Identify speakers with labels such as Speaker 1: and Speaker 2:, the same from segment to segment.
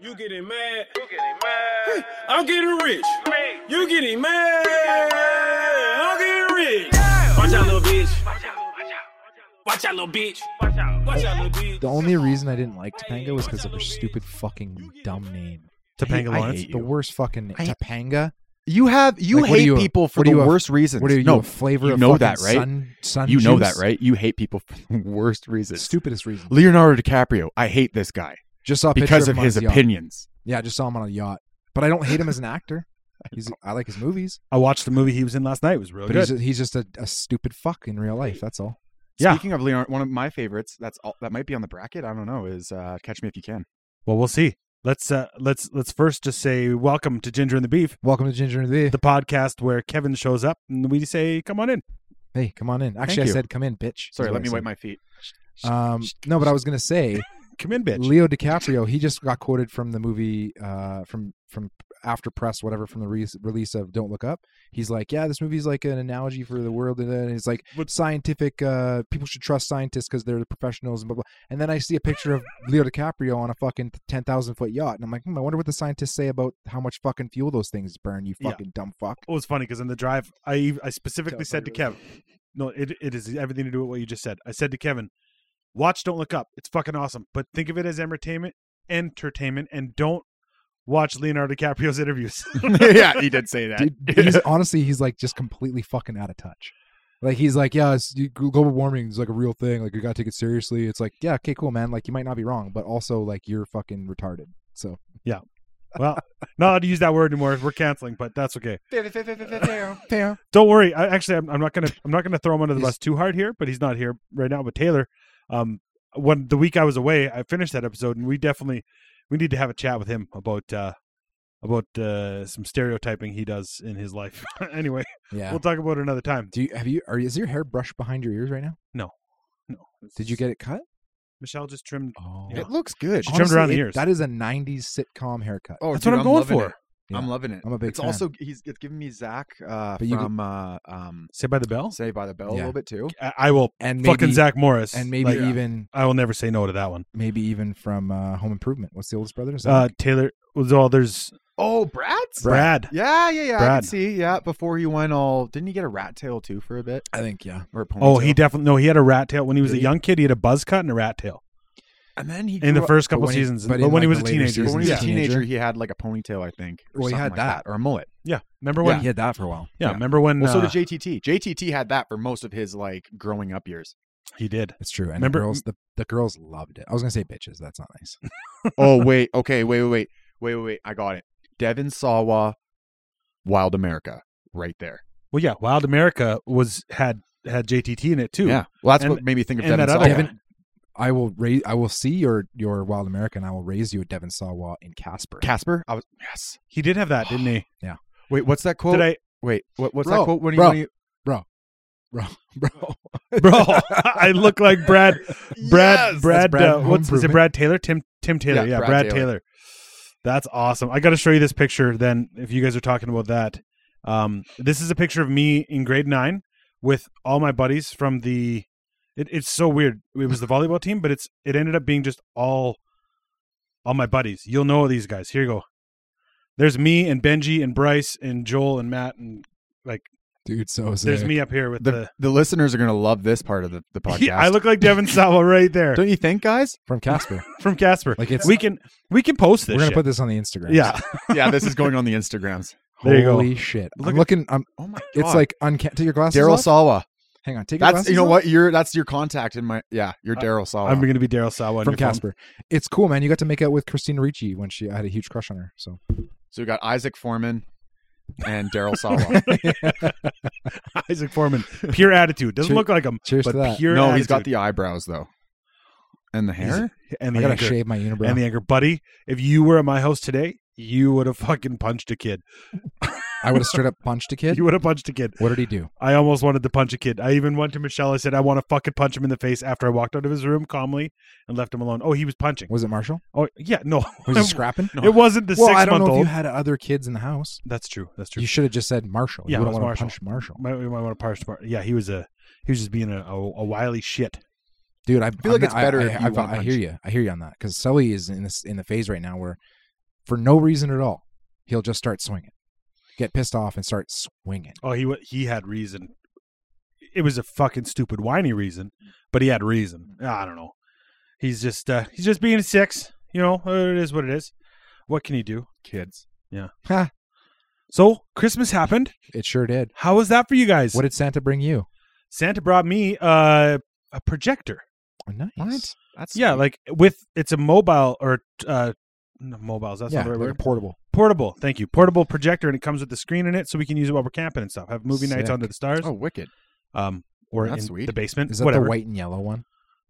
Speaker 1: You getting mad. You getting mad. I'm getting rich. You getting mad. I'm getting rich. Watch out, little bitch. Watch out, little bitch. Watch out, watch out, little bitch.
Speaker 2: The only reason I didn't like Topanga was because of her stupid fucking dumb name.
Speaker 3: Topanga
Speaker 2: I, I
Speaker 3: Lawrence.
Speaker 2: hate the worst fucking
Speaker 3: I-
Speaker 2: Topanga.
Speaker 3: You have you
Speaker 2: Like, what do
Speaker 3: hate
Speaker 2: you-
Speaker 3: people for
Speaker 2: what do
Speaker 3: the
Speaker 2: you have-
Speaker 3: worst reasons.
Speaker 2: What are you?
Speaker 3: no,
Speaker 2: a flavor
Speaker 3: you
Speaker 2: of
Speaker 3: know
Speaker 2: fucking
Speaker 3: that, right?
Speaker 2: Sun, sun
Speaker 3: you know
Speaker 2: juice?
Speaker 3: that, right? You hate people for the worst reasons.
Speaker 2: Stupidest reason.
Speaker 3: Leonardo DiCaprio. I hate this guy
Speaker 2: Just saw a picture
Speaker 3: because of
Speaker 2: him on
Speaker 3: his
Speaker 2: yacht.
Speaker 3: opinions.
Speaker 2: Yeah, I just saw him on a yacht. But I don't hate him as an actor. He's, I like his movies,
Speaker 4: I watched the movie he was in last night. It was really
Speaker 2: but
Speaker 4: good.
Speaker 2: he's just, he's just a, a stupid fuck in real life. That's all.
Speaker 4: Yeah.
Speaker 3: Speaking of Leonardo, one of my favorites that's all, that might be on the bracket. I don't know. Is uh, Catch Me If You Can.
Speaker 4: well, we'll see. Let's uh, let's let's first just say welcome to Ginger and the Beef,
Speaker 2: Welcome to Ginger and the.
Speaker 4: the podcast where Kevin shows up and we say, "Come on in."
Speaker 2: hey, come on in. Actually, I
Speaker 3: you.
Speaker 2: said, come in, bitch.
Speaker 3: Sorry, let me wipe my feet.
Speaker 2: my. Um, no, but I was gonna say
Speaker 4: Come in, bitch.
Speaker 2: Leo DiCaprio. He just got quoted from the movie, uh, from from after press, whatever, from the re- release of Don't Look Up. He's like, yeah, this movie's like an analogy for the world, and then it's like
Speaker 4: What-
Speaker 2: scientific. Uh, people should trust scientists because they're the professionals, and blah blah. And then I see a picture of Leo DiCaprio on a fucking ten thousand foot yacht, and I'm like, hmm, I wonder what the scientists say about how much fucking fuel those things burn. You
Speaker 4: Yeah.
Speaker 2: fucking dumb fuck.
Speaker 4: It was funny because in the drive, I ev- I specifically
Speaker 2: Tell
Speaker 4: said to
Speaker 2: somebody
Speaker 4: Kevin, "No, it it is everything to do with what you just said." I said to Kevin, "Watch, don't look up. It's fucking awesome, but think of it as entertainment, entertainment, and don't watch Leonardo DiCaprio's interviews."
Speaker 3: yeah, he did say that.
Speaker 2: Dude, he's honestly, he's like just completely fucking out of touch. Like he's like, yeah, it's, you- global warming is like a real thing. Like you gotta take it seriously. It's like, yeah, okay, cool, man. Like you might not be wrong, but also like you're fucking retarded. So
Speaker 4: well, not allowed to use that word anymore. We're canceling, but that's okay.
Speaker 2: fair.
Speaker 4: Don't worry. I, actually, I'm, I'm not gonna I'm not gonna throw him under the
Speaker 2: He's-
Speaker 4: bus too hard here, but he's not here right now. But Taylor, um, when the week I was away, I finished that episode, and we definitely we need to have a chat with him about uh about uh some stereotyping he does in his life. anyway,
Speaker 2: Yeah.
Speaker 4: we'll talk about it another time.
Speaker 2: Do you have you? Are is your hair brushed behind your ears right now?
Speaker 4: No,
Speaker 2: Did you get it cut?
Speaker 4: Michelle just trimmed?
Speaker 2: Oh,
Speaker 3: It looks good.
Speaker 4: She trimmed around the
Speaker 2: it-
Speaker 4: ears.
Speaker 2: That is a '90s sitcom haircut.
Speaker 3: Oh,
Speaker 4: That's
Speaker 3: dude,
Speaker 4: what I'm,
Speaker 3: I'm
Speaker 4: going
Speaker 3: loving
Speaker 4: for.
Speaker 3: it. I'm
Speaker 2: Yeah.
Speaker 3: loving it.
Speaker 2: I'm a big
Speaker 3: It's
Speaker 2: fan.
Speaker 3: also he's it's giving me Zach uh,
Speaker 2: But you-
Speaker 3: from uh, um,
Speaker 4: Say by the bell.
Speaker 3: Say by the Bell a
Speaker 2: Yeah.
Speaker 3: little bit too.
Speaker 4: I, I will
Speaker 2: and
Speaker 4: fucking
Speaker 2: maybe-
Speaker 4: Zach Morris,
Speaker 2: and maybe
Speaker 4: Like,
Speaker 2: even
Speaker 4: I will never say no to that one.
Speaker 2: maybe even from uh, Home Improvement. What's the oldest brother? Zach?
Speaker 4: Uh, Taylor was all there's
Speaker 3: Oh, Brad's.
Speaker 4: Brad.
Speaker 3: Yeah, yeah, yeah. I
Speaker 4: Brad.
Speaker 3: can see. Yeah, before he went all, didn't he get a rat tail too for a bit
Speaker 2: I think yeah.
Speaker 3: or a ponytail?
Speaker 4: Oh, he definitely no. He had a rat tail when he was
Speaker 3: Did
Speaker 4: a
Speaker 3: he?
Speaker 4: young kid. He had a buzz cut and a rat tail
Speaker 3: and then he
Speaker 4: in the
Speaker 3: grew up-
Speaker 4: first couple
Speaker 2: when he-
Speaker 4: seasons.
Speaker 2: but
Speaker 4: But,
Speaker 2: in,
Speaker 4: when he
Speaker 2: like,
Speaker 4: was a
Speaker 2: the later
Speaker 4: teenager,
Speaker 3: But when he was a
Speaker 4: yeah,
Speaker 2: teenager.
Speaker 3: teenager, he had like a ponytail, I think. or
Speaker 2: Well, he
Speaker 3: something
Speaker 2: had
Speaker 3: like
Speaker 2: that.
Speaker 3: or a mullet.
Speaker 4: yeah. Remember
Speaker 2: Yeah,
Speaker 4: when?
Speaker 2: he
Speaker 4: Yeah,
Speaker 2: had that for a while.
Speaker 3: yeah.
Speaker 4: remember when?
Speaker 3: Well, so
Speaker 4: uh,
Speaker 3: did JTT. JTT had that for most of his like growing up years.
Speaker 4: he did.
Speaker 2: It's true. And
Speaker 4: Remember-
Speaker 2: the girls, the, the girls loved it. I was gonna say bitches. That's not nice.
Speaker 3: oh wait, okay, wait, wait, wait, wait, wait, wait. I got it. Devin Sawa, Wild America, right there.
Speaker 4: Well, yeah. Wild America was had had JTT in it too.
Speaker 3: Yeah, well, that's
Speaker 4: And-
Speaker 3: what made me think of
Speaker 4: and
Speaker 3: Devin
Speaker 4: that
Speaker 3: Sawa.
Speaker 4: other guy.
Speaker 2: Devin, I will raise. I will see your your Wild America, and I will raise you a Devin Sawa in Casper.
Speaker 3: Casper. I was yes.
Speaker 4: he did have that, didn't he?
Speaker 3: Wait, what's that quote?
Speaker 4: Did I,
Speaker 3: Wait, what, what's that
Speaker 2: Bro,
Speaker 3: quote? When you,
Speaker 2: bro.
Speaker 3: when you-
Speaker 2: bro, bro.
Speaker 4: bro? I look like Brad. Brad.
Speaker 3: Yes!
Speaker 4: Brad.
Speaker 2: Brad
Speaker 4: uh,
Speaker 2: Home
Speaker 4: what's is it?
Speaker 2: Improvement.
Speaker 4: Brad Taylor. Tim. Tim Taylor.
Speaker 3: Yeah,
Speaker 4: Yeah.
Speaker 3: Brad
Speaker 4: Brad,
Speaker 3: Taylor.
Speaker 4: Taylor. That's awesome. I got to show you this picture. Then, if you guys are talking about that, um, this is a picture of me in grade nine with all my buddies from the. It, it's so weird. It was the volleyball team, but it's it ended up being just all, all my buddies. You'll know these guys. Here you go. There's me and Benji and Bryce and Joel and Matt and like
Speaker 2: Dude, so sick.
Speaker 4: there's me up here with
Speaker 3: the,
Speaker 4: the.
Speaker 3: the listeners are gonna love this part of the, the podcast.
Speaker 4: I look like Devin Sawa right there
Speaker 3: Don't you think, guys?
Speaker 2: from Casper.
Speaker 4: from Casper.
Speaker 2: Like it's
Speaker 4: we can we can post
Speaker 2: we're
Speaker 4: this.
Speaker 2: gonna
Speaker 4: shit.
Speaker 2: put this on the Instagram.
Speaker 4: yeah,
Speaker 3: yeah, this is going on the Instagrams.
Speaker 4: There you go.
Speaker 2: Holy shit!
Speaker 4: Look
Speaker 2: I'm
Speaker 4: at-
Speaker 2: looking. I'm.
Speaker 3: Oh my god,
Speaker 2: It's like unca- take your glasses
Speaker 3: Daryl
Speaker 2: off.
Speaker 3: Sawa.
Speaker 2: Hang on. Take your
Speaker 3: That's
Speaker 2: glasses
Speaker 3: you know
Speaker 2: off.
Speaker 3: what you're. That's your contact in my. Yeah, you're Daryl Sawa.
Speaker 4: I'm gonna be Daryl Sawa on
Speaker 2: Oh. From
Speaker 4: your phone.
Speaker 2: Casper. It's cool, man. You got to make out with Christina Ricci when she. I had a huge crush on her.
Speaker 3: so
Speaker 2: So
Speaker 3: we got Isaac Foreman and Daryl Sawa.
Speaker 4: Isaac Foreman, pure attitude. Doesn't
Speaker 2: Cheer-
Speaker 4: look like him,
Speaker 2: cheers
Speaker 4: but
Speaker 2: to that.
Speaker 4: pure.
Speaker 3: no,
Speaker 4: attitude.
Speaker 3: he's got the eyebrows though, and the hair.
Speaker 4: and
Speaker 2: I
Speaker 4: the
Speaker 2: gotta
Speaker 4: anchor,
Speaker 2: shave my unibrow.
Speaker 4: and the anchor, buddy. If you were at my house today, you would have fucking punched a kid.
Speaker 2: I would have straight up punched a kid.
Speaker 4: You would have punched a kid.
Speaker 2: What did he do?
Speaker 4: I almost wanted to punch a kid. I even went to Michelle. I said, I want to fucking punch him in the face. After I walked out of his room calmly and left him alone. Oh, he was punching.
Speaker 2: Was it Marshall?
Speaker 4: Oh, yeah, no,
Speaker 2: Was he scrapping?
Speaker 4: it wasn't the
Speaker 2: well,
Speaker 4: six
Speaker 2: I don't
Speaker 4: month
Speaker 2: know if
Speaker 4: old.
Speaker 2: you had other kids in the house.
Speaker 4: That's true. That's true.
Speaker 2: You should have just said Marshall.
Speaker 4: Yeah,
Speaker 2: you
Speaker 4: it
Speaker 2: don't
Speaker 4: was
Speaker 2: want to
Speaker 4: Marshall.
Speaker 2: punch Marshall,
Speaker 4: might, we might want to parse apart. Yeah, he was a he was just being a, a, a wily shit.
Speaker 2: dude. I
Speaker 3: feel like it's better
Speaker 2: I,
Speaker 3: if you
Speaker 2: I,
Speaker 3: wanna
Speaker 2: I hear you. I hear you on that because Sully is in this in the phase right now where for no reason at all. He'll just start swinging, get pissed off, and start swinging.
Speaker 4: Oh, he wa- he had reason. It was a fucking stupid, whiny reason, but he had reason. Ah, I don't know. He's just uh, he's just being a six. You know, uh, it is what it is. What can you do?
Speaker 3: Kids.
Speaker 4: So Christmas happened.
Speaker 2: It sure did.
Speaker 4: How was that for you guys?
Speaker 2: What did Santa bring you?
Speaker 4: Santa brought me uh, a projector.
Speaker 2: Oh, nice.
Speaker 3: What? That's
Speaker 4: Yeah, like with it's a mobile or uh, no, mobiles. That's
Speaker 2: yeah,
Speaker 4: not the right
Speaker 2: like a
Speaker 4: word.
Speaker 2: portable.
Speaker 4: portable. Thank you. Portable projector, and it comes with the screen in it, so we can use it while we're camping and stuff. Have movie nights
Speaker 2: Sick.
Speaker 4: under the stars,
Speaker 3: oh, wicked.
Speaker 4: um, or
Speaker 3: That's
Speaker 4: in
Speaker 3: sweet.
Speaker 4: the basement.
Speaker 2: Is that
Speaker 4: whatever.
Speaker 2: the white and yellow one?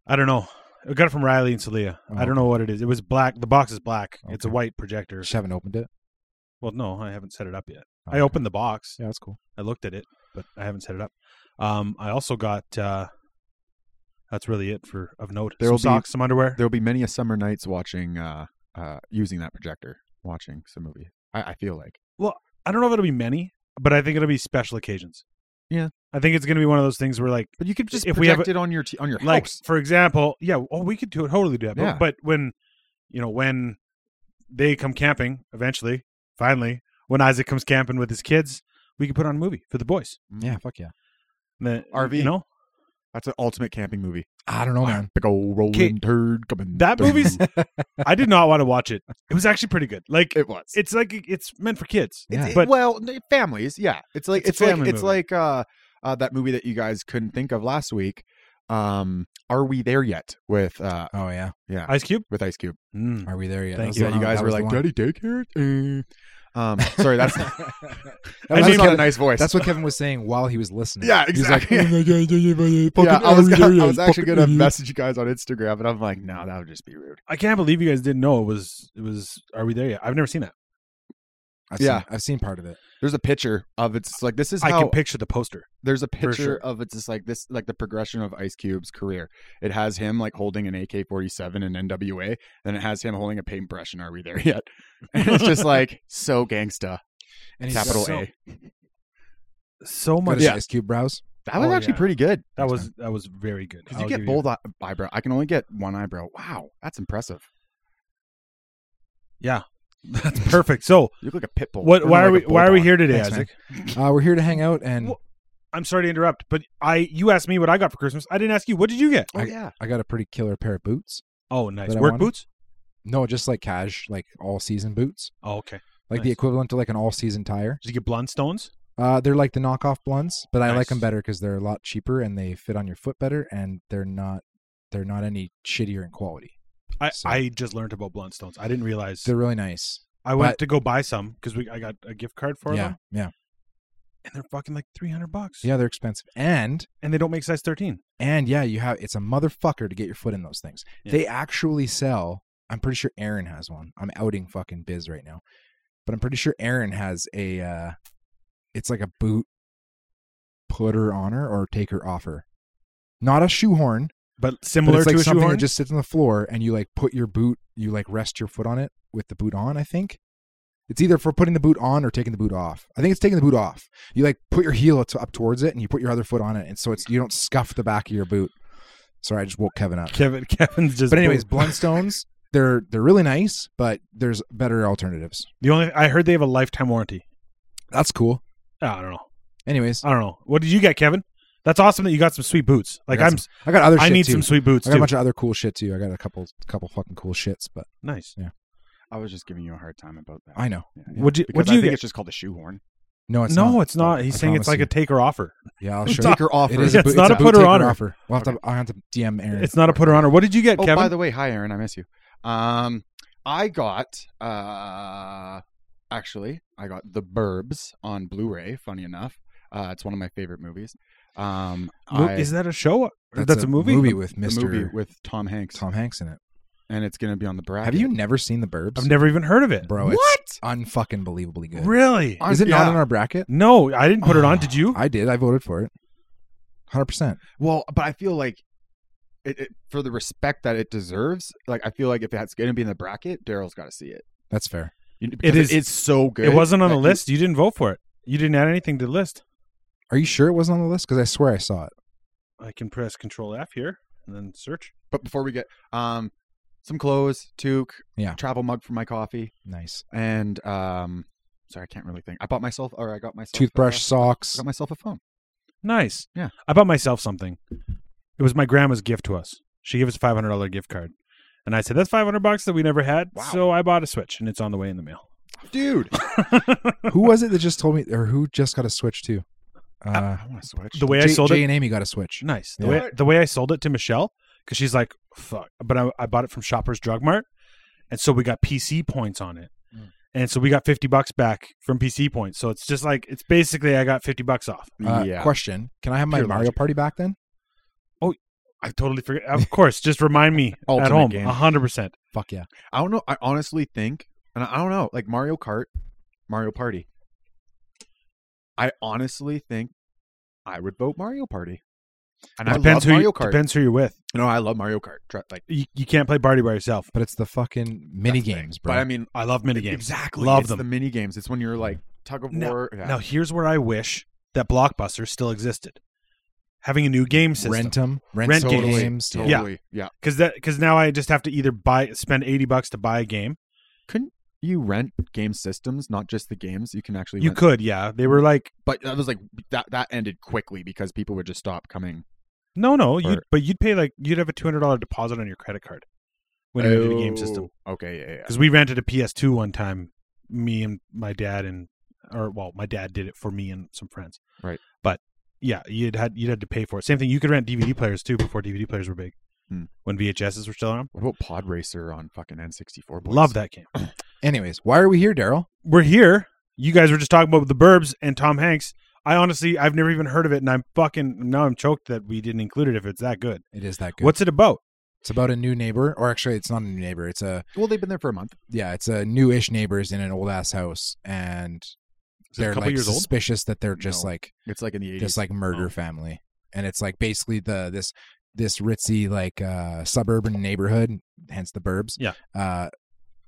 Speaker 4: I don't know. I got it from Riley and Celia.
Speaker 2: Oh,
Speaker 4: I don't know what it is. It was black. The box is black. It's a
Speaker 2: Okay.
Speaker 4: white projector.
Speaker 2: Just haven't opened it.
Speaker 4: Well, no, I haven't set it up yet.
Speaker 2: Oh,
Speaker 4: I
Speaker 2: okay.
Speaker 4: opened the box.
Speaker 2: Yeah, that's cool.
Speaker 4: I looked at it, but I haven't set it up. Um, I also got. Uh, that's really it for of note.
Speaker 3: There
Speaker 4: some
Speaker 3: will be-
Speaker 4: socks, some underwear.
Speaker 3: There'll be many a summer nights watching, uh, uh, using that projector, watching some movie. I, I feel like.
Speaker 4: I don't know if it'll be many, but I think it'll be special occasions.
Speaker 3: Yeah.
Speaker 4: I think it's going to be one of those things where like
Speaker 3: But you could just
Speaker 4: If
Speaker 3: project
Speaker 4: we have
Speaker 3: it on your t- on your
Speaker 4: like
Speaker 3: house.
Speaker 4: for example, yeah, oh, we could do it, totally do that. But,
Speaker 3: Yeah.
Speaker 4: but when you know when they come camping eventually, finally, when Isaac comes camping with his kids, we could put on a movie for the boys.
Speaker 2: Yeah, fuck yeah.
Speaker 4: And then,
Speaker 3: RV.
Speaker 4: you know
Speaker 3: That's an ultimate camping movie.
Speaker 2: I don't know, man.
Speaker 3: Big old rolling
Speaker 4: Okay.
Speaker 3: turd coming.
Speaker 4: that
Speaker 3: through.
Speaker 4: movie's. I did not want to watch it. It was actually pretty good. Like
Speaker 3: it was.
Speaker 4: it's like it's meant for kids.
Speaker 2: Yeah.
Speaker 3: It-
Speaker 4: But-
Speaker 3: well, n- families, yeah. It's like
Speaker 4: It's a
Speaker 3: it's, like
Speaker 4: family
Speaker 3: it's
Speaker 4: movie.
Speaker 3: like uh, uh that movie that you guys couldn't think of last week. Um, are we there yet? With uh,
Speaker 2: Oh yeah.
Speaker 3: yeah,
Speaker 4: Ice Cube.
Speaker 3: with Ice Cube.
Speaker 4: Mm.
Speaker 2: Are we there yet?
Speaker 4: Thank
Speaker 2: That
Speaker 4: you.
Speaker 3: Yeah,
Speaker 2: was the
Speaker 3: you
Speaker 2: one-
Speaker 3: guys
Speaker 2: that
Speaker 3: were
Speaker 2: was the
Speaker 3: like,
Speaker 2: one.
Speaker 3: "Daddy, take care." Um, sorry, that's that's
Speaker 2: I
Speaker 4: didn't
Speaker 3: not
Speaker 2: get
Speaker 3: a nice voice.
Speaker 2: That's what Kevin was saying while he was listening.
Speaker 3: yeah,
Speaker 2: He's like,
Speaker 3: exactly. yeah,
Speaker 2: yeah,
Speaker 3: I was, gonna, I was actually gonna message you guys on Instagram, and I'm like, no, that would just be rude.
Speaker 4: I can't believe you guys didn't know it was it was. Are we there yet? I've never seen that.
Speaker 2: I've
Speaker 3: Yeah.
Speaker 2: seen, I've seen part of it.
Speaker 3: There's a picture of it's just like this is
Speaker 4: I
Speaker 3: how
Speaker 4: can picture the poster.
Speaker 3: there's a
Speaker 4: For
Speaker 3: picture
Speaker 4: sure.
Speaker 3: of it's just like this like the progression of Ice Cube's career. It has him like holding an AK-47 and NWA, then it has him holding a paintbrush and Are We There Yet? And it's just like so gangsta,
Speaker 2: And he's
Speaker 3: capital
Speaker 2: got-
Speaker 3: A.
Speaker 4: So
Speaker 2: Got
Speaker 4: much.
Speaker 2: his
Speaker 3: Yeah.
Speaker 2: ice cube brows.
Speaker 3: That was
Speaker 4: Oh,
Speaker 3: actually
Speaker 4: yeah.
Speaker 3: pretty good.
Speaker 4: That was that was very good.
Speaker 3: Because you
Speaker 4: I'll
Speaker 3: get
Speaker 4: give
Speaker 3: both eye- eyebrow. I can only get one eyebrow. Wow, that's impressive.
Speaker 4: That's perfect. So
Speaker 3: You look like a pit bull.
Speaker 4: what?
Speaker 3: You're
Speaker 4: Why are we
Speaker 3: like a
Speaker 4: why are we
Speaker 3: bulldog.
Speaker 4: here today,
Speaker 2: Thanks, man.
Speaker 4: Isaac?
Speaker 2: Uh, we're here to hang out, and
Speaker 4: Well- I'm sorry to interrupt, but I you asked me what I got for Christmas. I didn't ask you. What did you get?
Speaker 3: Oh yeah,
Speaker 2: I got a pretty killer pair of boots.
Speaker 4: Oh, nice
Speaker 2: That I
Speaker 4: work
Speaker 2: wanted?
Speaker 4: boots.
Speaker 2: No, just like cash, like all season boots,
Speaker 4: Oh, okay.
Speaker 2: like the
Speaker 4: Nice.
Speaker 2: equivalent to like an all season tire.
Speaker 4: Did you get blonde stones?
Speaker 2: Uh, they're like the knockoff blunts, but I like
Speaker 4: Nice.
Speaker 2: them better because they're a lot cheaper and they fit on your foot better, and they're not they're not any shittier in quality.
Speaker 4: I,
Speaker 2: So-
Speaker 4: I just learned about blonde stones. I didn't realize.
Speaker 2: They're really nice.
Speaker 4: I went
Speaker 2: but-
Speaker 4: to go buy some because we I got a gift card for
Speaker 2: yeah,
Speaker 4: them,
Speaker 2: yeah,
Speaker 4: and they're fucking like three hundred bucks.
Speaker 2: yeah. They're expensive, and
Speaker 4: and they don't make size thirteen.
Speaker 2: And yeah, you have it's a motherfucker to get your foot in those things.
Speaker 4: Yeah.
Speaker 2: They actually sell. I'm pretty sure Aaron has one. I'm outing fucking Biz right now, but I'm pretty sure Aaron has a. uh It's like a boot putter on her or take her off her. Not a shoehorn,
Speaker 4: But
Speaker 2: but
Speaker 4: similar
Speaker 2: it's like
Speaker 4: to a
Speaker 2: something
Speaker 4: shoehorn.
Speaker 2: that just sits on the floor, and you like put your boot, you like rest your foot on it with the boot on. I think it's either for putting the boot on or taking the boot off. I think it's taking the boot off. You like put your heel up, up towards it, and you put your other foot on it, and so it's you don't scuff the back of your boot. Sorry, I just woke Kevin up.
Speaker 4: Kevin Kevin's just.
Speaker 2: But anyways,
Speaker 4: boom.
Speaker 2: Blundstones, they're they're really nice, but there's better alternatives.
Speaker 4: the only I heard they have a lifetime warranty.
Speaker 2: That's cool.
Speaker 4: Oh, I don't know.
Speaker 2: Anyways,
Speaker 4: I don't know. What did you get, Kevin? That's awesome that you got some sweet boots. Like
Speaker 2: got
Speaker 4: I'm,
Speaker 2: some I got other.
Speaker 4: I
Speaker 2: shit
Speaker 4: need
Speaker 2: too.
Speaker 4: some sweet boots
Speaker 2: I got a
Speaker 4: too.
Speaker 2: bunch of other cool shit too. I got a couple couple fucking cool shits, but
Speaker 4: nice.
Speaker 3: I was just giving you a hard time about that.
Speaker 2: I know.
Speaker 3: Yeah, yeah.
Speaker 4: Would you?
Speaker 3: Because
Speaker 4: Would
Speaker 3: I
Speaker 4: you
Speaker 3: think
Speaker 4: get?
Speaker 3: it's just called a shoehorn.
Speaker 2: No, it's
Speaker 4: no,
Speaker 2: not.
Speaker 4: it's not. He's
Speaker 2: I
Speaker 4: saying it's
Speaker 2: promise
Speaker 4: like
Speaker 2: you.
Speaker 4: a take or offer.
Speaker 2: Yeah, I'll
Speaker 3: Take
Speaker 2: show you.
Speaker 3: her off.
Speaker 2: It
Speaker 3: her.
Speaker 2: is a
Speaker 4: It's
Speaker 2: boot,
Speaker 4: not
Speaker 2: it's
Speaker 4: a put her
Speaker 2: boot-taker
Speaker 4: on her.
Speaker 2: Offer. We'll have to. I have to DM Aaron.
Speaker 4: It's not a put her on her. What did you get,
Speaker 3: Oh,
Speaker 4: Uh, Kevin?
Speaker 3: by the way, hi Aaron, I miss you. Um, I got uh, actually, I got The Burbs on Blu-ray. Funny enough, uh, it's one of my favorite movies. Um,
Speaker 4: Mo-
Speaker 3: I,
Speaker 4: is that a show? Or That's, a, movie.
Speaker 2: with
Speaker 3: the
Speaker 2: Mr.
Speaker 3: movie with Tom Hanks,
Speaker 2: Tom Hanks in it.
Speaker 3: and it's gonna be on the bracket.
Speaker 2: Have you never seen The Burbs?
Speaker 4: I've never even heard of it.
Speaker 2: Bro,
Speaker 3: What?
Speaker 2: it's unfucking believably good.
Speaker 4: Really?
Speaker 3: I-
Speaker 2: Is it not
Speaker 3: Yeah.
Speaker 2: in our bracket? Oh,
Speaker 4: No, I didn't put it on. Did you?
Speaker 2: I did. I voted for it. 100%.
Speaker 3: Well, but I feel like it, it, for the respect that it deserves, like I feel like if that's gonna be in the bracket, Daryl's got to see it.
Speaker 2: That's fair.
Speaker 3: You- because
Speaker 4: is-
Speaker 3: It's so good.
Speaker 4: it wasn't on the
Speaker 3: that you-
Speaker 4: list. You didn't vote for it. You didn't add anything to the list.
Speaker 2: Are you sure it wasn't on the list? Because I swear I saw it.
Speaker 4: I can press Control F here and then search.
Speaker 3: but before we get um some clothes, toque,
Speaker 2: Yeah.
Speaker 3: travel mug for my coffee,
Speaker 2: Nice.
Speaker 3: and um, sorry, I can't really think. I bought myself, or I got myself a-
Speaker 2: Toothbrush,
Speaker 3: I
Speaker 2: socks.
Speaker 3: got myself a phone.
Speaker 4: Nice.
Speaker 3: Yeah.
Speaker 4: I bought myself something. It was my grandma's gift to us. She gave us a five hundred dollar gift card. And I said, That's five hundred bucks that we never had.
Speaker 3: Wow.
Speaker 4: So I bought a switch and it's on the way in the mail.
Speaker 3: Dude,
Speaker 2: who was it that just told me, or who just got a Switch too? Uh,
Speaker 3: I want to switch.
Speaker 4: The way I
Speaker 2: Jay-
Speaker 4: sold
Speaker 2: Jay
Speaker 4: it
Speaker 2: and Amy got a Switch.
Speaker 4: Nice. The
Speaker 2: Yeah.
Speaker 4: way the way I sold it to Michelle, because she's like, "Fuck," but I, I bought it from Shoppers Drug Mart, and so we got PC points on it,
Speaker 3: Mm.
Speaker 4: and so we got fifty bucks back from PC points. So it's just like it's basically I got fifty bucks off.
Speaker 2: Uh,
Speaker 3: yeah,
Speaker 2: Question: Can I have my
Speaker 3: Pure
Speaker 2: Mario
Speaker 3: logic.
Speaker 2: Party back then?
Speaker 4: I totally forget. Of course, just remind me at
Speaker 3: Ultimate
Speaker 4: home.
Speaker 3: game.
Speaker 4: hundred percent.
Speaker 2: Fuck yeah!
Speaker 3: I don't know. I honestly think, and I I don't know, like Mario Kart, Mario Party. I honestly think I would vote Mario Party. And I love
Speaker 4: Depends who
Speaker 3: Mario
Speaker 4: you,
Speaker 3: Kart.
Speaker 4: depends who you're with.
Speaker 3: No, I love Mario Kart. Tr- Like
Speaker 4: You, you can't play party by yourself.
Speaker 2: But it's the fucking mini
Speaker 3: that's the thing.
Speaker 2: games, bro.
Speaker 3: But I mean,
Speaker 4: I love minigames.
Speaker 3: E, exactly.
Speaker 4: Love
Speaker 3: it's
Speaker 4: them.
Speaker 3: The mini games. It's when you're like tug of
Speaker 4: Now-
Speaker 3: war. yeah.
Speaker 4: Now here's where I wish that Blockbuster still existed, having a new game system.
Speaker 2: rent them, rent,
Speaker 4: Rent
Speaker 2: games.
Speaker 4: games.
Speaker 2: yeah.
Speaker 4: Yeah.
Speaker 3: totally. Yeah.
Speaker 4: because that because now I just have to either buy spend eighty bucks to buy a game,
Speaker 3: Couldn't you rent game systems, not just the games? You can actually.
Speaker 4: You
Speaker 3: rent-
Speaker 4: could, yeah. They were like,
Speaker 3: but that was like that. That ended quickly because people would just stop coming.
Speaker 4: no, no, you
Speaker 3: Or-
Speaker 4: but you'd pay like you'd have a two hundred dollar deposit on your credit card when you rented a game system.
Speaker 3: Oh, Okay. Yeah. yeah.
Speaker 4: Because we rented a PS2 one time, me and my dad and or well, my dad did it for me and some friends.
Speaker 3: Right.
Speaker 4: But yeah, you'd had you'd had to pay for it. Same thing. You could rent DVD players too before DVD players were big.
Speaker 3: Hmm.
Speaker 4: When VHSs were still around,
Speaker 3: What about Pod Racer on fucking N64? Boys?
Speaker 4: love that game.
Speaker 2: Anyways, why are we here, Daryl?
Speaker 4: We're here. You guys were just talking about the Burbs and Tom Hanks. I honestly, I've never even heard of it, and I'm fucking now I'm choked that we didn't include it if it's that good.
Speaker 2: It is that good.
Speaker 4: What's it about?
Speaker 2: It's about a new neighbor, or actually, it's not a new neighbor. It's a
Speaker 3: Well, they've been there for a month.
Speaker 2: yeah, it's a new-ish neighbors in an old-ass house, and
Speaker 4: Is it a
Speaker 2: they're
Speaker 4: couple
Speaker 2: like
Speaker 4: years old?
Speaker 2: suspicious that they're just
Speaker 3: No.
Speaker 2: like
Speaker 3: It's like in the 80s.
Speaker 2: this like murder
Speaker 4: Oh.
Speaker 2: family, and it's like basically the this this ritzy like uh suburban neighborhood, hence the burbs.
Speaker 4: Yeah.
Speaker 2: Uh,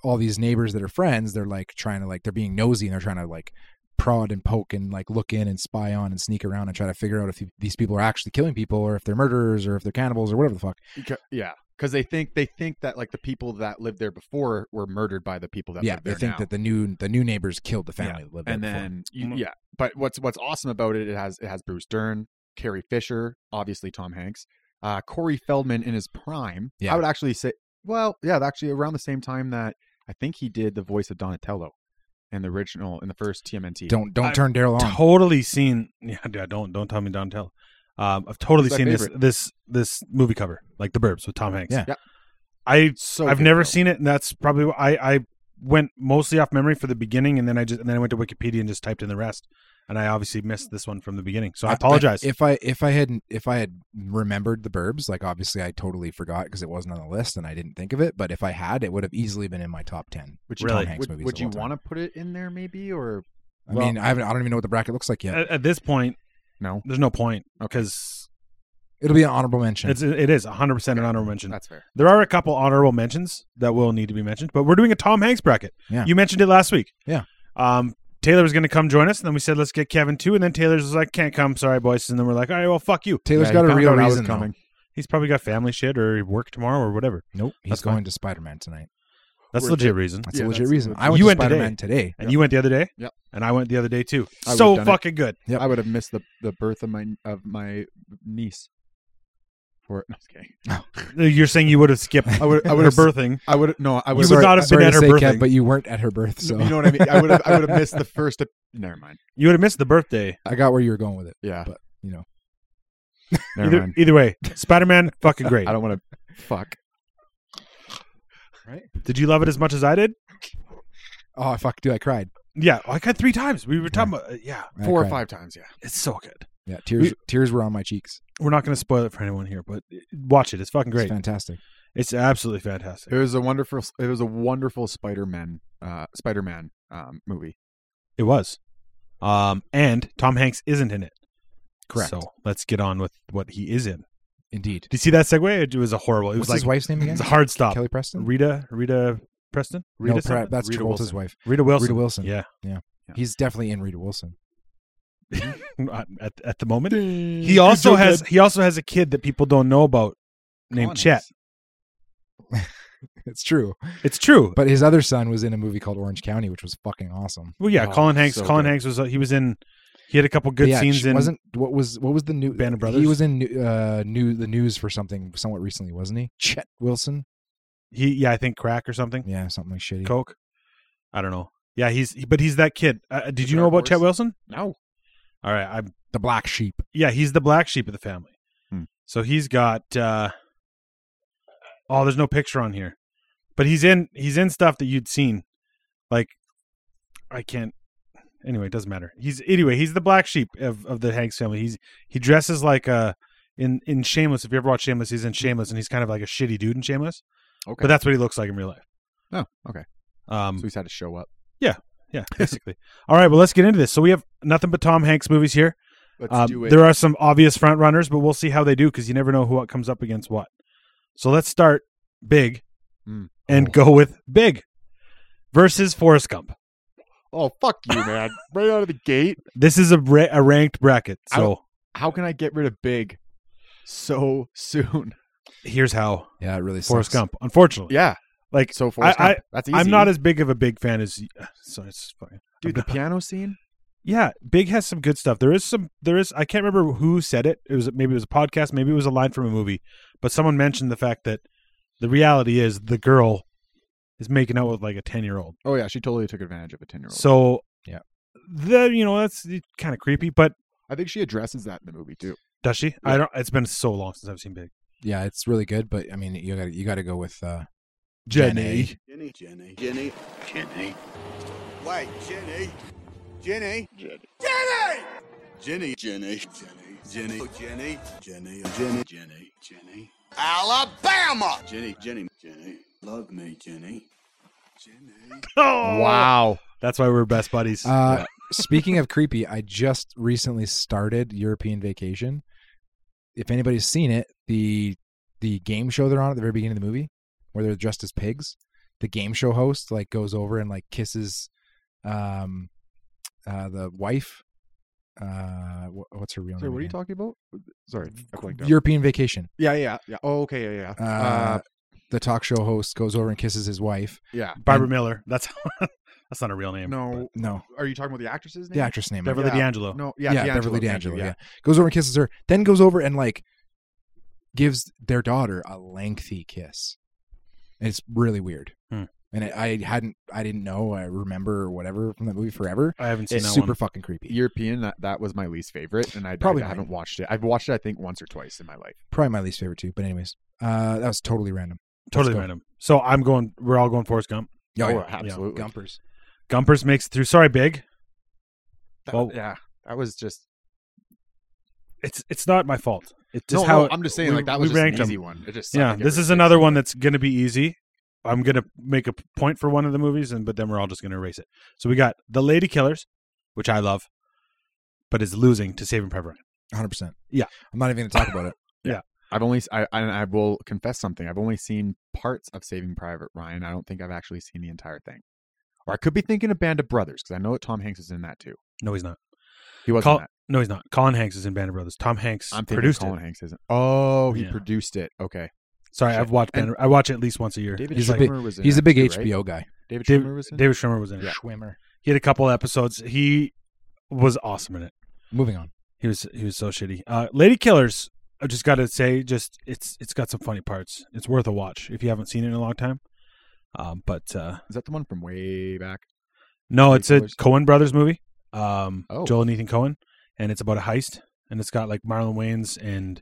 Speaker 2: all these neighbors that are friends, they're like trying to like they're being nosy and they're trying to like prod and poke and like look in and spy on and sneak around and try to figure out if these people are actually killing people or if they're murderers or if they're cannibals or whatever the fuck.
Speaker 3: Beca- yeah, because they think they think that like the people that lived there before were murdered by the people that
Speaker 2: yeah,
Speaker 3: lived
Speaker 2: they
Speaker 3: there
Speaker 2: think
Speaker 3: now.
Speaker 2: that the new the new neighbors killed the family that lived
Speaker 3: and
Speaker 2: there before.
Speaker 3: then you,
Speaker 4: Mm.
Speaker 3: yeah, but what's what's awesome about it? It has it has Bruce Dern, Carrie Fisher, obviously Tom Hanks, uh, Corey Feldman in his prime.
Speaker 2: Yeah.
Speaker 3: I would actually say, well, yeah, actually around the same time that I think he did the voice of Donatello in the original in the first TMNT.
Speaker 2: don't don't
Speaker 4: I've
Speaker 2: turn Daryl on.
Speaker 4: totally seen. Yeah, dude, don't don't tell me don't tell. Um, I've totally
Speaker 3: It's my
Speaker 4: seen this
Speaker 3: favorite.
Speaker 4: this this movie cover, like The Burbs with Tom Hanks.
Speaker 2: Yeah.
Speaker 3: Yeah.
Speaker 4: I
Speaker 3: So
Speaker 4: I've
Speaker 3: good,
Speaker 4: never
Speaker 3: though.
Speaker 4: seen it, and that's probably why I I went mostly off memory for the beginning, and then I just and then I went to Wikipedia and just typed in the rest, and I obviously missed this one from the beginning, so I, apologize.
Speaker 2: if I if I hadn't if I had remembered the Burbs, like obviously I totally forgot because it wasn't on the list and I didn't think of it. But if I had, it would have easily been in my top ten.
Speaker 3: Would
Speaker 4: you-
Speaker 2: Tom
Speaker 4: Really?
Speaker 2: Hanks
Speaker 3: Would,
Speaker 2: movies
Speaker 3: would
Speaker 2: of
Speaker 3: you
Speaker 2: all time.
Speaker 3: want to put it in there maybe or
Speaker 2: I
Speaker 4: well- Uh,
Speaker 2: mean, I haven't. I don't even know what the bracket looks like yet.
Speaker 4: at, at this point,
Speaker 3: no?
Speaker 4: there's no point because
Speaker 2: It'll be an honorable mention.
Speaker 4: it's it is 100 percent an honorable mention.
Speaker 3: That's fair.
Speaker 4: There are a couple honorable mentions that will need to be mentioned, but we're doing a Tom Hanks bracket.
Speaker 2: Yeah.
Speaker 4: You mentioned it last week.
Speaker 2: Yeah.
Speaker 4: Um, Taylor was going to come join us, and then we said, let's get Kevin too. And then Taylor's was like, can't come. Sorry, boys. And then we're like, all right, well, fuck you.
Speaker 2: Taylor's
Speaker 3: Yeah,
Speaker 2: got
Speaker 3: you
Speaker 2: a
Speaker 3: found
Speaker 2: real
Speaker 3: out I was
Speaker 2: reason. though.
Speaker 3: coming.
Speaker 4: He's probably got family shit or work tomorrow or whatever.
Speaker 2: Nope, he's
Speaker 4: That's fine.
Speaker 2: going to Spider Man tonight.
Speaker 4: That's a
Speaker 3: Worth
Speaker 4: legit reason.
Speaker 2: That's
Speaker 3: Yeah,
Speaker 2: a legit
Speaker 3: that's-
Speaker 2: reason.
Speaker 3: that's-
Speaker 2: I went
Speaker 4: You
Speaker 2: to
Speaker 4: went
Speaker 2: Spider Man today.
Speaker 4: And you went the other day?
Speaker 3: Yep.
Speaker 4: And I went the other day too.
Speaker 3: I would've
Speaker 4: so
Speaker 3: done it.
Speaker 4: fucking good.
Speaker 2: Yep.
Speaker 3: I would have missed the, the birth of my of my niece. For no, just kidding.
Speaker 4: You're saying you would have skipped
Speaker 2: I would- I
Speaker 4: her
Speaker 2: would've-
Speaker 4: birthing.
Speaker 3: I would no. I
Speaker 4: You
Speaker 3: would
Speaker 4: would not have
Speaker 2: I'm sorry
Speaker 4: been
Speaker 2: to
Speaker 4: at her
Speaker 2: say, Kev,
Speaker 4: birthing.
Speaker 2: but you weren't at her birth, so
Speaker 3: You know what I mean? I would have I would have missed the first. ep- Never mind.
Speaker 4: You would have missed the birthday.
Speaker 2: I got where you were going with it.
Speaker 3: Yeah,
Speaker 2: But, you know.
Speaker 3: never
Speaker 4: Either,
Speaker 3: mind.
Speaker 4: either way, Spider Man, fucking great.
Speaker 3: I don't want to fuck.
Speaker 4: Did you love it as much as I did?
Speaker 2: Oh fuck, dude, I cried.
Speaker 4: Yeah. Oh, I cut three times. We were talking about, uh, yeah.
Speaker 2: I
Speaker 3: Four or
Speaker 2: cried.
Speaker 3: five times, yeah.
Speaker 4: It's so good.
Speaker 2: Yeah, tears tears were on my cheeks.
Speaker 4: we're not going to spoil it for anyone here, but eh, watch it. It's fucking
Speaker 2: It's
Speaker 4: great. It's,
Speaker 2: fantastic.
Speaker 4: absolutely
Speaker 3: It
Speaker 4: fantastic.
Speaker 3: was a wonderful. It was a wonderful Spider-Man, uh, Spider-Man um, movie.
Speaker 4: It was. Um, and Tom Hanks isn't in it.
Speaker 2: Correct.
Speaker 4: So let's get on with what he is in.
Speaker 2: Indeed.
Speaker 4: Did you see that segue? It was a horrible. It
Speaker 2: What's
Speaker 4: was
Speaker 2: his
Speaker 4: like
Speaker 2: wife's name again?
Speaker 4: it's a hard stop.
Speaker 2: Kelly Preston?
Speaker 4: Rita, Rita Preston, Rita,
Speaker 2: no,
Speaker 4: something?
Speaker 2: Pratt, that's
Speaker 4: Rita
Speaker 2: Travolta's
Speaker 4: Wilson.
Speaker 2: wife.
Speaker 4: Rita Wilson.
Speaker 2: Rita Wilson.
Speaker 4: Yeah.
Speaker 2: He's definitely in Rita Wilson.
Speaker 4: at, at the moment, he also has he also has a kid that people don't know about named
Speaker 3: Connors.
Speaker 4: Chet.
Speaker 2: it's true.
Speaker 4: It's true.
Speaker 2: But his other son was in a movie called Orange County, which was fucking awesome.
Speaker 4: Well, yeah,
Speaker 3: Oh,
Speaker 4: Colin Hanks.
Speaker 3: so
Speaker 4: Colin
Speaker 3: good.
Speaker 4: Hanks was uh, he was in. He had a couple good
Speaker 2: Yeah,
Speaker 4: scenes in.
Speaker 2: wasn't what was what was the new
Speaker 4: Band of
Speaker 2: He
Speaker 4: Brothers?
Speaker 2: was in new- uh, new the news for something somewhat recently, wasn't he? Chet Wilson.
Speaker 4: He yeah, I think crack or something.
Speaker 2: Yeah, something like shitty.
Speaker 4: Coke. I don't know. Yeah, he's but he's that kid. Uh, did you know
Speaker 3: Dark
Speaker 4: about Chet
Speaker 3: Horse?
Speaker 4: Wilson?
Speaker 3: No.
Speaker 4: All right, I'm
Speaker 2: The Black Sheep.
Speaker 4: yeah, he's the black sheep of the family.
Speaker 3: Hmm.
Speaker 4: So he's got uh Oh, there's no picture on here. But he's in he's in stuff that you'd seen. Like I can't anyway, it doesn't matter. He's anyway, he's the black sheep of, of the Hanks family. He's he dresses like a in in Shameless. If you ever watch Shameless, he's in Shameless and he's kind of like a shitty dude in Shameless.
Speaker 3: Okay.
Speaker 4: But that's what he looks like in real life.
Speaker 3: no. Okay.
Speaker 4: Um
Speaker 3: So he's had to show up.
Speaker 4: yeah, basically. All right, well let's get into this. So we have nothing but Tom Hanks movies here.
Speaker 3: Let's
Speaker 4: Um,
Speaker 3: do it.
Speaker 4: There are some obvious front runners, but we'll see how they do because you never know who what comes up against what. So let's start big
Speaker 3: Mm.
Speaker 4: and
Speaker 2: Oh.
Speaker 4: go with big versus Forrest Gump.
Speaker 3: oh fuck you, man! right out of the gate.
Speaker 4: This is a, ra- a ranked bracket, so
Speaker 3: How can I get rid of Big so soon?
Speaker 4: here's how
Speaker 2: Yeah, it really
Speaker 4: Forrest
Speaker 2: sucks.
Speaker 4: Gump. Unfortunately,
Speaker 3: Yeah.
Speaker 4: like
Speaker 3: So Forrest
Speaker 4: I-
Speaker 3: Gump. That's easy.
Speaker 4: I'm not as big of a big fan as so it's fine.
Speaker 3: dude. The piano scene.
Speaker 4: Yeah, Big has some good stuff. There is some. There is. I can't remember who said it. It was maybe it was a podcast, maybe it was a line from a movie, but someone mentioned the fact that the reality is the girl is making out with like a ten year old.
Speaker 3: Oh yeah, she totally took advantage of a ten year old.
Speaker 4: So
Speaker 2: Yeah.
Speaker 4: the you know that's kind of creepy. But
Speaker 3: I think she addresses that in the movie too.
Speaker 4: does she? I don't. It's been so long since I've seen Big.
Speaker 2: Yeah, it's really good, but I mean, you got to you got to go with uh,
Speaker 4: Jenny.
Speaker 5: Jenny. Jenny. Jenny. Jenny. Wait, Jenny. Jenny. Jenny. Jenny. Jenny. Jenny. Jenny. Oh, Jenny. Jenny. Jenny. Jenny. Jenny. Alabama. Jenny. Jenny. Jenny. Love me, Jenny. Jenny.
Speaker 4: Oh That's why we're best buddies.
Speaker 2: Uh, speaking of creepy, I just recently started European Vacation. If anybody's seen it, the the game show they're on at the very beginning of the movie, where they're dressed as pigs, the game show host like goes over and like kisses, um, uh, the wife. Uh, wh- what's her real
Speaker 3: Sorry,
Speaker 2: name?
Speaker 3: what are you
Speaker 2: again?
Speaker 3: talking about? Sorry, I blanked out.
Speaker 2: European Vacation.
Speaker 3: yeah, yeah, yeah. Oh, okay, yeah,
Speaker 2: Uh,
Speaker 3: yeah. Uh,
Speaker 2: the talk show host goes over and kisses his wife.
Speaker 3: yeah.
Speaker 4: Barbara Miller. That's that's not a real name.
Speaker 3: No,
Speaker 2: No,
Speaker 3: are you talking about the actress's name?
Speaker 2: the actress name.
Speaker 4: but Beverly
Speaker 3: Yeah.
Speaker 4: D'Angelo.
Speaker 3: No,
Speaker 2: yeah,
Speaker 3: yeah, D'Angelo,
Speaker 2: Beverly
Speaker 3: thank you,
Speaker 2: D'Angelo. Yeah. goes over and kisses her, then goes over and like gives their daughter a lengthy kiss. It's really weird,
Speaker 4: Hmm.
Speaker 2: and I, I hadn't, I didn't know, I remember or whatever from that movie forever.
Speaker 4: I haven't seen
Speaker 2: It's
Speaker 4: that
Speaker 2: super
Speaker 4: one.
Speaker 2: fucking creepy.
Speaker 3: European. That, that was my least favorite, and I probably
Speaker 2: Probably
Speaker 3: haven't
Speaker 2: mine.
Speaker 3: watched it. I've watched it, I think, once or twice in my life.
Speaker 2: Probably my least favorite too. But anyways, uh, that was totally random.
Speaker 4: Totally
Speaker 2: Let's go.
Speaker 4: random. So I'm going. We're all going Forrest Gump.
Speaker 2: Oh, yeah.
Speaker 3: absolutely.
Speaker 2: Gumpers.
Speaker 4: Gumpers makes it through. Sorry, Big.
Speaker 3: That-
Speaker 4: Well-
Speaker 3: yeah, that was just.
Speaker 4: It's it's not my fault. It's just
Speaker 3: no,
Speaker 4: how
Speaker 3: no, I'm just saying,
Speaker 4: we-
Speaker 3: like that
Speaker 4: we
Speaker 3: was just an
Speaker 4: ranked 'em.
Speaker 3: easy one. It just sucked
Speaker 4: yeah.
Speaker 3: to get
Speaker 4: This
Speaker 3: rid
Speaker 4: is
Speaker 3: of it.
Speaker 4: another one that's going to be easy. I'm going to make a p- point for one of the movies, and but then we're all just going to erase it. So we got the Lady Killers, which I love, but is losing to Saving Private Ryan.
Speaker 2: Hundred percent.
Speaker 4: Yeah.
Speaker 2: I'm not even gonna talk about it.
Speaker 3: I've only. s- I, I I will confess something. I've only seen parts of Saving Private Ryan. I don't think I've actually seen the entire thing. Or I could be thinking of Band of Brothers because I know that Tom Hanks is in that too.
Speaker 4: No, he's not.
Speaker 3: He wasn't.
Speaker 4: Col-
Speaker 3: that.
Speaker 4: no, he's not. Colin Hanks is in Band of Brothers. Tom Hanks
Speaker 3: I'm thinking
Speaker 4: produced
Speaker 3: Colin
Speaker 4: it.
Speaker 3: Hanks isn't. Oh, he
Speaker 4: Yeah.
Speaker 3: produced it. Okay.
Speaker 4: Sorry,
Speaker 3: Shit.
Speaker 4: I've watched Band.
Speaker 3: And-
Speaker 4: I watch it at least once a year.
Speaker 3: David
Speaker 2: He's a
Speaker 3: Schwimmer
Speaker 2: big-
Speaker 3: was in.
Speaker 2: He's
Speaker 3: that
Speaker 2: a big
Speaker 3: too, right?
Speaker 2: HBO guy.
Speaker 3: David
Speaker 4: David-
Speaker 3: Schwimmer was in.
Speaker 4: David Schwimmer was in it.
Speaker 2: Schwimmer.
Speaker 4: He had a couple episodes. He was awesome in it.
Speaker 2: Moving on.
Speaker 4: He was he was so shitty. Uh, Lady Killers. I just got to say, just it's it's got some funny parts. It's worth a watch if you haven't seen it in a long time. Um, but uh,
Speaker 3: Is that the one from way back?
Speaker 4: no,
Speaker 3: Lady
Speaker 4: it's a
Speaker 3: Killers.
Speaker 4: Cohen brothers movie. Um,
Speaker 3: Oh.
Speaker 4: Joel and Ethan Cohen, and it's about a heist, and it's got like Marlon Wayans and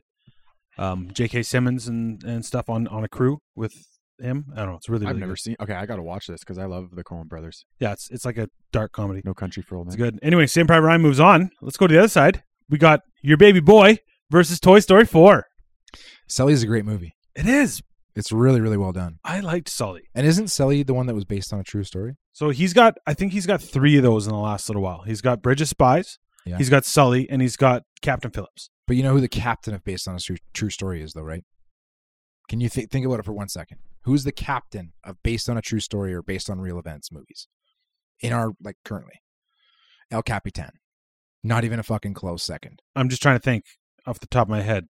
Speaker 4: um, J.K. Simmons and and stuff on on a crew with him. I don't know. It's really,
Speaker 3: I've
Speaker 4: really
Speaker 3: never
Speaker 4: good.
Speaker 3: seen. Okay, I gotta watch this because I love the Coen Brothers.
Speaker 4: yeah. It's it's like a dark comedy.
Speaker 3: No Country for Old Men.
Speaker 4: It's good. Anyway, Sam Private Ryan moves on. Let's go to the other side. We got your baby boy versus Toy Story four.
Speaker 2: Sully's a great movie.
Speaker 4: It is.
Speaker 2: It's really, really well done.
Speaker 4: I liked Sully.
Speaker 2: And isn't Sully the one that was based on a true story?
Speaker 4: So he's got, I think he's got three of those in the last little while. He's got Bridge of Spies,
Speaker 2: Yeah.
Speaker 4: he's got Sully, and he's got Captain Phillips.
Speaker 2: But you know who the captain of Based on a True, True Story is, though, right? Can you th- think about it for one second? Who's the captain of Based on a True Story or Based on Real Events movies in our like currently? El Capitan. Not even a fucking close second.
Speaker 4: I'm just trying to think off the top of my head.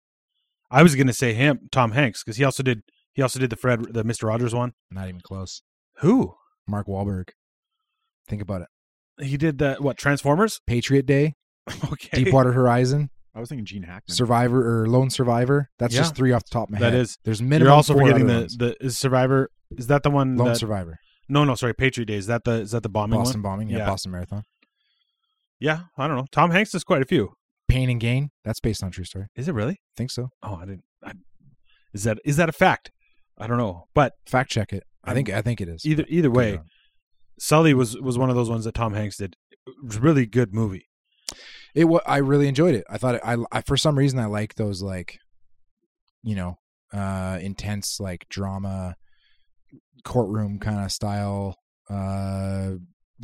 Speaker 4: I was going to say him, Tom Hanks, because he also did He also did the Fred, the Mister Rogers one.
Speaker 2: Not even close.
Speaker 4: Who?
Speaker 2: Mark Wahlberg. Think about it.
Speaker 4: He did the what? Transformers.
Speaker 2: Patriot Day,
Speaker 4: okay.
Speaker 2: Deepwater Horizon,
Speaker 3: I was thinking Gene Hackman.
Speaker 2: Survivor or Lone Survivor. That's
Speaker 4: Yeah.
Speaker 2: just three off the top of my
Speaker 4: That
Speaker 2: head.
Speaker 4: is.
Speaker 2: There's
Speaker 4: You're
Speaker 2: minimum.
Speaker 4: also
Speaker 2: four
Speaker 4: forgetting
Speaker 2: other
Speaker 4: the
Speaker 2: ones.
Speaker 4: the is Survivor. Is that the one?
Speaker 2: Lone
Speaker 4: that-
Speaker 2: Survivor,
Speaker 4: no, no, sorry, Patriot Day. Is that the is that the bombing
Speaker 2: Boston
Speaker 4: one?
Speaker 2: bombing, yeah,
Speaker 4: Yeah.
Speaker 2: Boston Marathon,
Speaker 4: Yeah, I don't know. Tom Hanks does quite a few.
Speaker 2: Pain and Gain. That's based on a true story.
Speaker 4: Is it really?
Speaker 2: think so.
Speaker 4: Oh, I didn't. I, is that is that a fact? I don't know, but
Speaker 2: Fact check it. I think I think it is.
Speaker 4: either either
Speaker 2: Could be
Speaker 4: way,
Speaker 2: wrong.
Speaker 4: Sully was was one of those ones that Tom Hanks did. It was a really good movie.
Speaker 2: it wa- I really enjoyed it. I thought it, I, I for some reason I like those like, you know, uh intense like drama, courtroom kind of style. Uh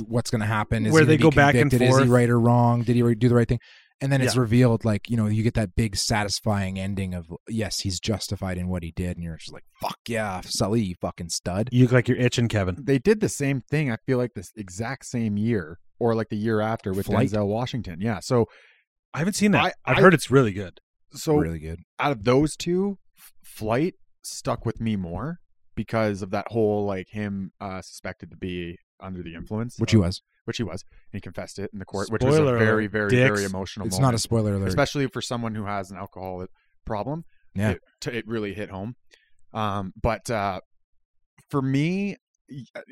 Speaker 2: What's going to happen? he
Speaker 4: Where
Speaker 2: gonna
Speaker 4: they
Speaker 2: be
Speaker 4: go back and
Speaker 2: convicted? Is
Speaker 4: forth.
Speaker 2: he right or wrong? Did he re- do the right thing? And then it's revealed, like you know, you get that big satisfying ending of yes, he's justified in what he did, and you're just like, fuck yeah, Sully, you fucking stud.
Speaker 4: You look like you're itching, Kevin.
Speaker 3: They did the same thing. I feel like this exact same year or like the year after with
Speaker 2: Flight.
Speaker 3: Denzel Washington. Yeah. So
Speaker 4: I haven't seen that.
Speaker 3: I-
Speaker 4: I, have
Speaker 3: I-
Speaker 4: heard it's really good.
Speaker 3: so
Speaker 2: really good.
Speaker 3: out of those two, F- Flight stuck with me more because of that whole like him uh suspected to be under the influence,
Speaker 2: Which
Speaker 3: of-
Speaker 2: he was.
Speaker 3: which he was, and he confessed it in the court, which was a
Speaker 4: Spoiler
Speaker 3: very,
Speaker 4: alert,
Speaker 3: very, very
Speaker 4: dicks.
Speaker 3: emotional.
Speaker 2: It's
Speaker 3: moment.
Speaker 2: not a spoiler alert.
Speaker 3: especially for someone who has an alcohol problem.
Speaker 2: Yeah.
Speaker 3: it, t- it really hit home. Um, but uh, for me, y- uh,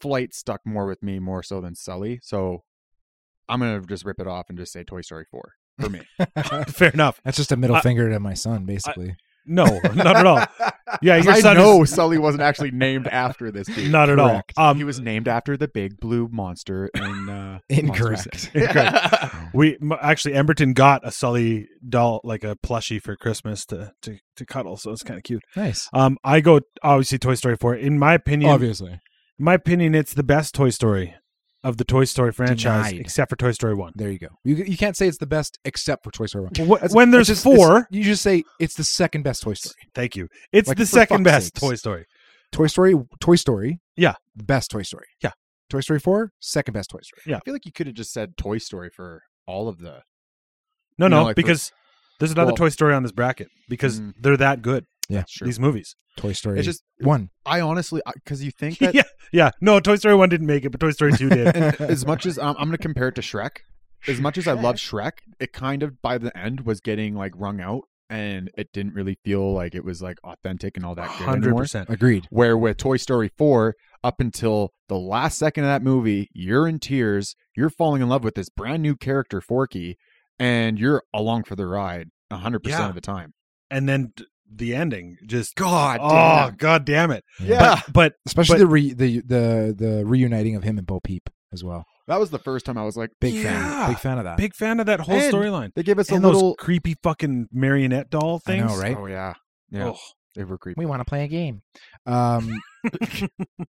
Speaker 3: Flight stuck more with me more so than Sully. So I'm gonna just rip it off and just say Toy Story Four for me.
Speaker 4: Fair enough.
Speaker 2: That's just a middle
Speaker 4: I-
Speaker 2: finger to my son, basically.
Speaker 4: No, not at all. Yeah,
Speaker 3: 'Cause
Speaker 4: your
Speaker 3: I
Speaker 4: son
Speaker 3: know Sully wasn't actually named after this
Speaker 4: is
Speaker 3: dude.
Speaker 4: not at all.
Speaker 2: Correct.
Speaker 4: Um,
Speaker 3: He was named after the big blue monster in uh,
Speaker 2: Incorrect.
Speaker 3: Incorrect.
Speaker 4: we m- actually Emberton got a Sully doll, like a plushie for Christmas to to, to cuddle. So it's kind of cute.
Speaker 2: Nice.
Speaker 4: Um, I go obviously Toy Story four. In my opinion,
Speaker 2: Obviously.
Speaker 4: in my opinion, it's the best Toy Story of the Toy Story franchise,
Speaker 2: Denied.
Speaker 4: except for Toy Story one.
Speaker 2: There you go. You, you can't say it's the best except for Toy Story 1.
Speaker 4: Wh- when there's
Speaker 2: It's just- it's-
Speaker 4: four,
Speaker 2: you just say it's the second best Toy Story.
Speaker 4: thank you. It's
Speaker 2: Like,
Speaker 4: the
Speaker 2: for fuck's
Speaker 4: second best
Speaker 2: sakes.
Speaker 4: Toy Story.
Speaker 2: Toy Story, Toy Story.
Speaker 4: Yeah.
Speaker 2: The best Toy Story.
Speaker 4: Yeah.
Speaker 2: Toy Story 4, second best Toy Story.
Speaker 3: I feel like you could have just said Toy Story for all of the.
Speaker 4: No,
Speaker 3: You
Speaker 4: no,
Speaker 3: know, like for-
Speaker 4: because there's another
Speaker 3: Well-
Speaker 4: Toy Story on this bracket because
Speaker 3: Mm.
Speaker 4: they're that good.
Speaker 2: Yeah.
Speaker 3: That's true.
Speaker 4: These movies.
Speaker 2: Toy Story
Speaker 3: It's just
Speaker 2: 1.
Speaker 3: I honestly because you think that
Speaker 4: yeah, yeah. No, Toy Story one didn't make it, but Toy Story two did.
Speaker 3: as much as um, I'm going to compare it to Shrek, as much as I love Shrek, it kind of by the end was getting like wrung out, and it didn't really feel like it was like authentic and all that good
Speaker 4: Hundred
Speaker 3: anymore.
Speaker 4: percent.
Speaker 2: Agreed.
Speaker 3: Where with Toy Story four, up until the last second of that movie, you're in tears, you're falling in love with this brand new character Forky, and you're along for the ride hundred percent
Speaker 4: Yeah.
Speaker 3: of the time.
Speaker 4: And then d- the ending just
Speaker 3: God,
Speaker 4: oh
Speaker 3: damn.
Speaker 4: god damn it.
Speaker 3: yeah.
Speaker 4: But
Speaker 2: Especially
Speaker 4: But-
Speaker 2: the, re, the the the reuniting of him and Bo Peep as well.
Speaker 3: that was the first time I was like,
Speaker 2: Big
Speaker 4: Yeah.
Speaker 2: fan. Big fan of that.
Speaker 4: big fan of that whole
Speaker 3: And
Speaker 4: storyline.
Speaker 3: they gave us a
Speaker 4: And those
Speaker 3: little.
Speaker 4: creepy fucking marionette doll
Speaker 2: I
Speaker 4: things.
Speaker 2: know, right?
Speaker 3: Oh yeah, yeah,
Speaker 4: Ugh.
Speaker 3: they were creepy.
Speaker 2: we want to play a game um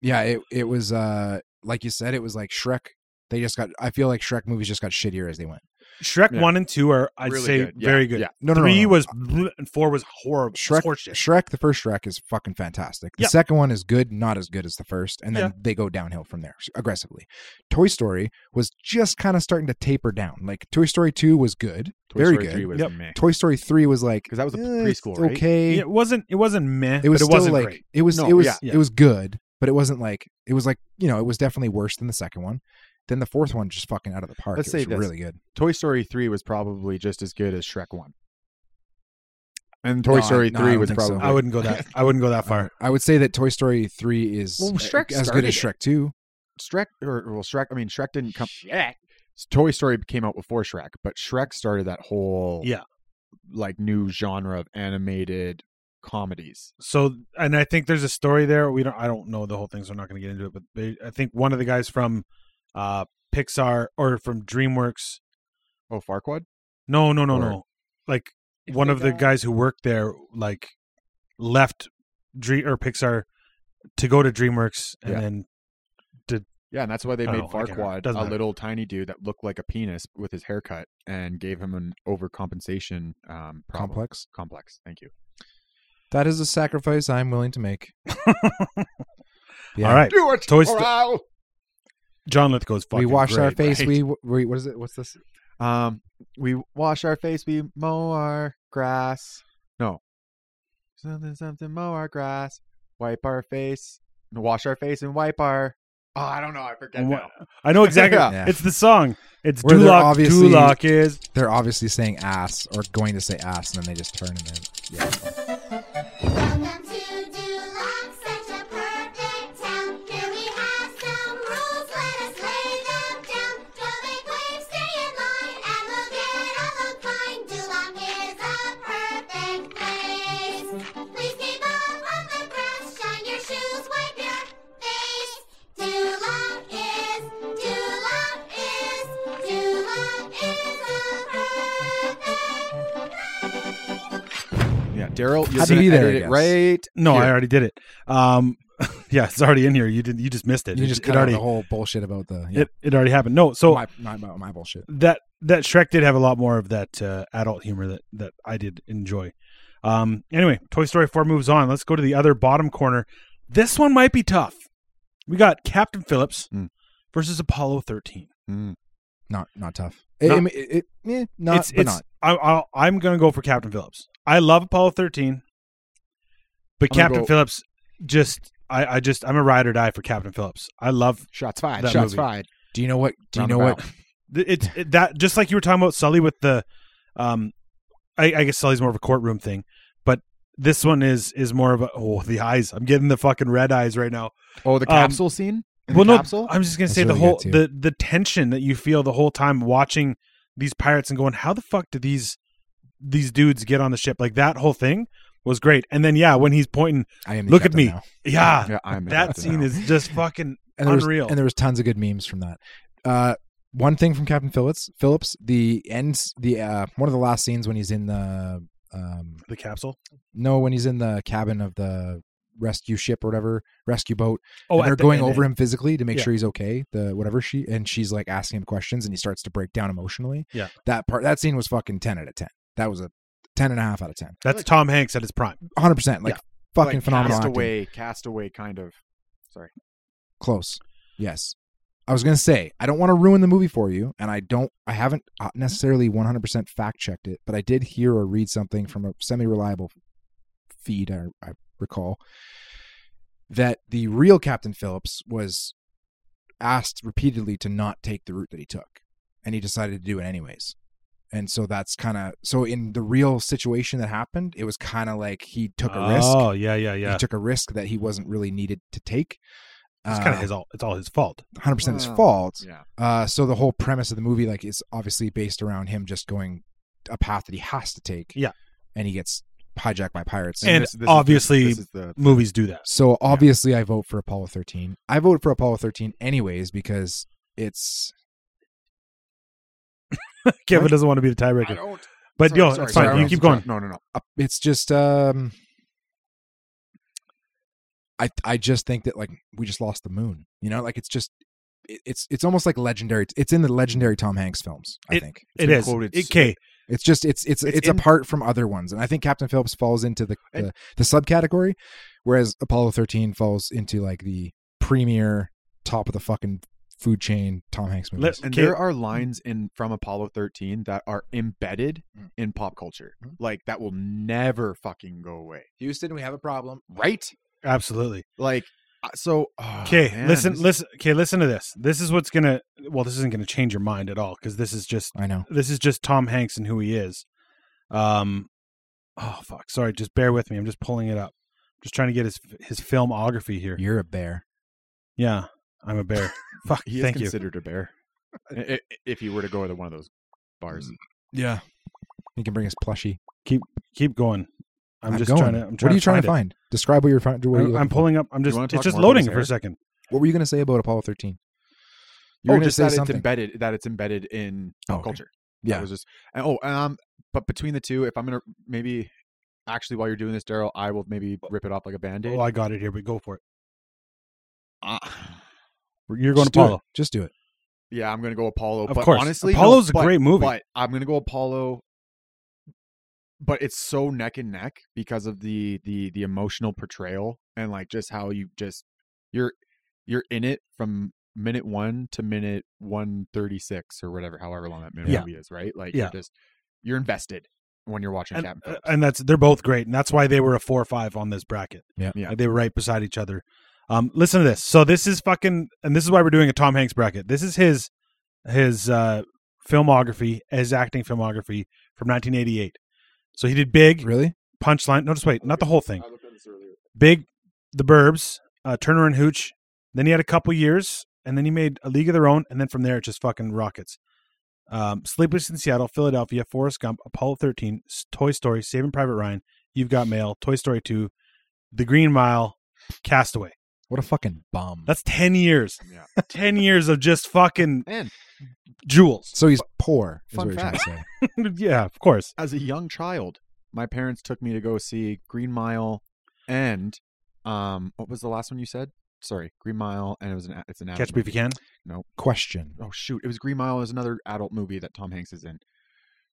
Speaker 2: yeah it, it was uh like you said it was like shrek they just got i feel like shrek movies just got shittier as they went
Speaker 4: Shrek
Speaker 3: Yeah.
Speaker 4: one and two are I'd
Speaker 3: Really
Speaker 4: say
Speaker 3: good. Yeah,
Speaker 4: very good.
Speaker 3: yeah.
Speaker 2: no no
Speaker 4: Three
Speaker 2: no, no.
Speaker 4: was bleh, and four was horrible.
Speaker 2: Shrek-
Speaker 4: Horseshit.
Speaker 2: shrek the first shrek is fucking fantastic the
Speaker 4: Yeah.
Speaker 2: second one is good not as good as the first and then
Speaker 4: Yeah.
Speaker 2: they go downhill from there aggressively toy story was just kind of starting to taper down like toy story 2 was good
Speaker 3: Toy
Speaker 2: very
Speaker 3: Story
Speaker 2: good
Speaker 3: three was
Speaker 4: Yep.
Speaker 3: meh.
Speaker 2: toy story 3 was like
Speaker 3: 'Cause that was a
Speaker 2: eh, it's
Speaker 3: preschool, right?
Speaker 2: okay
Speaker 4: It wasn't. It wasn't meh.
Speaker 2: it was
Speaker 4: but it
Speaker 2: still
Speaker 4: wasn't
Speaker 2: like
Speaker 4: great.
Speaker 2: it was
Speaker 3: No,
Speaker 2: it was
Speaker 3: yeah,
Speaker 4: yeah.
Speaker 2: it was good, but it wasn't like it was like you know it was definitely worse than the second one. Then the fourth one just fucking out of the park.
Speaker 3: Let's
Speaker 2: it
Speaker 3: say
Speaker 2: was
Speaker 3: this.
Speaker 2: really good.
Speaker 3: Toy Story 3 was probably just as good as Shrek 1. And Toy
Speaker 2: No, I-
Speaker 3: Story
Speaker 2: no, I
Speaker 3: 3
Speaker 2: don't
Speaker 3: was
Speaker 2: think so.
Speaker 3: probably
Speaker 4: I wouldn't go that. I wouldn't go that far.
Speaker 2: I would say that Toy Story three is
Speaker 3: Well,
Speaker 2: uh,
Speaker 3: Shrek
Speaker 2: as good as
Speaker 3: started
Speaker 2: Shrek two.
Speaker 3: Shrek or well Shrek I mean Shrek didn't come Toy Story came out before Shrek, but Shrek started that whole
Speaker 4: Yeah.
Speaker 3: like new genre of animated comedies.
Speaker 4: So, and I think there's a story there. We don't. I don't know the whole thing, so I'm not going to get into it. But they, I think one of the guys from uh Pixar or from DreamWorks.
Speaker 3: Oh, Farquad?
Speaker 4: No, no, no,
Speaker 3: Or-
Speaker 4: no. Like one of the guys who worked there, like left Dream or Pixar to go to DreamWorks, and
Speaker 3: Yeah.
Speaker 4: then
Speaker 3: Yeah, and that's why they
Speaker 4: I
Speaker 3: made
Speaker 4: don't know, I can't remember.
Speaker 3: Farquad
Speaker 4: Doesn't
Speaker 3: a
Speaker 4: matter.
Speaker 3: little tiny dude that looked like a penis with his haircut and gave him an overcompensation um problem.
Speaker 2: Complex.
Speaker 3: complex. Thank you.
Speaker 2: That is a sacrifice I'm willing to make. Yeah.
Speaker 4: all right,
Speaker 3: Do it.
Speaker 4: Toy
Speaker 3: or
Speaker 4: Sto-
Speaker 3: I'll-
Speaker 4: John Lithgow's fucking.
Speaker 2: We washed our
Speaker 4: great,
Speaker 2: face.
Speaker 4: right?
Speaker 2: We, we what is it? What's this?
Speaker 3: Um, we wash our face, we mow our grass. No, Something, something, mow our grass, wipe our face, wash our face, and wipe our. Oh, I don't know. I forget
Speaker 4: And
Speaker 3: now.
Speaker 4: I know exactly.
Speaker 2: Yeah.
Speaker 4: It's the song. It's
Speaker 2: Where they're
Speaker 4: Duloc.
Speaker 2: obviously-
Speaker 4: Duloc is.
Speaker 2: They're obviously saying ass or going to say ass, and then they just turn and then
Speaker 6: Welcome to Duloc, such a perfect town. Here we have some rules, let us lay them down. Don't make waves, stay in line, and we'll get all the fine. Duloc is a perfect place. Please keep up on the grass, shine your shoes, wipe your face. Duloc is, Duloc is, Duloc is a perfect place.
Speaker 3: Yeah, Daryl, you're
Speaker 2: Had to
Speaker 3: gonna
Speaker 2: be there,
Speaker 3: edit
Speaker 2: I
Speaker 3: it right.
Speaker 4: No, I
Speaker 3: here.
Speaker 4: already did it. Um, yeah, it's already in here. You did. You just missed it.
Speaker 2: you
Speaker 4: It-
Speaker 2: just
Speaker 4: it
Speaker 2: cut out
Speaker 4: already.
Speaker 2: the whole bullshit about the yeah,
Speaker 4: It it already happened. No, so
Speaker 2: my, my, my my bullshit.
Speaker 4: that that Shrek did have a lot more of that uh, adult humor that that I did enjoy. Um, anyway, Toy Story four moves on. Let's go to the other bottom corner. This one might be tough. We got Captain Phillips
Speaker 3: Hmm.
Speaker 4: versus Apollo thirteen.
Speaker 3: Mm.
Speaker 2: Not not tough. It, it,
Speaker 4: Not-
Speaker 2: it, it- eh, not
Speaker 4: it's,
Speaker 2: but
Speaker 4: it's,
Speaker 2: not.
Speaker 4: I, I'll, I'm going to go for Captain Phillips. I love Apollo 13,
Speaker 3: I'm
Speaker 4: but
Speaker 3: gonna
Speaker 4: Captain
Speaker 3: go-
Speaker 4: Phillips just I, I just I'm a ride or die for Captain Phillips. I love
Speaker 3: Shots fired.
Speaker 4: That
Speaker 3: shots
Speaker 4: movie.
Speaker 3: fired.
Speaker 2: Do you know what? Do you
Speaker 3: Round
Speaker 2: know
Speaker 3: about.
Speaker 2: what?
Speaker 4: th- it's it, that just like you were talking about Sully with the um I, I guess Sully's more of a courtroom thing, but this one is is more of a oh the eyes. I'm getting the fucking red eyes right now.
Speaker 3: Oh, the
Speaker 4: Um,
Speaker 3: capsule scene. In
Speaker 4: well,
Speaker 3: the
Speaker 4: no,
Speaker 3: capsule?
Speaker 4: I'm just gonna
Speaker 2: That's
Speaker 4: say the
Speaker 2: really
Speaker 4: whole
Speaker 2: good
Speaker 4: the the tension that you feel the whole time watching these pirates and going, how the fuck did these these dudes get on the ship? Like that whole thing was great. And then yeah, when he's pointing,
Speaker 2: I am. The
Speaker 4: Look at
Speaker 2: captain
Speaker 4: me.
Speaker 2: now.
Speaker 4: yeah,
Speaker 3: yeah, I'm
Speaker 4: that
Speaker 3: interested
Speaker 4: scene
Speaker 3: now.
Speaker 4: is just fucking
Speaker 2: and there was-
Speaker 4: Unreal.
Speaker 2: and there was tons of good memes from that. Uh, one thing from Captain Phillips, Phillips, the end, the uh, one of the last scenes when he's in the um,
Speaker 4: the capsule.
Speaker 2: no, when he's in the cabin of the rescue ship or whatever rescue boat.
Speaker 4: Oh,
Speaker 2: and they're
Speaker 4: at the
Speaker 2: going
Speaker 4: end,
Speaker 2: over
Speaker 4: eh?
Speaker 2: him physically to make
Speaker 4: Yeah.
Speaker 2: sure he's okay. The whatever she and she's like asking him questions, and he starts to break down emotionally.
Speaker 4: Yeah.
Speaker 2: that part, that scene was fucking ten out of ten. That was a ten and a half out of ten.
Speaker 4: That's Tom Hanks at his prime.
Speaker 2: Hundred percent, like fucking
Speaker 3: Like
Speaker 2: phenomenal. acting.
Speaker 3: Castaway, castaway, kind of. Sorry.
Speaker 2: Close. Yes. I was going to say, I don't want to ruin the movie for you, and I don't, I haven't uh, necessarily 100% fact checked it, but I did hear or read something from a semi reliable feed, I, I recall, that the real Captain Phillips was asked repeatedly to not take the route that he took, and he decided to do it anyways. And so that's kind of, so in the real situation that happened, it was kind of like he took a risk.
Speaker 4: Oh yeah, yeah, yeah.
Speaker 2: He took a risk that he wasn't really needed to take. Uh,
Speaker 4: it's kind of his all. It's all his fault.
Speaker 2: hundred percent his
Speaker 3: Wow.
Speaker 2: fault.
Speaker 3: Yeah.
Speaker 2: Uh, so the whole premise of the movie, like, is obviously based around him just going a path that he has to take.
Speaker 4: Yeah.
Speaker 2: and he gets hijacked by pirates.
Speaker 4: And
Speaker 3: this- this is the-
Speaker 4: obviously-
Speaker 3: this is the-
Speaker 4: Movies do that.
Speaker 2: so obviously, I vote for Apollo thirteen. I vote for Apollo thirteen anyways because it's
Speaker 4: Kevin doesn't want to be the
Speaker 3: I
Speaker 4: tiebreaker,
Speaker 3: don't.
Speaker 4: but
Speaker 3: sorry,
Speaker 4: yo,
Speaker 3: sorry,
Speaker 4: that's
Speaker 3: sorry,
Speaker 4: fine.
Speaker 3: I
Speaker 4: you
Speaker 3: was-
Speaker 4: keep going.
Speaker 3: No, no, no.
Speaker 2: it's just um, I I just think that like we just lost the moon. You know, like it's just. it- It's it's almost like legendary. It's in the legendary Tom Hanks films. I think
Speaker 4: It
Speaker 3: been
Speaker 4: is
Speaker 3: quoted s-
Speaker 4: okay.
Speaker 2: It's just it's it's
Speaker 3: It's
Speaker 2: it's,
Speaker 3: in-
Speaker 2: apart from other ones, and I think Captain Phillips falls into the the, the subcategory, whereas Apollo thirteen falls into like the premier top of the fucking food chain Tom Hanks
Speaker 4: Let-
Speaker 2: movies.
Speaker 3: And
Speaker 4: Okay.
Speaker 3: there are lines in from Apollo 13 that are embedded in pop culture, like that will never fucking go away,
Speaker 2: Houston, we have a problem.
Speaker 3: right?
Speaker 4: Absolutely.
Speaker 3: Like, uh, so oh,
Speaker 4: Okay,
Speaker 3: man,
Speaker 4: listen,
Speaker 3: this-
Speaker 4: listen. Okay, listen to this. This is what's gonna. Well, this isn't gonna change your mind at all because this is just
Speaker 2: I know.
Speaker 4: this is just Tom Hanks and who he is. Um, oh fuck, sorry. Just bear with me. I'm just pulling it up. just trying to get his his filmography here.
Speaker 2: You're a bear.
Speaker 4: Yeah, I'm a bear. fuck.
Speaker 3: He is
Speaker 4: Thank you.
Speaker 3: considered a bear I- i- if he were to go to one of those bars.
Speaker 4: Mm,
Speaker 2: Yeah. You can bring us plushie.
Speaker 4: Keep going. I'm, just
Speaker 2: going.
Speaker 4: trying to. I'm trying
Speaker 2: what are you trying to
Speaker 4: find it.
Speaker 2: find? Describe what you're trying. What are you
Speaker 4: I'm, I'm
Speaker 2: looking for.
Speaker 4: pulling up. I'm just.
Speaker 3: wanna
Speaker 4: It's
Speaker 3: talk
Speaker 4: just
Speaker 3: more about
Speaker 4: loading
Speaker 3: his
Speaker 4: for a
Speaker 3: hair?
Speaker 4: second.
Speaker 2: What were you going to say about Apollo thirteen? You
Speaker 3: oh,
Speaker 2: were going to
Speaker 3: just
Speaker 2: say
Speaker 3: that
Speaker 2: something.
Speaker 3: it's embedded, that it's embedded in
Speaker 2: Oh,
Speaker 3: pop
Speaker 2: okay.
Speaker 3: culture. That
Speaker 2: yeah.
Speaker 3: was just. and- oh, um, but between the two, if I'm gonna maybe, actually, while you're doing this, Daryl, I will maybe rip it off like a band aid.
Speaker 4: Oh, I got it here. But go for it. You're going
Speaker 2: Just
Speaker 4: to
Speaker 2: do
Speaker 4: Apollo.
Speaker 2: it. Just do it.
Speaker 3: Yeah, I'm gonna go Apollo.
Speaker 4: Of
Speaker 3: Oh, but
Speaker 4: course.
Speaker 3: honestly,
Speaker 4: Apollo's a
Speaker 3: but-
Speaker 4: great movie.
Speaker 3: But I'm gonna go Apollo. But it's so neck and neck because of the the the emotional portrayal and like just how you just you're you're in it from minute one to minute one thirty six or whatever, however long that minute
Speaker 4: Yeah.
Speaker 3: movie is, right? Like
Speaker 4: Yeah.
Speaker 3: you're just you're invested. when you're watching
Speaker 4: and,
Speaker 3: Captain
Speaker 4: uh,
Speaker 3: Phillips.
Speaker 4: and that's they're both great, and that's why they were a four or five on this bracket.
Speaker 2: Yeah.
Speaker 3: Yeah.
Speaker 4: Like, they were right beside each other. Um, listen to this. So this is fucking, and this is why we're doing a Tom Hanks bracket. This is his his uh, filmography, his acting filmography from 1988. So he did Big,
Speaker 2: Really?
Speaker 4: Punchline. No, just wait, not the whole thing. Big, The Burbs, uh, Turner and Hooch. Then he had a couple years, and then he made A League of Their Own, and then from there it just fucking rockets. Um, Sleepless in Seattle, Philadelphia, Forrest Gump, Apollo 13, S- Toy Story, Saving Private Ryan, You've Got Mail, Toy Story 2, The Green Mile, Castaway.
Speaker 2: What a fucking bum.
Speaker 4: That's 10 years.
Speaker 3: Yeah.
Speaker 4: 10 years of just fucking
Speaker 3: And
Speaker 4: jewels.
Speaker 2: so he's poor. Is
Speaker 3: Fun
Speaker 2: what you're trying to say.
Speaker 4: yeah, of course.
Speaker 3: as a young child, my parents took me to go see Green Mile and um what was the last one you said? Sorry, Green Mile and it was an a- it's an adult
Speaker 4: Catch me if
Speaker 3: movie.
Speaker 4: you can.
Speaker 2: Question.
Speaker 3: Oh shoot, it was Green Mile is another adult movie that Tom Hanks is in.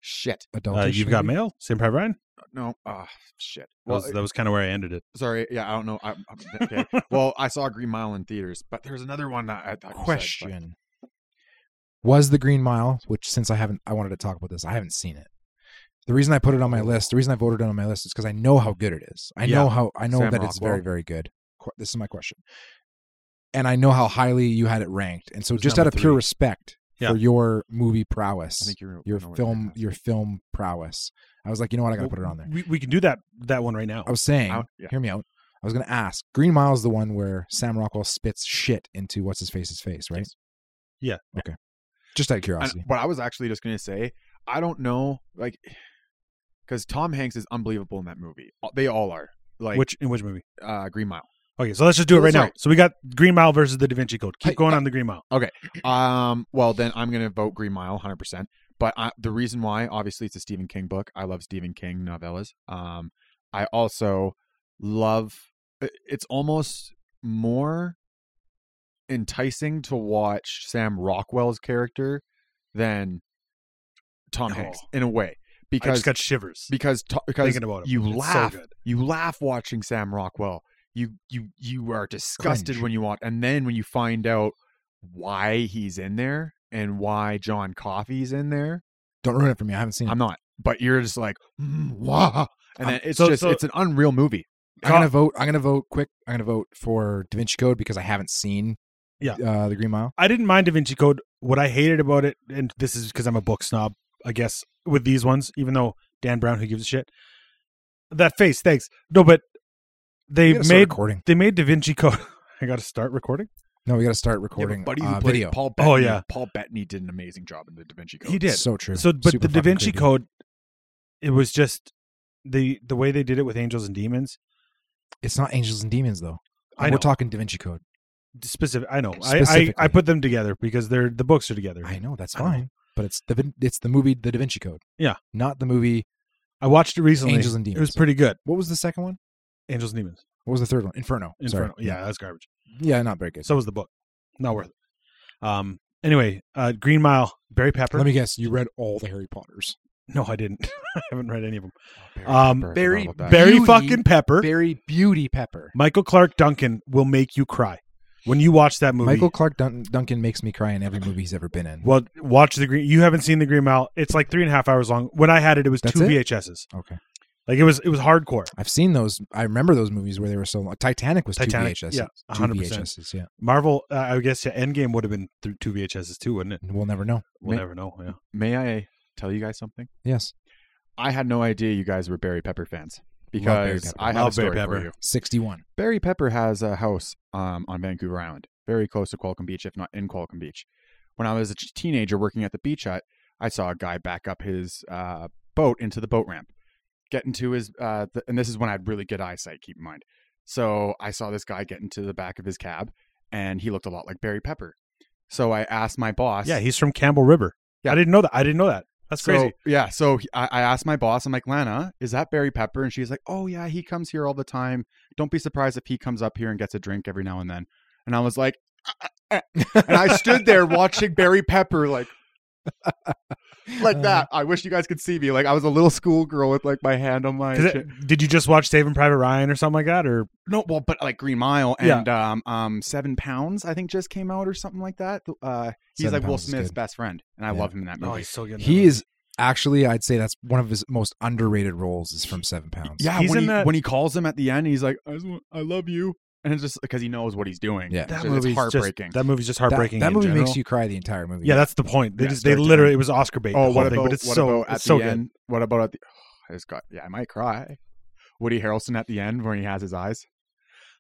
Speaker 3: Shit.
Speaker 2: Adult.
Speaker 4: Uh, you've Got Mail, Saving Private Ryan.
Speaker 3: No, ah shit.
Speaker 4: That
Speaker 3: Well, uh,
Speaker 4: was, that was kind of where I ended it.
Speaker 3: sorry. Yeah, I don't know. I, I'm- okay. well, I saw Green Mile in theaters, but there's another one that I thought you said, but-
Speaker 2: Question. Was the Green Mile, which since I haven't, I wanted to talk about this. I haven't seen it. The reason I put it on my list, the reason I voted it on my list, is because I know how good it is. I know
Speaker 3: Yeah.
Speaker 2: how I know
Speaker 3: Sam
Speaker 2: that it's very
Speaker 3: Rockwell.
Speaker 2: very good. Qu- This is my question, and I know how highly you had it ranked. And so,
Speaker 4: was
Speaker 2: just out
Speaker 4: number
Speaker 2: of pure
Speaker 4: three.
Speaker 2: respect
Speaker 4: Yeah.
Speaker 2: for your movie prowess,
Speaker 3: I think you're
Speaker 2: your
Speaker 3: I know what
Speaker 2: film
Speaker 3: that is.
Speaker 2: your film prowess, I was like, you know what, I gotta
Speaker 4: Well,
Speaker 2: put it on there.
Speaker 4: We, we can do that that one right now.
Speaker 2: I was saying,
Speaker 3: Out- yeah.
Speaker 2: hear me out. I was going to ask. Green Mile is the one where Sam Rockwell spits shit into what's his face's face, right?
Speaker 4: Yeah.
Speaker 2: Okay. Just out of
Speaker 3: And-
Speaker 2: curiosity.
Speaker 3: but I was actually just gonna say, I don't know, like, because Tom Hanks is unbelievable in that movie. Uh, They all are. Like
Speaker 4: which in which movie?
Speaker 3: uh, Green Mile.
Speaker 4: Okay, so let's just do it
Speaker 3: Well,
Speaker 4: right now.
Speaker 3: sorry.
Speaker 4: So we got Green Mile versus the Da Vinci Code. Keep
Speaker 3: Hey,
Speaker 4: going
Speaker 3: uh,
Speaker 4: on the Green Mile.
Speaker 3: Um, well then I'm gonna vote Green Mile 100. percent But I, the reason why, obviously, it's a Stephen King book. I love Stephen King novellas. Um, I also love. i- It's almost more enticing to watch Sam Rockwell's character than Tom
Speaker 4: Oh.
Speaker 3: Hanks in a way
Speaker 4: I
Speaker 3: because
Speaker 4: just got shivers
Speaker 3: because to, because
Speaker 4: thinking about it.
Speaker 3: you
Speaker 4: It's so
Speaker 3: laugh
Speaker 4: good.
Speaker 3: you laugh watching Sam Rockwell. You you you are disgusted
Speaker 2: Cringe.
Speaker 3: when you watch, and then when you find out why he's in there and why John Coffey's in there,
Speaker 2: Don't ruin it for me. I haven't seen it.
Speaker 3: I'm not. But you're just like, mm, wah. and then it's
Speaker 4: so-
Speaker 3: just
Speaker 4: so-
Speaker 3: it's an unreal movie.
Speaker 2: I'm going to vote. I'm going to vote quick. I'm going to vote for Da Vinci Code because I haven't seen
Speaker 4: Yeah.
Speaker 2: uh, The Green Mile.
Speaker 4: I didn't mind Da Vinci Code. What I hated about it, and this is because I'm a book snob, I guess, with these ones, even though Dan Brown, who gives a shit, that face, thanks. No, but
Speaker 2: We
Speaker 4: they
Speaker 2: gotta start
Speaker 4: made
Speaker 2: recording.
Speaker 4: they made Da Vinci Code. I got to start recording.
Speaker 2: No, we got to
Speaker 3: You
Speaker 2: start
Speaker 3: have a
Speaker 2: recording
Speaker 3: buddy who
Speaker 2: uh,
Speaker 3: played
Speaker 2: video.
Speaker 3: Paul. Bettany.
Speaker 4: Oh, yeah.
Speaker 3: Paul Bettany did an amazing job in the Da Vinci Code.
Speaker 4: He did.
Speaker 2: So true.
Speaker 4: So, but
Speaker 2: Super
Speaker 4: the Da
Speaker 2: fucking
Speaker 4: Vinci
Speaker 2: creepy.
Speaker 4: Code, it was just the the way they did it with Angels and Demons.
Speaker 2: It's not Angels and Demons though.
Speaker 4: I
Speaker 2: We're
Speaker 4: know.
Speaker 2: talking Da Vinci Code.
Speaker 4: Specific, I know. I,
Speaker 2: Specifically.
Speaker 4: I I put them together because they're the books are together.
Speaker 2: I know that's
Speaker 4: I know.
Speaker 2: fine, but it's the Vin- it's the movie The Da Vinci Code.
Speaker 4: Yeah.
Speaker 2: Not the movie.
Speaker 4: I watched it recently.
Speaker 2: Angels and
Speaker 4: It was
Speaker 2: Demons.
Speaker 4: pretty good.
Speaker 2: What was the second one?
Speaker 4: Angels and Demons.
Speaker 2: What was the third one? Inferno. Sorry.
Speaker 4: Inferno. Yeah, that's garbage.
Speaker 2: Yeah, not very good.
Speaker 4: So was the book. Not worth it. Um. Anyway, uh, Green Mile, Barry Pepper.
Speaker 2: Let me guess. You read all the Harry Potters.
Speaker 4: no, I didn't. I haven't read any of them.
Speaker 3: Oh, Barry
Speaker 4: Um,
Speaker 3: Pepper, I
Speaker 2: Barry-
Speaker 3: forgot about that.
Speaker 4: Barry
Speaker 2: Beauty-
Speaker 4: fucking Pepper.
Speaker 2: Barry Beauty Pepper.
Speaker 4: Michael Clark Duncan will make you cry when you watch that movie.
Speaker 2: Michael Clark Dun- Duncan makes me cry in every movie he's ever been in.
Speaker 4: well, watch the Green. You haven't seen the Green Mile. It's like three and a half hours long. When I had it, it was
Speaker 2: That's
Speaker 4: two
Speaker 2: it?
Speaker 4: VHSs.
Speaker 2: Okay.
Speaker 4: Like it was, it was hardcore.
Speaker 2: I've seen those. I remember those movies where they were so long. Titanic was
Speaker 4: Titanic,
Speaker 2: two VHS.
Speaker 4: yeah,
Speaker 2: two
Speaker 4: 100%.
Speaker 2: VHSs. Yeah,
Speaker 4: Marvel, uh, I guess, yeah, Endgame would have been through two VHSs too, wouldn't it?
Speaker 2: And we'll never know.
Speaker 4: We'll
Speaker 3: Ma-
Speaker 4: never know. Yeah.
Speaker 3: May I tell you guys something?
Speaker 2: Yes,
Speaker 3: I had no idea you guys were Barry Pepper fans
Speaker 2: Love Barry
Speaker 3: because
Speaker 2: Pepper.
Speaker 3: I have a
Speaker 4: Love Barry
Speaker 3: story for
Speaker 4: Pepper.
Speaker 3: you.
Speaker 2: sixty-one.
Speaker 3: Barry Pepper has a house um, on Vancouver Island, very close to Qualcomm Beach, if not in Qualcomm Beach. When I was a ch- teenager working at the beach hut, I saw a guy back up his uh, boat into the boat ramp, get into his, uh, th- and this is when I had really good eyesight, keep in mind. So I saw this guy get into the back of his cab, and he looked a lot like Barry Pepper. So I asked my boss.
Speaker 4: Yeah, he's from Campbell River.
Speaker 3: Yeah.
Speaker 4: I didn't know that. I didn't know that. That's
Speaker 3: so,
Speaker 4: crazy.
Speaker 3: Yeah. So he- I, I asked my boss, I'm like, Lana, is that Barry Pepper? And she's like, oh, yeah, he comes here all the time. Don't be surprised if he comes up here and gets a drink every now and then. And I was like, "Uh, and I stood there watching Barry Pepper, like,
Speaker 2: Uh-huh.
Speaker 3: like that. I wish you guys could see me. Like, I was a little schoolgirl with like my hand on my.
Speaker 4: 'Cause it-
Speaker 3: chin.
Speaker 4: did you just watch Saving Private Ryan or something like that? Or
Speaker 3: No, well, but like Green Mile
Speaker 4: Yeah.
Speaker 3: and um, um, Seven Pounds, I think just came out or something like that. Uh, he's
Speaker 2: Seven
Speaker 3: like Will
Speaker 2: Pounds is
Speaker 3: Smith's
Speaker 2: good.
Speaker 3: best friend, and I
Speaker 2: Yeah. Oh,
Speaker 3: love him in that movie.
Speaker 4: so good.
Speaker 2: He is Actually, I'd say that's one of his most underrated roles is from Seven Pounds.
Speaker 3: Yeah,
Speaker 4: He's
Speaker 3: when
Speaker 4: in
Speaker 3: he,
Speaker 4: that-
Speaker 3: when he calls him at the end, he's like, "I, just want, I love you," and it's just because he knows what he's doing.
Speaker 2: Yeah.
Speaker 3: It's
Speaker 4: That
Speaker 3: just- it's
Speaker 4: movie's
Speaker 3: heartbreaking.
Speaker 4: Just, that movie's just
Speaker 2: That-
Speaker 4: heartbreaking.
Speaker 2: That,
Speaker 4: in
Speaker 2: movie
Speaker 4: general.
Speaker 2: makes you cry the entire movie.
Speaker 4: Yeah, that's the point. They
Speaker 3: Yeah,
Speaker 4: just they
Speaker 3: storytelling.
Speaker 4: literally it was Oscar
Speaker 3: oh,
Speaker 4: bait. the whole
Speaker 3: what
Speaker 4: thing,
Speaker 3: about
Speaker 4: but it's
Speaker 3: what
Speaker 4: so
Speaker 3: about at
Speaker 4: it's so
Speaker 3: the
Speaker 4: good.
Speaker 3: end? What about at the? Oh, it's got, yeah, I might cry. Woody Harrelson at the end when he has his eyes.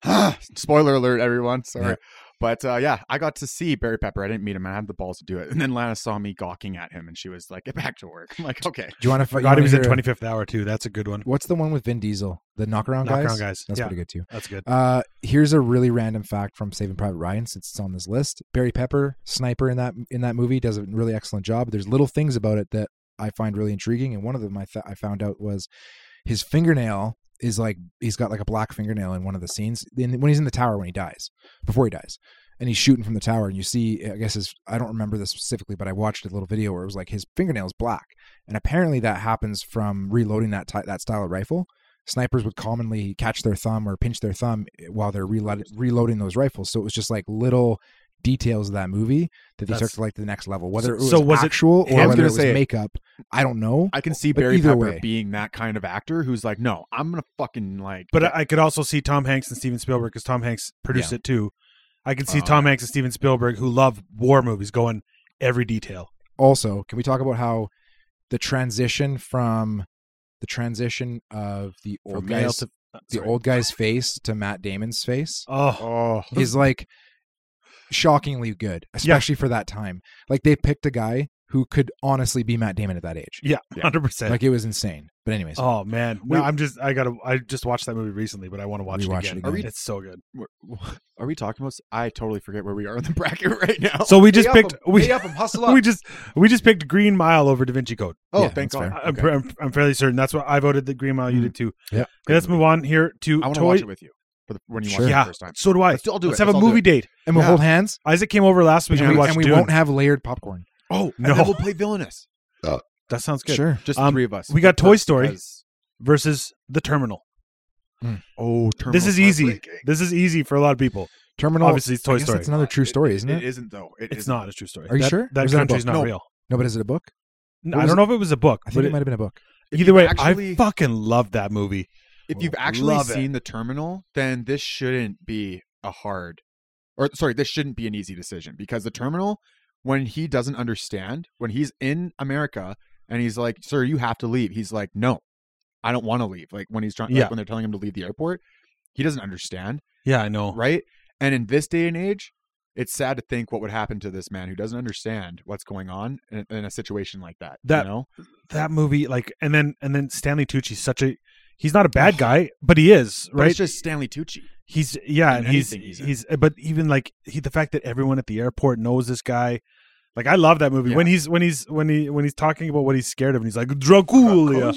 Speaker 3: Spoiler alert, everyone. Sorry.
Speaker 2: Yeah.
Speaker 3: But uh, yeah, I got to see Barry Pepper. I didn't meet him. I had the balls to do it. And then Lana saw me gawking at him and she was like, get back to work. I'm like, okay.
Speaker 2: Do you want to?
Speaker 4: Forgot he was in Twenty Fifth Hour too. That's a good one.
Speaker 2: What's the one with Vin Diesel? The knockaround,
Speaker 4: Knockaround
Speaker 2: guys.
Speaker 4: guys.
Speaker 2: That's
Speaker 4: Yeah.
Speaker 2: pretty good too.
Speaker 4: That's good.
Speaker 2: Uh, here's a really random fact from Saving Private Ryan, since it's on this list. Barry Pepper, sniper in that in that movie, does a really excellent job. There's little things about it that I find really intriguing, and one of them I th- I found out was his fingernail is like he's got like a black fingernail in one of the scenes in, when he's in the tower when he dies before he dies. And he's shooting from the tower, and you see, I guess his, I don't remember this specifically, but I watched a little video where it was like his fingernail's black. And apparently that happens from reloading that, ty- that style of rifle snipers would commonly catch their thumb or pinch their thumb eh, while they're reload- reloading those rifles. So it was just like little details of that movie that they
Speaker 4: That's-
Speaker 2: took to like the next level. Whether it was,
Speaker 4: So was it-
Speaker 2: actual
Speaker 3: I was
Speaker 2: or whether
Speaker 3: gonna
Speaker 2: it was
Speaker 3: say-
Speaker 2: makeup, I don't know.
Speaker 3: I can see
Speaker 2: But
Speaker 3: Barry
Speaker 2: either
Speaker 3: Pepper
Speaker 2: way.
Speaker 3: being that kind of actor who's like, no, I'm going to fucking like.
Speaker 4: But
Speaker 3: get-
Speaker 4: I, I could also see Tom Hanks and Steven Spielberg because Tom Hanks produced it too. I could see
Speaker 3: Oh,
Speaker 4: Tom Hanks and Steven Spielberg who love war movies going every detail.
Speaker 2: Also, can we talk about how the transition from the transition of the
Speaker 3: From
Speaker 2: old
Speaker 3: male
Speaker 2: guy's
Speaker 3: to-
Speaker 2: the
Speaker 3: sorry.
Speaker 2: old guy's face to Matt Damon's face?
Speaker 4: Oh,
Speaker 3: Oh,
Speaker 2: is like shockingly good, especially for that time. Like they picked a guy who could honestly be Matt Damon at that age.
Speaker 4: yeah,
Speaker 3: Yeah.
Speaker 4: hundred percent.
Speaker 2: Like it was insane. But anyways,
Speaker 4: Oh man,
Speaker 3: We-
Speaker 4: no, I'm just I gotta I just watched that movie recently, but I want to watch it
Speaker 2: Rewatch
Speaker 4: again.
Speaker 2: it again. Are we-
Speaker 4: It's so good.
Speaker 3: we're- are we talking about? s- I totally forget where we are in the bracket right now.
Speaker 4: So we just
Speaker 3: Pay up
Speaker 4: picked
Speaker 3: 'em,
Speaker 4: we
Speaker 3: pay up 'em, hustle up.
Speaker 4: we just we just picked Green Mile over Da Vinci Code.
Speaker 3: oh,
Speaker 2: Yeah,
Speaker 3: thank
Speaker 2: that's
Speaker 3: God.
Speaker 2: fair.
Speaker 4: I- I'm,
Speaker 3: Okay.
Speaker 4: pre- I'm I'm fairly certain that's what I voted the Green Mile. You
Speaker 3: Mhm.
Speaker 4: did too.
Speaker 2: Yeah.
Speaker 4: Okay, let's move on here to
Speaker 3: I want to
Speaker 4: toy.
Speaker 3: watch it with you for the, when you watch
Speaker 2: Sure.
Speaker 3: it
Speaker 4: yeah,
Speaker 3: the first time.
Speaker 4: so do I.
Speaker 3: Let's do- I'll do
Speaker 4: Let's
Speaker 3: it.
Speaker 4: have a
Speaker 3: Let's all do
Speaker 4: movie
Speaker 3: it.
Speaker 4: date.
Speaker 2: and we'll
Speaker 3: Yeah.
Speaker 2: hold hands.
Speaker 4: Isaac came over last week
Speaker 2: And
Speaker 4: and we
Speaker 2: we,
Speaker 4: watched
Speaker 2: and we
Speaker 4: Dune.
Speaker 2: won't have layered popcorn.
Speaker 3: Oh, and
Speaker 4: No.
Speaker 3: then we'll play villainous.
Speaker 4: that sounds good.
Speaker 2: Sure.
Speaker 3: Just
Speaker 4: Um,
Speaker 3: three of us.
Speaker 4: we got
Speaker 3: But
Speaker 4: Toy
Speaker 3: first,
Speaker 4: Story.
Speaker 3: because-
Speaker 4: Versus the Terminal.
Speaker 3: Oh, Terminal
Speaker 4: this is easy.
Speaker 3: heartbreaking.
Speaker 4: This is easy for a lot of people.
Speaker 2: Terminal.
Speaker 4: Obviously, it's
Speaker 2: I
Speaker 4: Toy
Speaker 2: guess
Speaker 4: Story.
Speaker 2: That's another true
Speaker 3: It-
Speaker 2: story, isn't it?
Speaker 3: It isn't though. It
Speaker 4: It's
Speaker 3: isn't.
Speaker 4: not a true story.
Speaker 2: Are you
Speaker 4: That-
Speaker 2: sure? Or
Speaker 4: That
Speaker 2: is that a
Speaker 4: country's
Speaker 2: book?
Speaker 4: not
Speaker 3: No.
Speaker 4: real.
Speaker 2: No, but is it a book?
Speaker 4: No,
Speaker 2: What
Speaker 4: I
Speaker 2: is
Speaker 4: don't know if it was a book,
Speaker 2: I
Speaker 4: but
Speaker 2: think it
Speaker 4: it-
Speaker 2: might have been a book.
Speaker 3: If
Speaker 4: either
Speaker 3: you've
Speaker 4: way, I
Speaker 3: actually-
Speaker 4: fucking love that movie.
Speaker 3: If you've
Speaker 4: Love
Speaker 3: actually
Speaker 4: it.
Speaker 3: seen the Terminal, then this shouldn't be a hard, or sorry, this shouldn't be an easy decision because the Terminal, when he doesn't understand, when he's in America and he's like, "Sir, you have to leave," he's like, "No, I don't want to leave." Like when he's trying,
Speaker 4: Yeah.
Speaker 3: like when they're telling him to leave the airport, he doesn't understand.
Speaker 4: Yeah, I know.
Speaker 3: right? And in this day and age, it's sad to think what would happen to this man who doesn't understand what's going on in, in a situation like that.
Speaker 4: That-
Speaker 3: you know?
Speaker 4: That movie, like, and then and then Stanley Tucci's such a he's not a bad guy, but he is
Speaker 3: But
Speaker 4: right.
Speaker 3: It's just Stanley Tucci.
Speaker 4: he's yeah,
Speaker 3: in
Speaker 4: and he's
Speaker 3: anything he's
Speaker 4: he's,
Speaker 3: in.
Speaker 4: but even like he, the fact that everyone at the airport knows this guy. Like I love that movie when
Speaker 3: Yeah.
Speaker 4: he's when he's when he when he's talking about what he's scared of and he's like Dracula.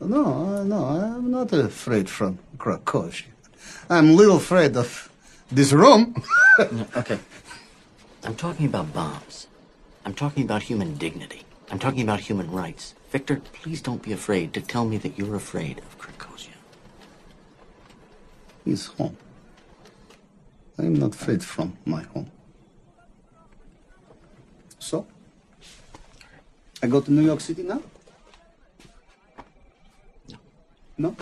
Speaker 7: No, uh, no, I'm not afraid from Krakosia. I'm a little afraid of this room.
Speaker 8: Okay. I'm talking about bombs. I'm talking about human dignity. I'm talking about human rights. Victor, please don't be afraid to tell me that you're afraid of Krakosia.
Speaker 7: He's home. I'm not afraid from my home. So, I go to New York City now? No?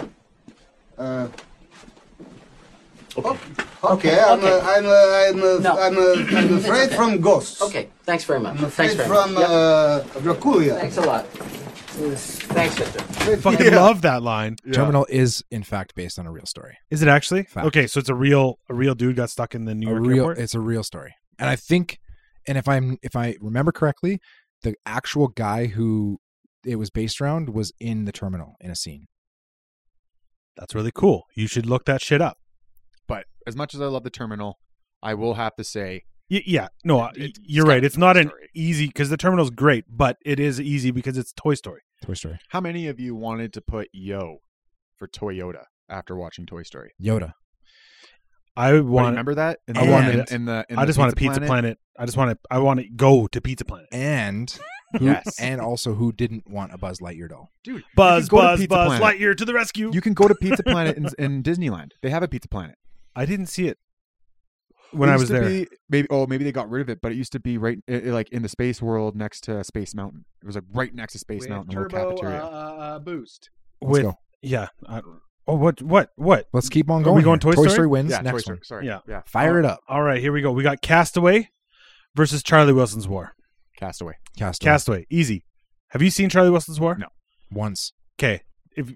Speaker 7: Uh, oh, okay. Okay, I'm, uh, I'm, uh, I'm, uh,
Speaker 8: No.
Speaker 7: I'm, uh, I'm afraid from ghosts.
Speaker 8: Okay, thanks very much.
Speaker 7: I'm
Speaker 8: Thanks very
Speaker 7: afraid from
Speaker 8: much. Yep.
Speaker 7: uh, Dracula.
Speaker 8: Thanks a lot. Thanks, Victor.
Speaker 4: Fucking love that line.
Speaker 2: Terminal is in fact based on a real story.
Speaker 4: Is it actually
Speaker 2: Fact.
Speaker 4: okay? So it's a real a real dude got stuck in the New
Speaker 2: A
Speaker 4: York
Speaker 2: real.
Speaker 4: airport.
Speaker 2: It's a real story, and I think, and if I'm if I remember correctly, the actual guy who it was based around was in the terminal in a scene.
Speaker 4: That's really cool. You should look that shit up.
Speaker 3: But as much as I love the Terminal, I will have to say
Speaker 4: Y- yeah, no, uh,
Speaker 3: It- it's
Speaker 4: you're
Speaker 3: got
Speaker 4: right.
Speaker 3: a
Speaker 4: It's not an
Speaker 3: story.
Speaker 4: easy because the terminal's great, but it is easy because it's Toy Story.
Speaker 2: Toy Story.
Speaker 3: how many of you wanted to put yo for Toyota after watching Toy Story?
Speaker 2: Yoda.
Speaker 4: I
Speaker 3: But you
Speaker 4: want.
Speaker 3: remember that? In
Speaker 4: I wanted
Speaker 3: in-
Speaker 4: it.
Speaker 3: in the in
Speaker 4: I
Speaker 3: the
Speaker 4: just want a Pizza Planet. I just want to. I want to go to Pizza Planet.
Speaker 2: And who,
Speaker 3: Yes.
Speaker 2: and also who didn't want a Buzz Lightyear doll?
Speaker 3: Dude, you
Speaker 4: Buzz,
Speaker 3: can go to
Speaker 4: Buzz,
Speaker 3: Pizza
Speaker 4: Buzz
Speaker 3: Planet.
Speaker 4: Lightyear to the rescue!
Speaker 3: You can go to Pizza Planet in, in Disneyland. They have a Pizza Planet.
Speaker 4: I didn't see it. when
Speaker 3: It
Speaker 4: I
Speaker 3: used
Speaker 4: was
Speaker 3: to
Speaker 4: there.
Speaker 3: be- maybe oh maybe they got rid of it, but it used to be right i- i- like in the space world next to Space Mountain. It was like right next to Space Mountain, the little cafeteria.
Speaker 2: uh, boost. Let's
Speaker 4: with
Speaker 2: go.
Speaker 4: yeah. I, oh, what what what?
Speaker 2: Let's keep on
Speaker 4: we
Speaker 2: going.
Speaker 4: going
Speaker 2: here.
Speaker 4: Toy Story? Oh.
Speaker 2: wins
Speaker 3: yeah, Toy
Speaker 2: next
Speaker 3: Story.
Speaker 2: one.
Speaker 3: Sorry.
Speaker 4: Yeah.
Speaker 3: yeah.
Speaker 2: Fire it up,
Speaker 4: All right, here we go. We got Castaway versus Charlie Wilson's War.
Speaker 3: Castaway.
Speaker 2: Castaway.
Speaker 4: Castaway, easy. Have you seen Charlie Wilson's War?
Speaker 3: No.
Speaker 2: once.
Speaker 4: Okay. If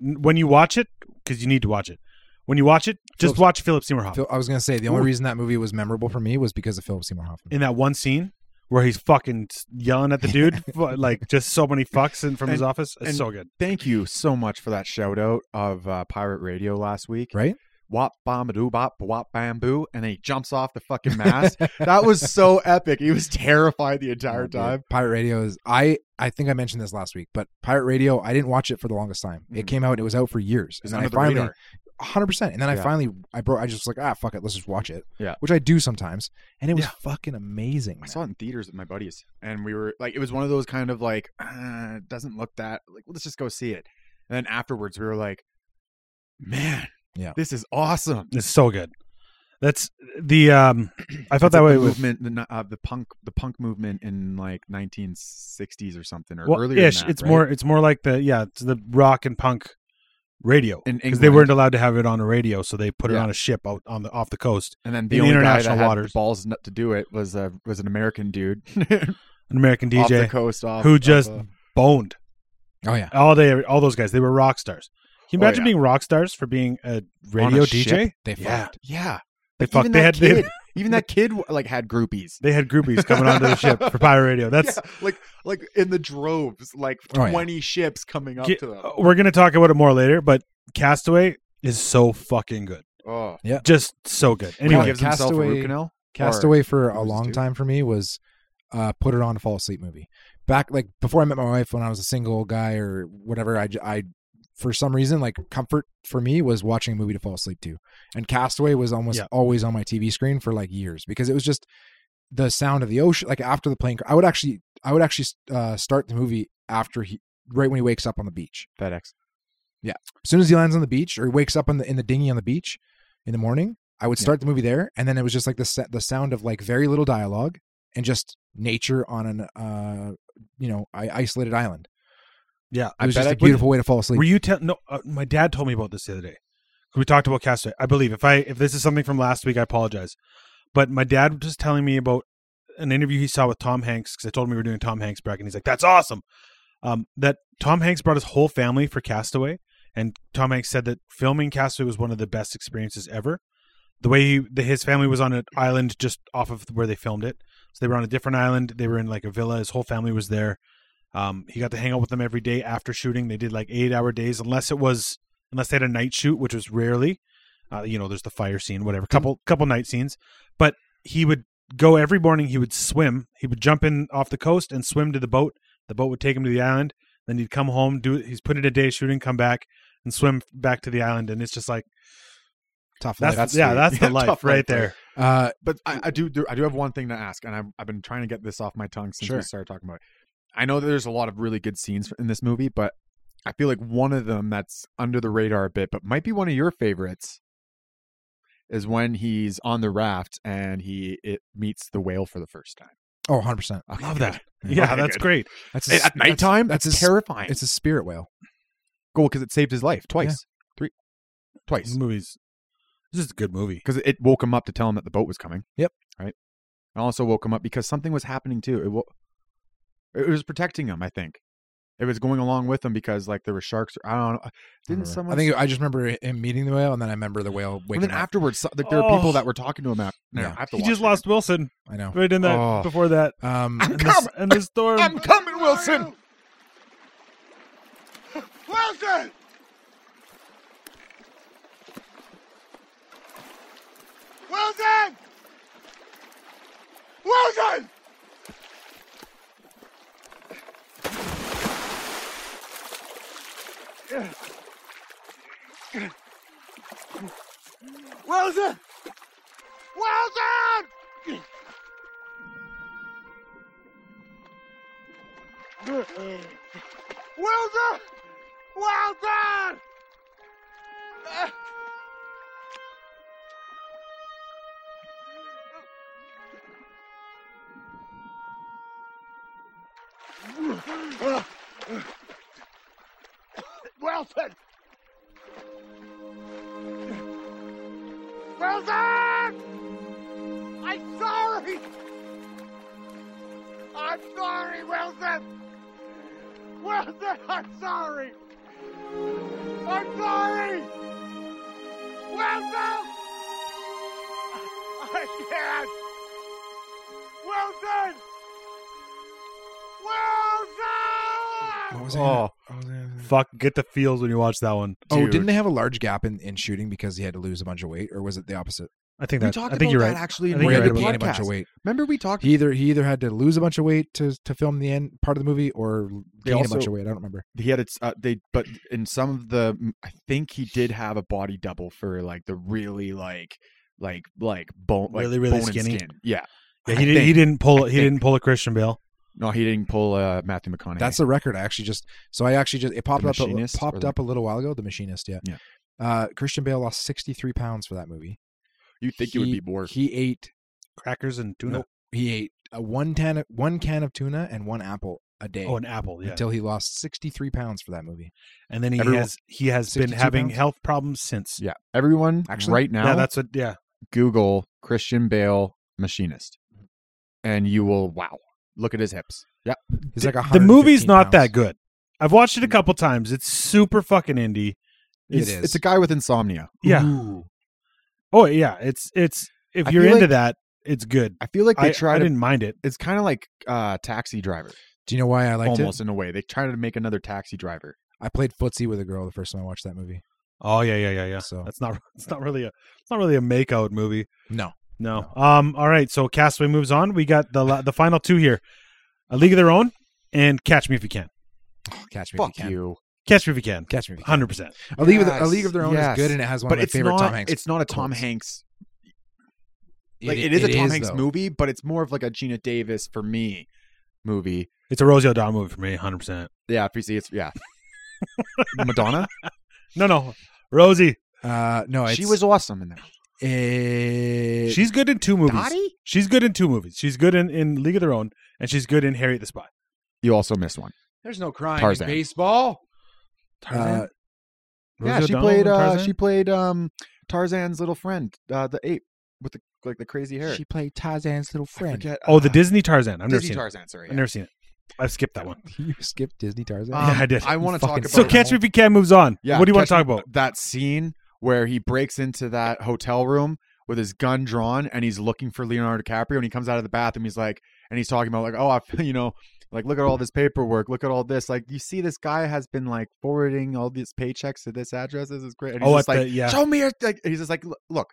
Speaker 4: when you watch it, because you need to watch it. When you watch it, just
Speaker 2: Philip-
Speaker 4: watch Philip Seymour Hoffman
Speaker 2: Phil- I was gonna say the only
Speaker 4: Ooh.
Speaker 2: reason that movie was memorable for me was because of Philip Seymour Hoffman.
Speaker 4: in that one scene where he's fucking yelling at the dude, fu- like just so many fucks in, from his
Speaker 3: And-
Speaker 4: office. It's
Speaker 3: and-
Speaker 4: so good.
Speaker 3: Thank you so much for that shout out of uh, Pirate Radio last week.
Speaker 2: Right?
Speaker 3: Wop bomb doo bop wop bamboo, and then he jumps off the fucking mast. that was so epic. He was terrified the entire
Speaker 2: Dude,
Speaker 3: time.
Speaker 2: Pirate Radio is I I think I mentioned this last week, but Pirate Radio I didn't watch it for the longest time. It
Speaker 3: Mhm.
Speaker 2: came out and it was out for years,
Speaker 3: It's
Speaker 2: and then
Speaker 3: under
Speaker 2: I
Speaker 3: the
Speaker 2: finally
Speaker 3: radar.
Speaker 2: 100%. And then I
Speaker 3: Yeah.
Speaker 2: finally I broke I just was like, ah fuck it, let's just watch it.
Speaker 3: Yeah.
Speaker 2: Which I do sometimes, and it was
Speaker 4: Yeah.
Speaker 2: fucking amazing.
Speaker 3: I
Speaker 2: man.
Speaker 3: saw it in theaters with my buddies, and we were like, it was one of those kind of like, uh, it doesn't look that like, let's just go see it. And then afterwards, we were like, man,
Speaker 2: Yeah.
Speaker 3: this is awesome.
Speaker 4: It's so good. That's the um. I felt
Speaker 3: It's
Speaker 4: that
Speaker 3: like
Speaker 4: way
Speaker 3: the
Speaker 4: with
Speaker 3: movement, the, n- uh, the punk, the punk movement in like 1960s or something, or
Speaker 4: well,
Speaker 3: earlier. than
Speaker 4: ish.
Speaker 3: that,
Speaker 4: it's
Speaker 3: right?
Speaker 4: more. It's more like the yeah. It's the rock and punk radio
Speaker 3: In
Speaker 4: because they
Speaker 3: England.
Speaker 4: weren't allowed to have it on a radio, so they put it
Speaker 3: Yeah.
Speaker 4: on a ship out on the off the coast.
Speaker 3: And then the,
Speaker 4: in the
Speaker 3: only guy
Speaker 4: international
Speaker 3: that had
Speaker 4: waters.
Speaker 3: the balls n- to do it was a was an American dude
Speaker 4: An American
Speaker 3: off the
Speaker 4: DJ
Speaker 3: coast, off
Speaker 4: who
Speaker 3: off,
Speaker 4: just
Speaker 3: uh,
Speaker 4: boned
Speaker 2: Oh yeah.
Speaker 4: all day. All those guys, they were rock stars. Can you
Speaker 3: Oh,
Speaker 4: imagine
Speaker 3: yeah.
Speaker 4: being rock stars for being a radio DJ?
Speaker 3: ship?
Speaker 2: They
Speaker 4: Yeah.
Speaker 2: fucked.
Speaker 3: yeah,
Speaker 4: They
Speaker 3: Like,
Speaker 4: fucked.
Speaker 3: E-, even
Speaker 4: They
Speaker 3: that
Speaker 4: had they,
Speaker 3: kid- even that kid w- like had groupies.
Speaker 4: they had groupies coming onto the ship for pirate radio. That's
Speaker 3: Yeah, like like in the droves, like
Speaker 2: Oh, yeah.
Speaker 3: twenty ships coming up
Speaker 4: Ki-
Speaker 3: to them.
Speaker 4: uh, we're gonna talk about it more later, but Castaway is so fucking good,
Speaker 3: Oh,
Speaker 4: just so good.
Speaker 3: he
Speaker 4: Anyway,
Speaker 3: gives himself a root
Speaker 2: Castaway-
Speaker 3: canal.
Speaker 2: Castaway for a
Speaker 3: Movies
Speaker 2: long
Speaker 3: too.
Speaker 2: time for me was uh, put it on to fall asleep movie. Back like before I met my wife, when I was a single guy or whatever, I, j- I- for some reason like comfort for me was watching a movie to fall asleep to, and Castaway was almost
Speaker 4: Yeah.
Speaker 2: always on my TV screen for like years because it was just the sound of the ocean. Like after the plane, cr- I would actually I would actually uh, start the movie after he right when he wakes up on the beach.
Speaker 3: FedEx.
Speaker 2: As soon as he lands on the beach or he wakes up on the in the dinghy on the beach in the morning, I would
Speaker 3: Yeah.
Speaker 2: start the movie there, and then it was just like the sa- the sound of like very little dialogue and just nature on an uh you know I- isolated island.
Speaker 4: yeah,
Speaker 2: It was
Speaker 3: bet
Speaker 2: just
Speaker 3: I
Speaker 2: a
Speaker 3: could-
Speaker 2: beautiful way to fall asleep.
Speaker 4: Were you tell no? Uh, my dad told me about this the other day. We talked about Castaway. I believe if I if this is something from last week, I apologize. But my dad was just telling me about an interview he saw with Tom Hanks because I told him we were doing Tom Hanks bracket. And he's like, "That's awesome." Um, that Tom Hanks brought his whole family for Castaway, and Tom Hanks said that filming Castaway was one of the best experiences ever. The way he, the, his family was on an island just off of where they filmed it, so they were on a different island. They were in like a villa. His whole family was there. Um, he got to hang out with them every day after shooting. They did like eight hour days, unless it was unless they had a night shoot, which was rarely. Uh, you know, there's the fire scene, whatever,
Speaker 3: Hmm.
Speaker 4: couple couple night scenes. But he would go every morning. He would swim. He would jump in off the coast and swim to the boat. The boat would take him to the island. Then he'd come home. Do he's put in a day shooting, come back and swim back to the island. And it's just like
Speaker 2: Tough
Speaker 4: that's,
Speaker 2: life.
Speaker 3: That's
Speaker 4: yeah,
Speaker 3: sweet.
Speaker 4: that's the
Speaker 3: Yeah,
Speaker 4: life
Speaker 3: tough life
Speaker 4: right
Speaker 3: there.
Speaker 4: there.
Speaker 2: Uh,
Speaker 3: But I, I do, do I do have one thing to ask, and I've, I've been trying to get this off my tongue since
Speaker 2: Sure.
Speaker 3: we started talking about it. I know that there's a lot of really good scenes in this movie, but I feel like one of them that's under the radar a bit, but might be one of your favorites, is when he's on the raft and he it meets the whale for the first time.
Speaker 2: oh, 100 percent.
Speaker 3: Okay,
Speaker 4: Love
Speaker 3: good.
Speaker 4: that. Yeah,
Speaker 3: Okay,
Speaker 4: that's
Speaker 3: good.
Speaker 4: great.
Speaker 2: That's
Speaker 3: At- At nighttime,
Speaker 2: That's,
Speaker 3: that's,
Speaker 2: that's a s-
Speaker 3: terrifying.
Speaker 2: it's a spirit whale.
Speaker 3: cool because it saved his life twice, three, twice.
Speaker 4: Movies. This is a good movie.
Speaker 3: because it woke him up to tell him that the boat was coming.
Speaker 2: Yep.
Speaker 3: Right. It also woke him up because something was happening too. It, wo- it was protecting him. I think it was going along with him because like there were sharks. Or, I don't. know. Didn't someone?
Speaker 2: I think I just remember him meeting the whale, and then I remember the whale
Speaker 3: And
Speaker 2: waking
Speaker 3: then
Speaker 2: up.
Speaker 3: afterwards, so- like there were people
Speaker 4: Oh.
Speaker 3: that were talking to him. After, no,
Speaker 2: Yeah.
Speaker 3: I have to
Speaker 4: He
Speaker 3: watch
Speaker 4: just
Speaker 3: it again.
Speaker 4: lost Wilson
Speaker 2: I know.
Speaker 4: right in that
Speaker 3: Oh.
Speaker 4: before that.
Speaker 2: Um,
Speaker 4: And this, and this storm.
Speaker 3: I'm coming, Wilson.
Speaker 5: Wilson! Wilson! Wilson! Wilson! Wilson! Wilson! Wilson! Wilson! Wilson! I'm sorry! I'm sorry, Wilson! Wilson, I'm sorry! I'm sorry! Wilson! I can't! Wilson! Wilson!
Speaker 2: What was that? What was
Speaker 4: Oh,
Speaker 2: that?
Speaker 4: fuck! Get the feels when you watch that one.
Speaker 2: Oh,
Speaker 4: Dude.
Speaker 2: didn't they have a large gap in, in shooting because he had to lose a bunch of weight, or was it the opposite?
Speaker 4: I think
Speaker 3: We
Speaker 4: that.
Speaker 3: talked
Speaker 4: I
Speaker 3: about
Speaker 4: think you're
Speaker 3: that
Speaker 4: right.
Speaker 3: actually
Speaker 4: I
Speaker 3: in
Speaker 4: think
Speaker 2: Or
Speaker 3: one
Speaker 2: he
Speaker 4: you're
Speaker 2: had
Speaker 3: of
Speaker 2: to
Speaker 3: the
Speaker 4: right
Speaker 2: gain a
Speaker 3: podcast.
Speaker 2: bunch of weight.
Speaker 3: Remember we talked
Speaker 2: He either he either had to lose a bunch of weight to to film the end part of the movie, or
Speaker 3: They
Speaker 2: gain
Speaker 3: also-
Speaker 2: a bunch of weight. I don't remember.
Speaker 3: he had it's uh, they but in some of the m- I think he did have a body double for like the really like like like bone like
Speaker 4: Really, really
Speaker 3: bone and
Speaker 4: skinny.
Speaker 3: skin. Yeah.
Speaker 4: Yeah,
Speaker 3: I
Speaker 4: he, did, he
Speaker 3: think-
Speaker 4: didn't pull.
Speaker 3: I
Speaker 4: He didn't pull a Christian Bale.
Speaker 3: No, he didn't pull uh, Matthew McConaughey.
Speaker 2: That's the record. I actually just so I actually just it popped up a,
Speaker 3: Machinist or
Speaker 2: popped
Speaker 3: the-
Speaker 2: up a little while ago. The Machinist, yeah.
Speaker 3: Yeah.
Speaker 2: Uh, Christian Bale lost sixty three pounds for that movie.
Speaker 3: you think it would be more.
Speaker 2: He ate
Speaker 4: Crackers and tuna.
Speaker 2: Nope. he ate a one tan one can of tuna and one apple a day
Speaker 4: Oh, an apple. Yeah.
Speaker 2: until he lost sixty three pounds for that movie.
Speaker 4: and then he
Speaker 3: Everyone-
Speaker 4: has he has been
Speaker 2: 62
Speaker 4: having
Speaker 2: pounds?
Speaker 4: health problems since.
Speaker 3: yeah. Everyone
Speaker 2: Actually-
Speaker 3: right now
Speaker 4: Yeah, that's what. Yeah.
Speaker 3: Google Christian Bale machinist. And you will wow. Look at his hips. Yeah.
Speaker 2: He's
Speaker 4: The-
Speaker 2: like
Speaker 4: the
Speaker 2: 115
Speaker 4: movie's not
Speaker 2: pounds.
Speaker 4: that good. I've watched it a couple times. It's super fucking indie.
Speaker 2: It
Speaker 3: It's,
Speaker 2: is.
Speaker 3: it's a guy with insomnia.
Speaker 4: Yeah. Oh yeah, it's it's if
Speaker 3: I
Speaker 4: you're
Speaker 3: feel
Speaker 4: into
Speaker 3: like-
Speaker 4: that, it's good.
Speaker 3: I feel like
Speaker 4: I,
Speaker 3: they
Speaker 4: I
Speaker 3: tried to
Speaker 4: didn't mind it.
Speaker 3: it's kind of like uh taxi driver
Speaker 2: Do you know why I liked
Speaker 3: almost
Speaker 2: it?
Speaker 3: in a way. They tried to make another taxi driver.
Speaker 2: I played footsie with a girl the first time I watched that movie.
Speaker 4: Oh yeah, yeah, yeah, yeah.
Speaker 2: So-
Speaker 4: that's not it's not really a it's not really a makeout movie.
Speaker 2: No,
Speaker 4: No. Um. All right. So Castaway moves on. We got the la- the final two here: A League of Their Own and Catch Me If You Can.
Speaker 2: catch me
Speaker 3: Fuck
Speaker 2: if you, can.
Speaker 3: you. Uh,
Speaker 4: Catch Me If You Can.
Speaker 2: Catch me. If You Can.
Speaker 4: Hundred percent.
Speaker 2: A League, of the, a
Speaker 3: Yes,
Speaker 2: League of Their Own
Speaker 3: yes.
Speaker 2: is good, and it has one
Speaker 3: but
Speaker 2: of my
Speaker 3: it's
Speaker 2: favorite
Speaker 3: not
Speaker 2: Tom Hanks.
Speaker 3: it's not a Tom
Speaker 2: quotes.
Speaker 3: Hanks
Speaker 2: It-
Speaker 3: like it
Speaker 2: it
Speaker 3: is a Tom Hanks
Speaker 2: though.
Speaker 3: movie, but it's more of like a Gina Davis for me movie.
Speaker 4: It's a Rosie O'Donnell movie for me. Hundred percent.
Speaker 3: Yeah, if you see it's yeah. Madonna?
Speaker 4: No, no. Rosie,
Speaker 2: Uh, no, it's,
Speaker 3: she was awesome in there.
Speaker 2: It,
Speaker 4: she's good in two movies.
Speaker 3: Dottie?
Speaker 4: She's good in two movies. She's good in, in League of Their Own, and she's good in Harriet the Spy.
Speaker 3: You also missed one.
Speaker 2: there's no crime
Speaker 3: Tarzan.
Speaker 2: in baseball.
Speaker 4: Tarzan?
Speaker 2: Uh,
Speaker 3: Yeah,
Speaker 4: Rosie
Speaker 3: she
Speaker 4: O'Donnell
Speaker 3: played
Speaker 4: in
Speaker 3: uh
Speaker 4: Tarzan?
Speaker 3: she played um Tarzan's little friend, uh the ape with the like the crazy hair.
Speaker 2: she played Tarzan's little
Speaker 3: I
Speaker 2: friend.
Speaker 3: forget,
Speaker 4: Oh, the
Speaker 3: uh,
Speaker 4: Disney Tarzan. I've never
Speaker 3: Disney
Speaker 4: seen. it.
Speaker 3: Tarzan, sorry.
Speaker 4: I've never seen it. I've skipped that one.
Speaker 2: you skipped Disney Tarzan.
Speaker 3: Um,
Speaker 4: yeah, I did.
Speaker 3: I want to talk
Speaker 2: Fucking
Speaker 3: about
Speaker 4: So Catch Me If You Can moves on.
Speaker 3: Yeah,
Speaker 4: what do you want to
Speaker 3: Catch Me-
Speaker 4: talk about?
Speaker 3: that scene where he breaks into that hotel room with his gun drawn and he's looking for Leonardo DiCaprio and he comes out of the bathroom he's like and he's talking about like oh I feel you know like look at all this paperwork look at all this like you see this guy has been like forwarding all these paychecks to this address this is great and he's
Speaker 4: Oh,
Speaker 3: just
Speaker 4: at
Speaker 3: like
Speaker 4: the- yeah.
Speaker 3: show me your like, he's just like "Look- look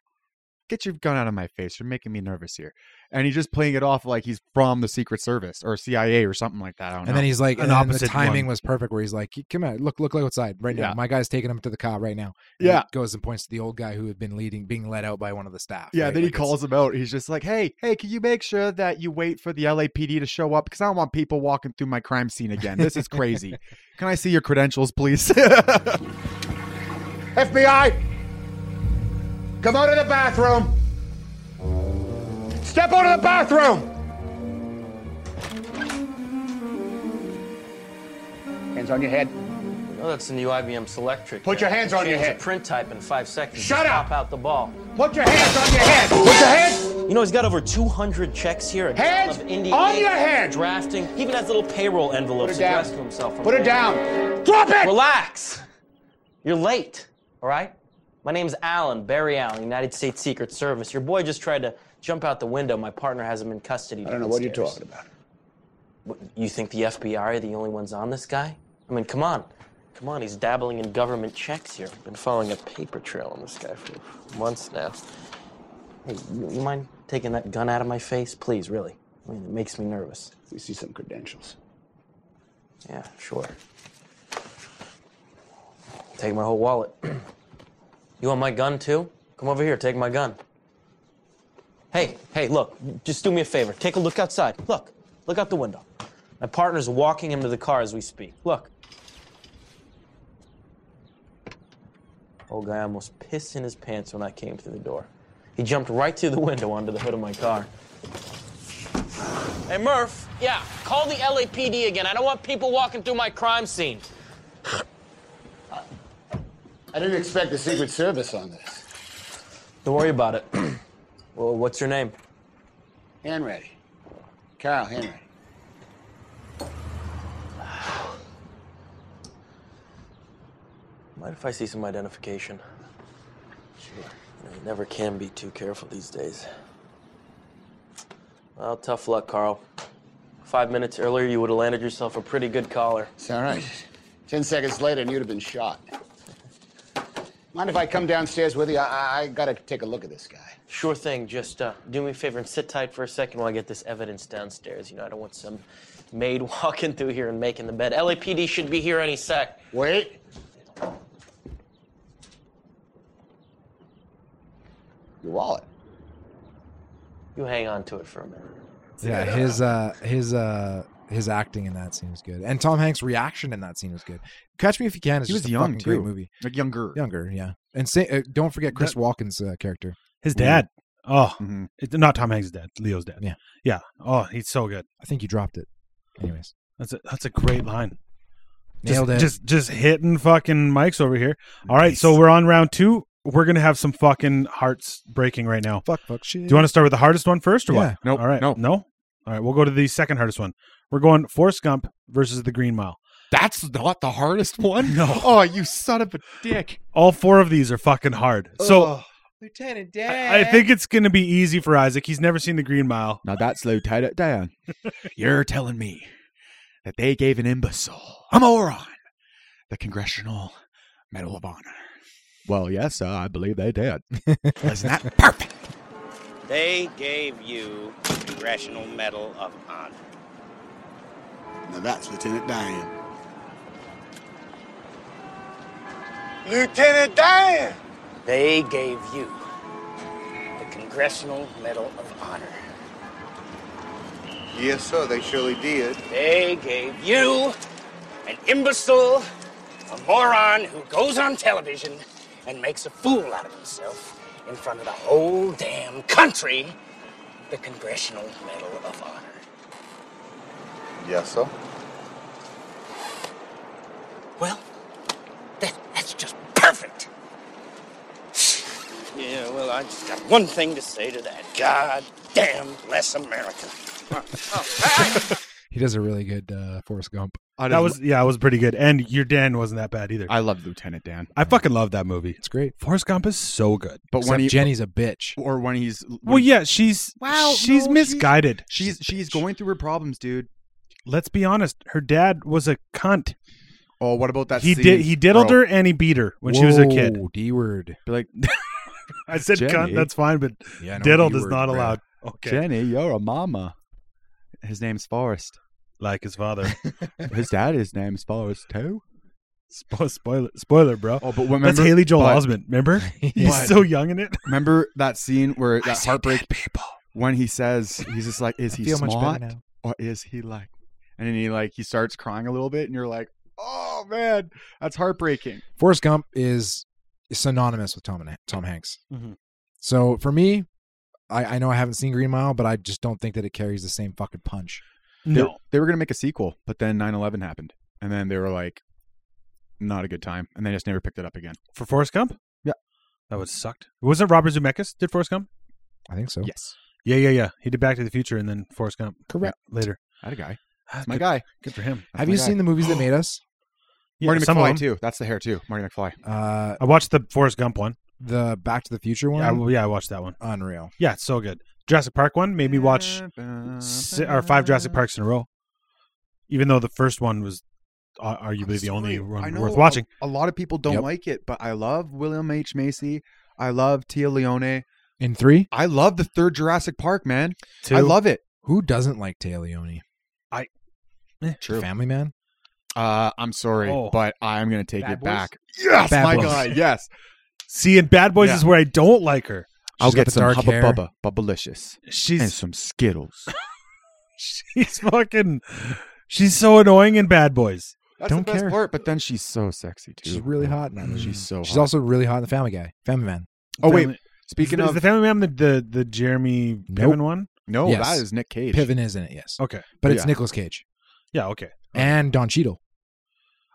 Speaker 3: get your gun out of my face you're making me nervous here and he's just playing it off like he's from the secret service or CIA or something like that I don't
Speaker 2: and
Speaker 3: know
Speaker 2: then he's like,
Speaker 4: An
Speaker 2: and then the
Speaker 4: opposite
Speaker 2: timing
Speaker 4: one.
Speaker 2: was perfect where he's like, come out, look, look, look outside right now.
Speaker 3: Yeah.
Speaker 2: My guy's taking him to the car right now. And he
Speaker 3: yeah
Speaker 2: goes and points to the old guy who had been leading, being led out by one of the staff.
Speaker 3: Yeah,
Speaker 2: right?
Speaker 3: then he
Speaker 2: Like, it's-
Speaker 3: calls him out. He's just like, "Hey, hey, can you make sure that you wait for the LAPD to show up? Because I don't want people walking through my crime scene again. This is crazy. can I see your credentials, please?"
Speaker 5: FBI! Come out of the bathroom! Step out of the bathroom! Hands on your head.
Speaker 9: Oh, that's the new IBM Selectric. uh,
Speaker 5: Put your hands on your
Speaker 9: Change
Speaker 5: head.
Speaker 9: the print type in five seconds.
Speaker 5: Shut
Speaker 9: Just
Speaker 5: up.
Speaker 9: Pop out the ball.
Speaker 5: Put your hands on your head! Put your hands!
Speaker 9: You know he's got over 200 checks here. A ton
Speaker 5: Hands
Speaker 9: of Indian
Speaker 5: on
Speaker 9: ink,
Speaker 5: your head.
Speaker 9: Drafting. He even has little payroll
Speaker 5: Put
Speaker 9: envelopes
Speaker 5: it down.
Speaker 9: addressed to himself. from
Speaker 5: Put it
Speaker 9: Payroll.
Speaker 5: down! Drop it!
Speaker 9: Relax. You're late. All right. My name's Allen Barry Allen, United States Secret Service. Your boy just tried to jump out the window. My partner has him in custody.
Speaker 5: I don't know what you're talking about.
Speaker 9: You think the FBI are the only ones on this guy? I mean, come on. Come on, he's dabbling in government checks here. I've been following a paper trail on this guy for months now. Hey, you, you mind taking that gun out of my face? Please, really. I mean, it makes me nervous.
Speaker 5: We see some credentials.
Speaker 9: Yeah, sure. Take my whole wallet. you want my gun too? Come over here, take my gun. Hey, hey, look, just do me a favor. Take a look outside. Look, look out the window. My partner's walking him to the car as we speak. Look. Old guy almost pissed in his pants when I came through the door. He jumped right through the window onto the hood of my car. Hey, Murph. Yeah, call the LAPD again. I don't want people walking through my crime scene.
Speaker 10: I didn't expect the Secret Service on this.
Speaker 9: Don't worry about it. well, what's your name?
Speaker 10: Henry. Carl Henry.
Speaker 9: Mind if I see some identification?
Speaker 10: Sure.
Speaker 9: You know, you never can be too careful these days. Well, tough luck, Carl. Five minutes earlier, you would have landed yourself a pretty good collar.
Speaker 10: It's all right. Ten seconds later, and you'd have been shot. Mind if I come downstairs with you? I, I, I gotta take a look at this guy.
Speaker 9: Sure thing. Just uh, do me a favor and sit tight for a second while I get this evidence downstairs. You know, I don't want some maid walking through here and making the bed. LAPD should be here any sec.
Speaker 10: Wait. Your wallet.
Speaker 9: You hang on to it for a minute.
Speaker 2: Yeah, his uh his uh his acting in that scene was good. And Tom Hanks' reaction in that scene was good. Catch Me If You Can is
Speaker 3: He
Speaker 2: just
Speaker 3: was
Speaker 2: a
Speaker 3: young
Speaker 2: fucking great
Speaker 3: too.
Speaker 2: movie.
Speaker 3: Like younger.
Speaker 2: Younger, yeah. And say, uh, don't forget Chris Walken's uh, character.
Speaker 4: His dad. Oh,
Speaker 3: Mhm.
Speaker 4: it, not Tom Hanks' dad. Leo's dad.
Speaker 2: Yeah.
Speaker 4: Yeah. Oh, he's so good.
Speaker 2: I think you dropped it. Anyways,
Speaker 4: That's a that's a great line.
Speaker 2: nailed
Speaker 4: just,
Speaker 2: it.
Speaker 4: Just just hitting fucking mics over here. All right, so we're on round two. We're gonna have some fucking hearts breaking right now.
Speaker 2: fuck, fuck, shit.
Speaker 4: Do you want to start with the hardest one first or
Speaker 2: Yeah.
Speaker 4: what?
Speaker 3: Nope,
Speaker 4: All right.
Speaker 3: nope.
Speaker 4: No. All right. We'll go to the second hardest one. We're going Forrest Gump versus the Green Mile.
Speaker 3: That's not the hardest one.
Speaker 4: No.
Speaker 3: Oh, you son of a dick.
Speaker 4: All four of these are fucking hard. So
Speaker 2: Oh,
Speaker 3: Lieutenant
Speaker 4: I, I think it's gonna be easy for Isaac. He's never seen the Green Mile.
Speaker 3: Now that's Lieutenant Dan. You're telling me that they gave an imbecile, a moron, the Congressional Medal of Honor. Well, yes, uh, I believe they did. Isn't that perfect?
Speaker 11: They gave you the Congressional Medal of Honor.
Speaker 5: Now that's Lieutenant Diane.
Speaker 11: Lieutenant Dan! They gave you the Congressional Medal of Honor.
Speaker 5: Yes, sir, they surely did.
Speaker 11: They gave you an imbecile, a moron who goes on television and makes a fool out of himself in front of the whole damn country the Congressional Medal of Honor.
Speaker 5: Yes, sir.
Speaker 11: Well, that, that's just perfect. Yeah, well, I just got one thing to say to that. God damn bless America.
Speaker 2: he does a really good uh, Forrest Gump.
Speaker 3: I
Speaker 4: That was yeah, it was pretty good. And your Dan wasn't that bad either. I,
Speaker 3: I love Lieutenant Dan,
Speaker 4: fucking love that movie.
Speaker 2: It's great.
Speaker 4: Forrest Gump is so good.
Speaker 3: but
Speaker 2: Except
Speaker 3: when he
Speaker 2: Jenny's a bitch.
Speaker 3: or when he's
Speaker 4: Well, yeah, she's
Speaker 3: Wow, no,
Speaker 4: she's
Speaker 3: she's-
Speaker 4: misguided.
Speaker 3: she's she's going through her problems, dude.
Speaker 4: Let's be honest. Her dad was a cunt.
Speaker 3: Oh, what about that?
Speaker 4: he
Speaker 3: scene,
Speaker 4: did he diddled
Speaker 3: bro?
Speaker 4: her and he beat her when she was a kid.
Speaker 2: D word.
Speaker 3: Be like,
Speaker 4: I said
Speaker 3: Jenny.
Speaker 4: cunt, that's fine, but
Speaker 2: Yeah, no,
Speaker 4: diddled is
Speaker 2: D-word,
Speaker 4: not
Speaker 2: bruh.
Speaker 4: allowed. Okay.
Speaker 3: Jenny, you're a mama. His name's Forrest.
Speaker 4: Like his father.
Speaker 3: His dad, his name's Forrest too.
Speaker 4: Spo- spoiler spoiler, bro.
Speaker 3: Oh, but remember
Speaker 4: that's Haley Joel
Speaker 3: but-
Speaker 4: Osment, remember? He's
Speaker 3: But-
Speaker 4: so young in it.
Speaker 3: Remember that scene where that heartbreak
Speaker 4: people.
Speaker 3: when he says he's just like, is
Speaker 2: I
Speaker 3: he
Speaker 2: feel much
Speaker 3: smart
Speaker 2: better now.
Speaker 3: or is he like? And then he like he starts crying a little bit, and you're like, oh man, that's heartbreaking.
Speaker 2: Forrest Gump is synonymous with Tom and Tom Hanks.
Speaker 4: Mhm.
Speaker 2: So for me, I, I know I haven't seen Green Mile, but I just don't think that it carries the same fucking punch.
Speaker 3: They-
Speaker 4: No.
Speaker 3: they were gonna make a sequel, but then 9/11 happened, and then they were like, not a good time, and they just never picked it up again.
Speaker 4: For Forrest Gump?
Speaker 3: Yeah.
Speaker 4: That would sucked. Was it Robert Zemeckis? Did Forrest Gump?
Speaker 2: I think so.
Speaker 3: Yes,
Speaker 4: Yeah, yeah, yeah. He did Back to the Future and then Forrest Gump.
Speaker 2: Correct.
Speaker 4: Later.
Speaker 3: that a guy.
Speaker 4: Ah,
Speaker 3: That's my
Speaker 4: good,
Speaker 3: guy.
Speaker 4: good for him.
Speaker 3: That's
Speaker 2: Have
Speaker 3: my
Speaker 2: you
Speaker 3: guy.
Speaker 2: seen the movies that made us?
Speaker 3: Marty
Speaker 4: Yeah, some of
Speaker 3: McFly
Speaker 4: them.
Speaker 3: too? That's the hair too. Marty McFly.
Speaker 2: Uh,
Speaker 4: I watched the Forrest Gump one.
Speaker 2: the Back to the Future one.
Speaker 4: Yeah, I, well, yeah, I watched that one.
Speaker 2: Unreal.
Speaker 4: Yeah, it's so good. Jurassic Park one made me watch si- or five
Speaker 2: Uh,
Speaker 4: Jurassic Parks in a row, even though the first one was uh,
Speaker 3: I'm
Speaker 4: arguably the only
Speaker 3: sorry. I
Speaker 4: one
Speaker 3: know
Speaker 4: worth watching.
Speaker 3: A, a lot of people don't
Speaker 2: Yep.
Speaker 3: like it, but I love William H Macy. I love Tia Leone.
Speaker 2: In three,
Speaker 3: I love the third Jurassic Park, man.
Speaker 4: Two.
Speaker 3: I love it.
Speaker 2: who doesn't like Taylor Leone? Eh,
Speaker 3: True.
Speaker 2: Family Man.
Speaker 3: Uh, I'm sorry,
Speaker 4: Oh.
Speaker 3: but I'm gonna take
Speaker 4: Bad
Speaker 3: it
Speaker 4: Boys?
Speaker 3: back. Yes,
Speaker 2: Bad
Speaker 3: my
Speaker 2: Boys.
Speaker 3: God, yes.
Speaker 4: See, and Bad Boys
Speaker 3: Yeah.
Speaker 4: is where I don't like her.
Speaker 3: I'll
Speaker 2: She's got
Speaker 3: get
Speaker 2: the
Speaker 3: some
Speaker 2: dark
Speaker 3: Hubba
Speaker 2: hair.
Speaker 3: Bubba, Bubblicious, and
Speaker 4: She's
Speaker 3: some Skittles.
Speaker 4: she's fucking she's so annoying in Bad Boys.
Speaker 3: That's
Speaker 2: Don't
Speaker 3: the best
Speaker 2: care.
Speaker 3: part. But then she's so sexy too.
Speaker 2: She's really hot in that movie.
Speaker 4: Mm.
Speaker 3: She's so.
Speaker 2: She's
Speaker 3: hot.
Speaker 2: also really hot in the Family Guy. Family Man.
Speaker 3: Oh wait.
Speaker 4: Family-
Speaker 3: Speaking
Speaker 4: is,
Speaker 3: of
Speaker 4: is the Family Man the the, the Jeremy
Speaker 2: Nope.
Speaker 4: Piven one?
Speaker 3: No,
Speaker 2: Yes.
Speaker 3: that is Nick Cage.
Speaker 2: Piven is in it, yes.
Speaker 4: Okay.
Speaker 2: But it's
Speaker 3: Yeah.
Speaker 2: Nicolas Cage
Speaker 4: Oh, Yeah, okay.
Speaker 2: and Don Cheadle.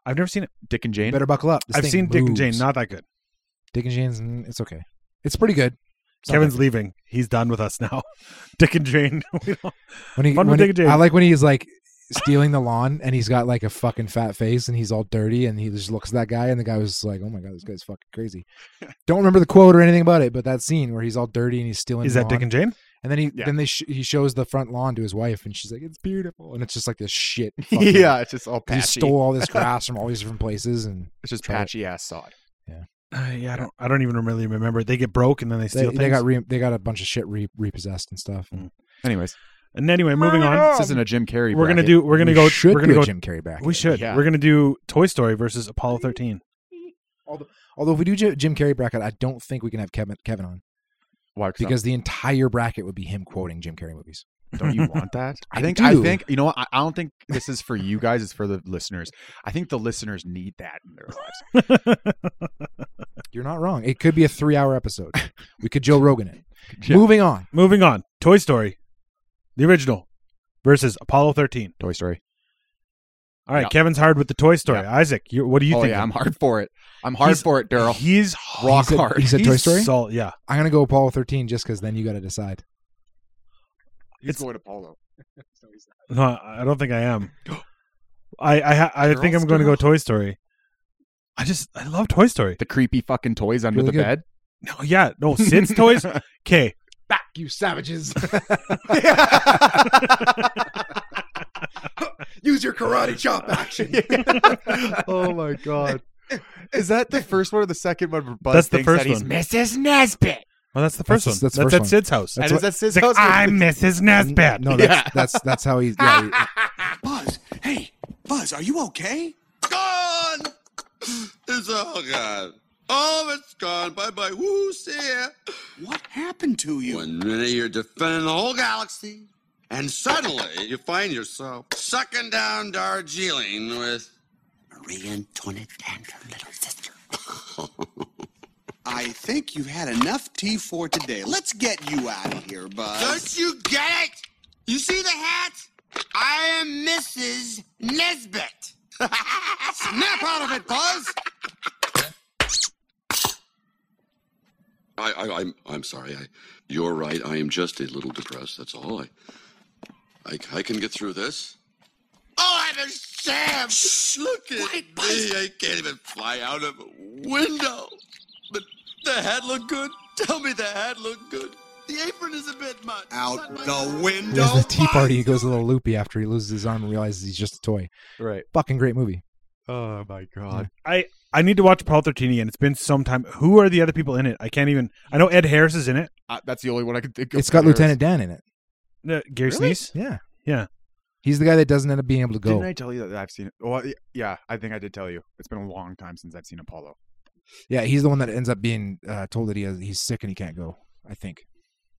Speaker 4: I've never seen it.
Speaker 3: Dick and Jane.
Speaker 2: Better buckle up. This
Speaker 4: I've
Speaker 2: thing
Speaker 4: seen Dick and Jane.
Speaker 2: moves.
Speaker 4: Not that good.
Speaker 2: Dick and Jane's. mm, It's okay. It's pretty good. It's not
Speaker 4: Kevin's
Speaker 2: that
Speaker 4: leaving. He's done with us now. Dick and Jane. we don't-
Speaker 2: good. when he,
Speaker 4: fun
Speaker 2: when
Speaker 4: with
Speaker 2: he-
Speaker 4: Dick and Jane.
Speaker 2: I like when he's like stealing the lawn and he's got like a fucking fat face and he's all dirty and he just looks at that guy and the guy was just like, oh my god, this guy's fucking crazy. Don't remember the quote or anything about it, but that scene where he's all dirty and he's stealing
Speaker 4: Is
Speaker 2: the
Speaker 4: that Dick
Speaker 2: lawn.
Speaker 4: and Jane?
Speaker 2: And then he
Speaker 3: Yeah.
Speaker 2: then they sh- he shows the front lawn to his wife, and she's like, "It's beautiful," and it's just like this shit. fucking-
Speaker 3: yeah, it's just all
Speaker 2: he
Speaker 3: patchy.
Speaker 2: stole all this grass from all these different places, and
Speaker 3: it's just
Speaker 2: Try it.
Speaker 3: patchy ass sod.
Speaker 4: Uh, yeah, I don't. I don't even really remember. They get broke and then they
Speaker 2: they,
Speaker 4: steal
Speaker 2: they
Speaker 4: things.
Speaker 2: got re- they got a bunch of shit re- repossessed and stuff.
Speaker 4: Mm.
Speaker 3: Anyways,
Speaker 4: and
Speaker 2: Oh
Speaker 4: anyway, moving on.
Speaker 3: this isn't a Jim Carrey.
Speaker 4: We're gonna
Speaker 3: bracket.
Speaker 4: do. We're gonna
Speaker 2: We
Speaker 4: go.
Speaker 2: Should
Speaker 4: We're gonna
Speaker 2: do a
Speaker 4: go.
Speaker 2: Jim Carrey back.
Speaker 4: We should.
Speaker 3: Yeah.
Speaker 4: We're gonna do Toy Story versus Apollo 13.
Speaker 2: Although if we do J- Jim Carrey bracket, I don't think we can have Kevin Kevin on
Speaker 3: Why? 'Cause I'm-
Speaker 2: because the entire bracket would be him quoting Jim Carrey movies.
Speaker 3: Don't you want that?
Speaker 2: I
Speaker 3: I think
Speaker 2: do.
Speaker 3: I think you know what? I, I don't think this is for you guys, it's for the listeners. I think the listeners need that in their lives.
Speaker 2: You're not wrong. It could be a three hour episode. we could Joe Rogan it. Moving on.
Speaker 4: Moving on. Toy Story, the original, versus Apollo 13.
Speaker 3: Toy Story.
Speaker 4: All right,
Speaker 3: Yeah.
Speaker 4: Kevin's hard with the Toy Story. Isaac, you, what do you
Speaker 3: oh
Speaker 4: think?
Speaker 3: yeah, I'm hard for it. I'm hard
Speaker 4: He's-
Speaker 3: for it, Daryl.
Speaker 4: He's
Speaker 3: Rock
Speaker 2: He said-
Speaker 3: hard.
Speaker 2: He said Toy Story.
Speaker 4: Salt, yeah.
Speaker 2: I'm gonna go Apollo 13 just because then you got to decide.
Speaker 4: It's-
Speaker 3: going to Polo.
Speaker 4: No, I I don't think I am. I I, ha- I
Speaker 3: Girl,
Speaker 4: think I'm going to
Speaker 3: girl.
Speaker 4: go Toy Story. I just I love Toy Story.
Speaker 3: The creepy fucking toys under
Speaker 2: Really
Speaker 3: the
Speaker 2: good.
Speaker 3: bed.
Speaker 4: No, yeah, no Sid's toys. Okay,
Speaker 2: Back, you savages! Use your karate chop action.
Speaker 3: oh my god. Is that the first one or the second one? where Buzz
Speaker 4: That's the
Speaker 3: thinks
Speaker 4: first
Speaker 3: that he's
Speaker 4: one.
Speaker 3: Mrs. Nesbit.
Speaker 4: well that's the
Speaker 2: That's
Speaker 4: first
Speaker 2: the-
Speaker 4: one.
Speaker 2: that's
Speaker 4: That's,
Speaker 2: the first
Speaker 4: at
Speaker 2: one.
Speaker 4: Sid's house.
Speaker 3: and
Speaker 2: what-
Speaker 3: is that Sid's
Speaker 4: It's like,
Speaker 3: house?
Speaker 4: I'm Mrs. Nesbitt.
Speaker 2: No, that's, that's that's how he's. Yeah, he-
Speaker 5: Buzz, hey, Buzz, are you okay?
Speaker 12: gone. It's all gone. All of it's gone. Bye bye. Woo, see ya.
Speaker 5: What happened to you?
Speaker 12: One minute you're defending the whole galaxy, and suddenly you find yourself sucking down Darjeeling with
Speaker 5: Marie Antoinette and her little sister. I think you've had enough tea for today. Let's get you out of here, Buzz.
Speaker 12: Don't you get it? You see the hat? I am Mrs. Nesbit. Snap out of it, Buzz. I, I, I'm, I'm sorry. I, you're right. I am just a little depressed. That's all. I, I, I can get through this. Oh, I'm a sham. Look at me. I can't even fly out of a window. But the hat looked good. Tell me the hat looked good. The apron is a bit much.
Speaker 5: Out
Speaker 12: Not my
Speaker 5: the
Speaker 2: he
Speaker 5: window.
Speaker 2: has the tea party. He goes a little loopy after he loses his arm and realizes he's just a toy.
Speaker 3: Right.
Speaker 2: Fucking great movie.
Speaker 3: Oh my god.
Speaker 4: I I need to watch Apollo 13 again. It's been some time. Who are the other people in it? I can't even. I know Ed Harris is in it.
Speaker 3: Uh, that's the only one I could think of.
Speaker 2: It's got
Speaker 3: There's-
Speaker 2: Lieutenant Dan in it.
Speaker 4: Uh, Gary Sinise.
Speaker 2: Yeah,
Speaker 4: Yeah.
Speaker 2: He's the guy that doesn't end up being able to go.
Speaker 3: Didn't I tell you that I've seen it? Well, y- yeah, I think I did tell you. It's been a long time since I've seen Apollo.
Speaker 2: yeah, he's the one that ends up being uh, told that he has, he's sick and he can't go. I think.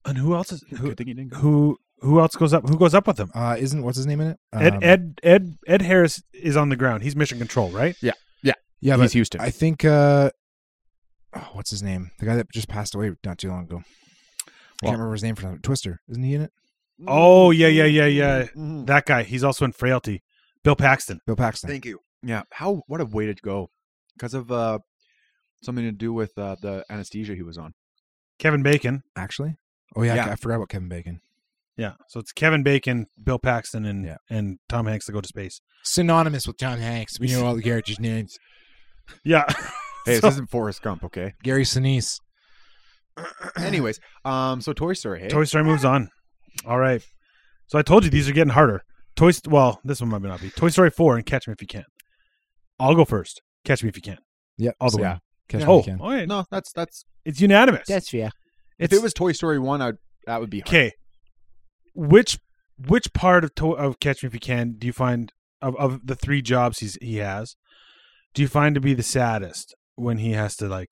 Speaker 4: And who else is who
Speaker 3: Good thing you didn't go.
Speaker 4: who who else goes up? Who goes up with him?
Speaker 2: Uh, isn't what's his name in it?
Speaker 4: Ed
Speaker 2: Um,
Speaker 4: Ed Ed Ed Harris is on the ground. He's mission control, right?
Speaker 2: Yeah,
Speaker 3: He's
Speaker 2: but
Speaker 3: Houston.
Speaker 2: I think. Uh, oh, what's his name? The guy that just passed away not too long ago. I
Speaker 3: Well-
Speaker 2: can't remember his name for now. Twister, isn't he in it?
Speaker 4: Oh yeah yeah yeah yeah.
Speaker 2: Mm-hmm.
Speaker 3: Mhm.
Speaker 4: That guy. He's also in Frailty. Bill Paxton.
Speaker 2: Bill Paxton.
Speaker 3: you. Yeah. How? What a way to go. Because of uh, something to do with uh, the anesthesia he was on.
Speaker 4: Kevin Bacon.
Speaker 2: Actually. Oh yeah, I-
Speaker 3: Yeah.
Speaker 2: I, forgot about Kevin Bacon.
Speaker 4: Yeah. So it's Kevin Bacon, Bill Paxton, and
Speaker 2: Yeah.
Speaker 4: and Tom Hanks that go to space.
Speaker 2: Synonymous with Tom Hanks. We know all the characters' names.
Speaker 4: Yeah.
Speaker 3: Hey,
Speaker 4: So-
Speaker 3: this isn't Forrest Gump, okay?
Speaker 2: Gary Sinise.
Speaker 3: Anyways, um, so Toy Story. Hey,
Speaker 4: Toy Story moves on. All right. So I told you these are getting harder. Toy St- well, this one might not be. Toy Story 4 and Catch Me If You Can. I'll go first. Catch Me If You Can.
Speaker 2: Yeah,
Speaker 4: All the
Speaker 2: same.
Speaker 4: way.
Speaker 2: Catch Me
Speaker 4: oh,
Speaker 2: If You Can.
Speaker 4: all right. No,
Speaker 3: no, that's that's.
Speaker 4: it's unanimous.
Speaker 2: yeah.
Speaker 4: It's,
Speaker 3: if it was Toy Story one, I would that would be hard.
Speaker 4: okay. Which which part of to- of Catch Me If You Can do you find of, of the three jobs he's he has? Do you find to be the saddest when he has to like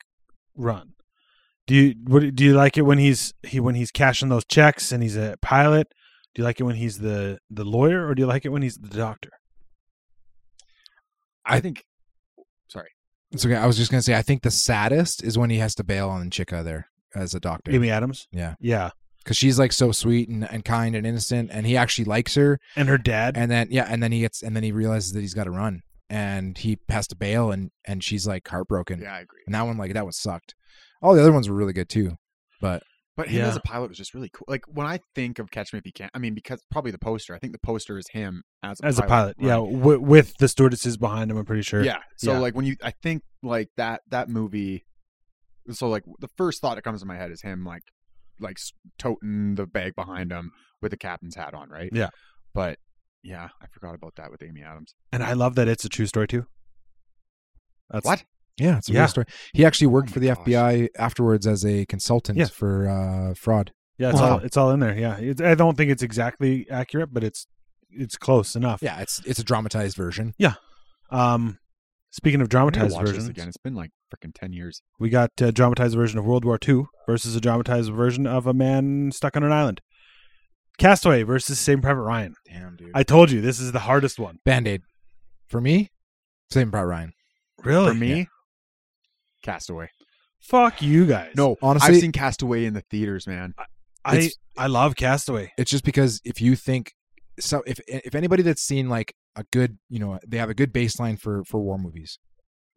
Speaker 4: run? Do you what, do you like it when he's he when he's cashing those checks and he's a pilot? Do you like it when he's the the lawyer or do you like it when he's the doctor?
Speaker 3: I think. Sorry.
Speaker 2: It's okay. I was just gonna say I think the saddest is when he has to bail on Chica there as a doctor.
Speaker 4: Amy Adams.
Speaker 2: Yeah.
Speaker 4: Yeah.
Speaker 2: because she's like so sweet and, and kind and innocent, and he actually likes her
Speaker 4: and her dad.
Speaker 2: And then yeah, and then he gets and then he realizes that he's got to run and he has to bail, and and she's like heartbroken.
Speaker 3: Yeah, I agree.
Speaker 2: And that one like that one sucked. All the other ones were really good too, but
Speaker 3: But him as a pilot was just really cool. Like when I think of Catch Me If You Can, I mean, because probably the poster. I think the poster is him as a
Speaker 4: as
Speaker 3: pilot,
Speaker 4: a pilot. Yeah,
Speaker 3: right?
Speaker 4: w- with the stewardesses behind him. I'm pretty sure.
Speaker 3: Yeah. So like when you, I think like that that movie. So like the first thought that comes to my head is him like like s- toting the bag behind him with the captain's hat on, right?
Speaker 4: Yeah.
Speaker 3: But yeah, I forgot about that with Amy Adams.
Speaker 4: and I love that it's a true story too. That's
Speaker 3: What?
Speaker 2: Yeah, it's a
Speaker 4: Yeah.
Speaker 2: real story. He actually worked for the FBI afterwards as a consultant
Speaker 4: Yeah.
Speaker 2: for uh, fraud.
Speaker 4: Yeah, it's
Speaker 2: Wow.
Speaker 4: all it's all in there. Yeah, it, I don't think it's exactly accurate, but it's it's close enough.
Speaker 2: Yeah, it's it's a dramatized version.
Speaker 4: Yeah. Um, speaking of
Speaker 3: I need to
Speaker 4: dramatized
Speaker 3: watch this
Speaker 4: versions,
Speaker 3: again. It's been like freaking ten years.
Speaker 4: we got a dramatized version of World War II versus a dramatized version of a man stuck on an island. Castaway versus Same Private Ryan.
Speaker 2: Damn, dude.
Speaker 4: I told you this is the hardest one.
Speaker 2: Band Aid. For me, same Private Ryan.
Speaker 4: Really?
Speaker 3: For me, Castaway.
Speaker 4: Fuck you guys.
Speaker 3: No,
Speaker 2: Honestly-
Speaker 3: I've seen Castaway in the theaters, man.
Speaker 4: I
Speaker 2: It's-
Speaker 4: I love Castaway.
Speaker 2: It's just because if you think so, if if anybody that's seen like a good, you know, they have a good baseline for for war movies,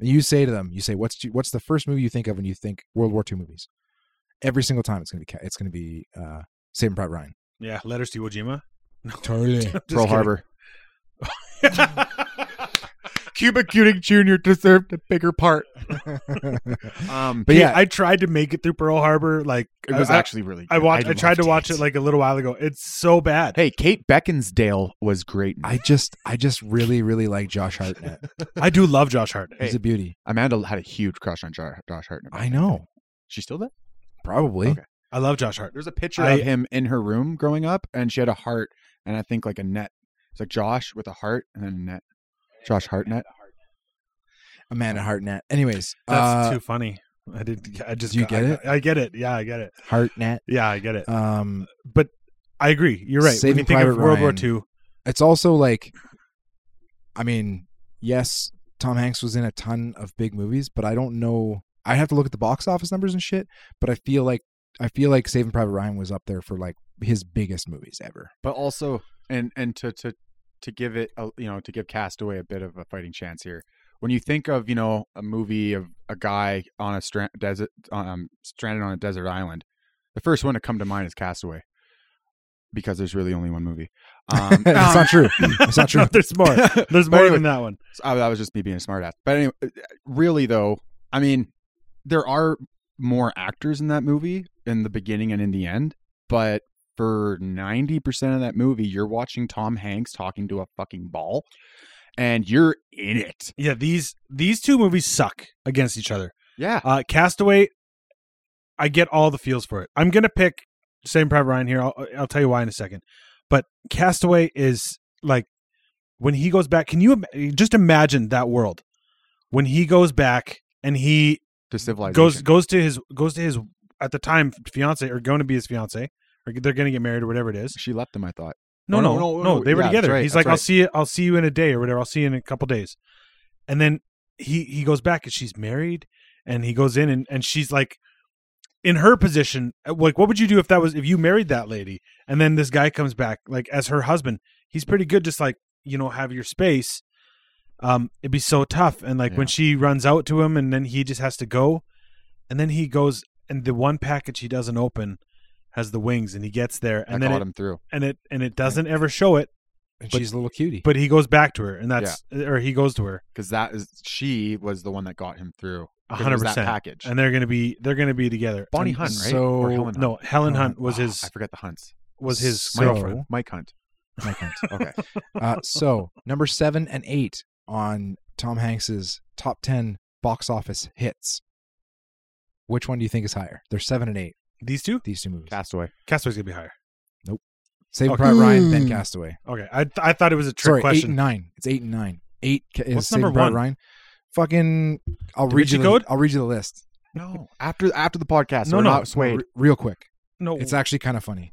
Speaker 2: and you say to them, you say, "What's what's the first movie you think of when you think World War II movies?" Every single time, it's gonna be Ca- it's gonna be uh, Saving Private Ryan.
Speaker 4: Yeah, Letters to Iwo Jima.
Speaker 2: Totally.
Speaker 4: Just
Speaker 3: Pearl
Speaker 4: kidding.
Speaker 3: Harbor. Cuba Gooding Jr. deserved a bigger part. Um,
Speaker 2: But
Speaker 4: Okay,
Speaker 2: yeah.
Speaker 4: I tried to make it through Pearl Harbor. Like
Speaker 3: it was
Speaker 4: I,
Speaker 3: actually really. Good.
Speaker 4: I watched. I, tried to
Speaker 3: loved
Speaker 4: watch it like a little while ago. It's so bad.
Speaker 3: Hey, Kate Beckinsdale was great. in it.
Speaker 2: I just I just really really like Josh Hartnett.
Speaker 4: I do love Josh Hartnett.
Speaker 2: He's a beauty.
Speaker 3: Amanda had a huge crush on Jar- Josh Hartnett.
Speaker 2: I know.
Speaker 3: She still did.
Speaker 2: Probably.
Speaker 3: Okay.
Speaker 4: I love Josh Hartnett.
Speaker 3: There's a picture
Speaker 4: I-
Speaker 3: of him in her room growing up, and she had a heart, and I think like a net. It's like Josh with a heart and then a net. Josh Hartnett.
Speaker 2: Amanda Hartnett. Anyways,
Speaker 4: That's
Speaker 2: uh,
Speaker 4: too funny. I did. I just.
Speaker 2: Do you
Speaker 4: got-
Speaker 2: get
Speaker 4: I,
Speaker 2: it?
Speaker 4: I get it. Yeah, I get it.
Speaker 2: Hartnett.
Speaker 4: Yeah, I get it.
Speaker 2: Um,
Speaker 4: But I agree. You're right.
Speaker 2: Saving
Speaker 4: when you think of
Speaker 2: Private
Speaker 4: World War
Speaker 2: Ryan.
Speaker 4: II,
Speaker 2: it's also like, I mean, yes, Tom Hanks was in a ton of big movies, but I don't know. I have to look at the box office numbers and shit. But I feel like I feel like Saving Private Ryan was up there for like his biggest movies ever.
Speaker 3: But also, and and to to to give it, a, you know, to give Castaway a bit of a fighting chance here. When you think of you know a movie of a guy on a stra- desert, um, stranded on a desert island, the first one to come to mind is Castaway, because there's really only one movie. Um,
Speaker 2: it's not true. It's not true.
Speaker 4: there's more. There's
Speaker 3: But
Speaker 4: more
Speaker 3: anyway,
Speaker 4: than that one.
Speaker 3: So, I, that was just me being a smartass. But anyway, uh, really though, I mean, there are more actors in that movie in the beginning and in the end, but for 90% of that movie, you're watching Tom Hanks talking to a fucking ball and you're in it.
Speaker 4: Yeah, these these two movies suck against each other.
Speaker 3: Yeah.
Speaker 4: Uh, Castaway. I get all the feels for it. I'm gonna pick Same Private Ryan here. I'll, I'll tell you why in a second. But Castaway is like when he goes back. Can you im- just imagine that world when he goes back and he
Speaker 3: To civilization.
Speaker 4: goes goes to his goes to his at the time fiance or going to be his fiance or they're going to get married or whatever it is.
Speaker 3: she left him, I thought.
Speaker 4: No,
Speaker 3: Oh,
Speaker 4: no,
Speaker 3: no,
Speaker 4: no,
Speaker 3: no, no,
Speaker 4: they were
Speaker 3: yeah, that's
Speaker 4: together.
Speaker 3: right,
Speaker 4: He's
Speaker 3: that's
Speaker 4: like, I'll
Speaker 3: right.
Speaker 4: see you, I'll see you in a day or whatever. I'll see you in a couple days, and then he he goes back and she's married, and he goes in and and she's like, in her position, uh, like, what would you do if that was if you married that lady, and then this guy comes back like as her husband? He's pretty good, just like you know, have your space. Um, it'd be so tough, and like when she runs out to him, and then he just has to go, and then he goes, and the one package he doesn't open has the wings, and he gets there,
Speaker 3: I
Speaker 4: and then
Speaker 3: caught
Speaker 4: it,
Speaker 3: him through.
Speaker 4: and it and it doesn't ever show it
Speaker 2: And
Speaker 4: But-
Speaker 2: she's a little cutie.
Speaker 4: but he goes back to her and that's or he goes to her
Speaker 3: Because that is, she was the one that got him through. 'Cause it was
Speaker 4: 100%
Speaker 3: That package.
Speaker 4: and they're gonna be they're gonna be together
Speaker 3: Bonnie
Speaker 4: And
Speaker 3: Hunt, right?
Speaker 2: so-
Speaker 3: Or Helen Hunt?
Speaker 4: no helen hunt was
Speaker 3: Ah,
Speaker 4: his
Speaker 3: I forget the Hunts.
Speaker 4: was his
Speaker 2: So-
Speaker 4: girlfriend
Speaker 3: Mike Hunt.
Speaker 2: My cunt.
Speaker 3: Okay.
Speaker 2: Uh, so number seven and eight on Tom Hanks's top ten box office hits. Which one do you think is higher? They're seven and eight.
Speaker 4: these two
Speaker 2: These two movies.
Speaker 3: Castaway.
Speaker 4: castaway's gonna be higher
Speaker 2: Saving
Speaker 4: Okay.
Speaker 2: Private Ryan, then
Speaker 4: Mm.
Speaker 2: Castaway.
Speaker 4: okay i, th- I thought it was a trick
Speaker 2: Sorry, eight
Speaker 4: question
Speaker 2: and nine. It's eight and nine. Eight ca- is
Speaker 4: What's
Speaker 2: Saving
Speaker 4: number
Speaker 2: Private
Speaker 4: one?
Speaker 2: Ryan. Fucking, I'll read
Speaker 4: Vinci
Speaker 2: you. The,
Speaker 4: Code? Oh,
Speaker 2: I'll read you the list.
Speaker 3: No. Oh, After after the podcast.
Speaker 4: No,
Speaker 3: we're
Speaker 4: no.
Speaker 3: Not swayed.
Speaker 2: Re- real quick.
Speaker 4: no
Speaker 2: It's actually kind of funny.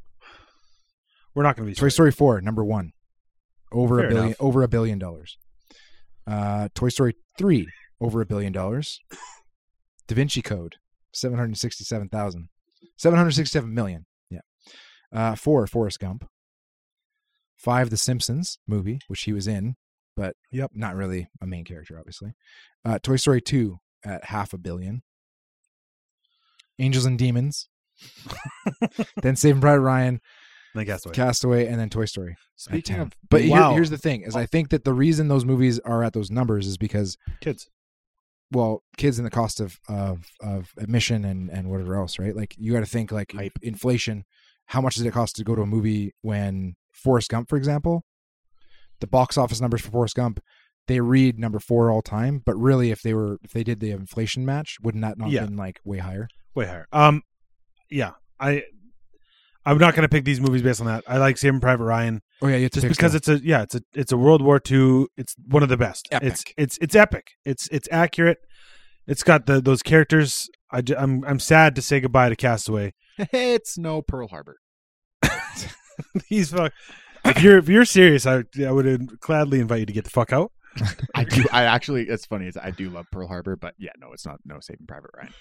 Speaker 4: we're not gonna be
Speaker 2: Toy Story four, number one, over
Speaker 4: Fair
Speaker 2: a billion,
Speaker 4: enough.
Speaker 2: over a billion dollars. Uh, Toy Story three, over a billion dollars. Da Vinci Code, seven hundred sixty-seven thousand, seven hundred sixty-seven million. Yeah. Uh, four, Forrest Gump. Five, The Simpsons movie, which he was in, but yep, not really a main character, obviously. Uh, Toy Story two at half a billion. Angels and Demons. then Saving Private Ryan.
Speaker 4: Then Castaway.
Speaker 2: Castaway, and then Toy Story. at
Speaker 4: Speaking
Speaker 2: 10.
Speaker 4: of-
Speaker 2: but here-
Speaker 4: Wow.
Speaker 2: here's the thing: is I think that the reason those movies are at those numbers is because
Speaker 4: Kids.
Speaker 2: well, kids and the cost of of of admission and and whatever else, right? Like you got to think like inflation. How much does it cost to go to a movie when Forrest Gump, for example, the box office numbers for Forrest Gump, they read number four all time, but really, if they were if they did the inflation match, wouldn't that not
Speaker 4: Yeah.
Speaker 2: have been like way higher?
Speaker 4: way higher. Um, yeah, I, I'm not gonna pick these movies based on that. I like Saving Private Ryan.
Speaker 2: Oh, yeah, you have to
Speaker 4: just
Speaker 2: pick
Speaker 4: because it's a yeah, it's a it's a World War II. It's one of the best. It's it's it's epic. It's it's accurate. It's got the those characters. I ju- I'm I'm sad to say goodbye to Castaway.
Speaker 3: it's no Pearl Harbor.
Speaker 4: He's fuck. If you're if you're serious, I I would gladly invite you to get the fuck out.
Speaker 3: I do. I actually, it's funny. Is I do love Pearl Harbor, but yeah, no, it's not. No Saving Private Ryan.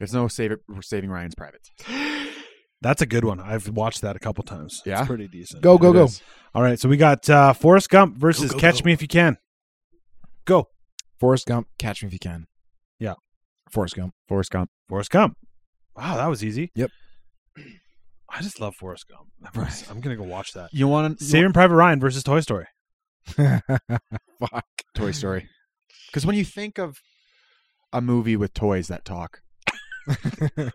Speaker 3: It's no save it, Saving Ryan's Privates.
Speaker 4: That's a good one. I've watched that a couple times.
Speaker 3: Yeah?
Speaker 4: it's pretty decent.
Speaker 3: Go, go,
Speaker 4: It
Speaker 3: go.
Speaker 4: is. All right, so we got uh, Forrest Gump versus
Speaker 2: go,
Speaker 4: Catch
Speaker 2: go.
Speaker 4: Me If You Can. Go.
Speaker 2: Forrest Gump, Catch Me If You Can.
Speaker 4: Yeah.
Speaker 2: Forrest Gump.
Speaker 3: Forrest Gump.
Speaker 4: Forrest Gump. Wow, that was easy.
Speaker 2: Yep.
Speaker 4: I just love Forrest Gump. That was- I'm gonna go watch that.
Speaker 3: You want
Speaker 4: Saving Private Ryan versus Toy Story?
Speaker 2: Fuck.
Speaker 3: Toy Story. Because when you think of a movie with toys that talk,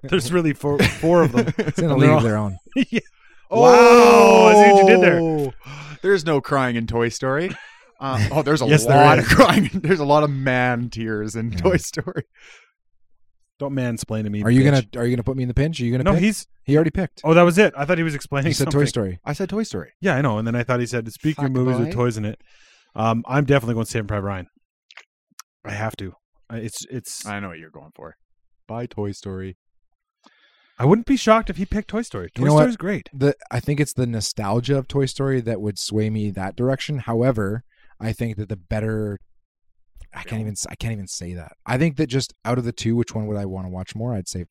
Speaker 4: There's really four four of them.
Speaker 2: It's in a
Speaker 4: And
Speaker 2: league
Speaker 4: they're all-
Speaker 2: of their own.
Speaker 4: yeah. Wow, I see what you did
Speaker 3: Oh.
Speaker 4: there.
Speaker 3: there. Oh! There's no crying in Toy Story. Uh, oh, there's a
Speaker 4: Yes, there
Speaker 3: lot of
Speaker 4: is.
Speaker 3: crying. There's a lot of man tears in Toy Story.
Speaker 4: Don't mansplain to me.
Speaker 2: Are you
Speaker 4: bitch.
Speaker 2: gonna Are you gonna put me in the pinch? Are you gonna?
Speaker 4: No,
Speaker 2: pick?
Speaker 4: he's-
Speaker 2: he already picked.
Speaker 4: Oh, that was it. I thought he was explaining.
Speaker 2: He said Toy
Speaker 4: something.
Speaker 2: Story.
Speaker 3: I said Toy Story.
Speaker 4: Yeah, I know. And then I thought he said, speaking of movies with
Speaker 3: Fuckboy.
Speaker 4: toys in it, um, I'm definitely going to Saving Private Ryan. I have to. I- It's it's.
Speaker 3: I know what you're going for. By Toy Story.
Speaker 4: I wouldn't be shocked if he picked Toy Story. Toy
Speaker 2: You know what?
Speaker 4: Story's great.
Speaker 2: The I think it's the nostalgia of Toy Story that would sway me that direction. However, I think that the better I can't even s- I can't even say that. I think that just out of the two, which one would I want to watch more? I'd say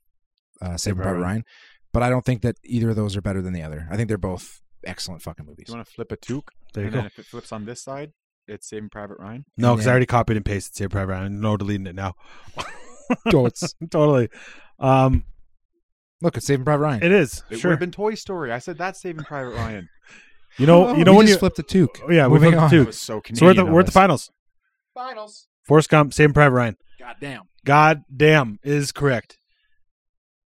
Speaker 2: uh, Saving
Speaker 4: Private
Speaker 2: Private
Speaker 4: Ryan.
Speaker 2: Ryan, but I don't think that either of those are better than the other. I think they're both excellent fucking movies.
Speaker 3: You want to flip a toque?
Speaker 4: There you
Speaker 3: and
Speaker 4: go.
Speaker 3: then if it flips on this side, it's Saving Private Ryan.
Speaker 4: No, because
Speaker 2: Yeah.
Speaker 4: I already copied and pasted Saving Private Ryan. No deleting it now.
Speaker 2: Totes.
Speaker 4: totally. Um,
Speaker 2: Look, it's Saving Private Ryan.
Speaker 4: it is
Speaker 3: It would
Speaker 4: sure.
Speaker 3: have been Toy Story. I said that's Saving Private Ryan.
Speaker 4: you know. You know
Speaker 2: we
Speaker 4: when
Speaker 2: just
Speaker 4: you
Speaker 2: flipped a toque.
Speaker 4: Oh, yeah, we
Speaker 2: moving
Speaker 4: flipped
Speaker 2: on.
Speaker 4: a toque.
Speaker 3: That was so
Speaker 4: So we're at the,
Speaker 3: Canadian.
Speaker 4: we're at the finals.
Speaker 10: Finals.
Speaker 4: Forrest Gump, Saving Private Ryan.
Speaker 10: Goddamn.
Speaker 4: God damn is correct.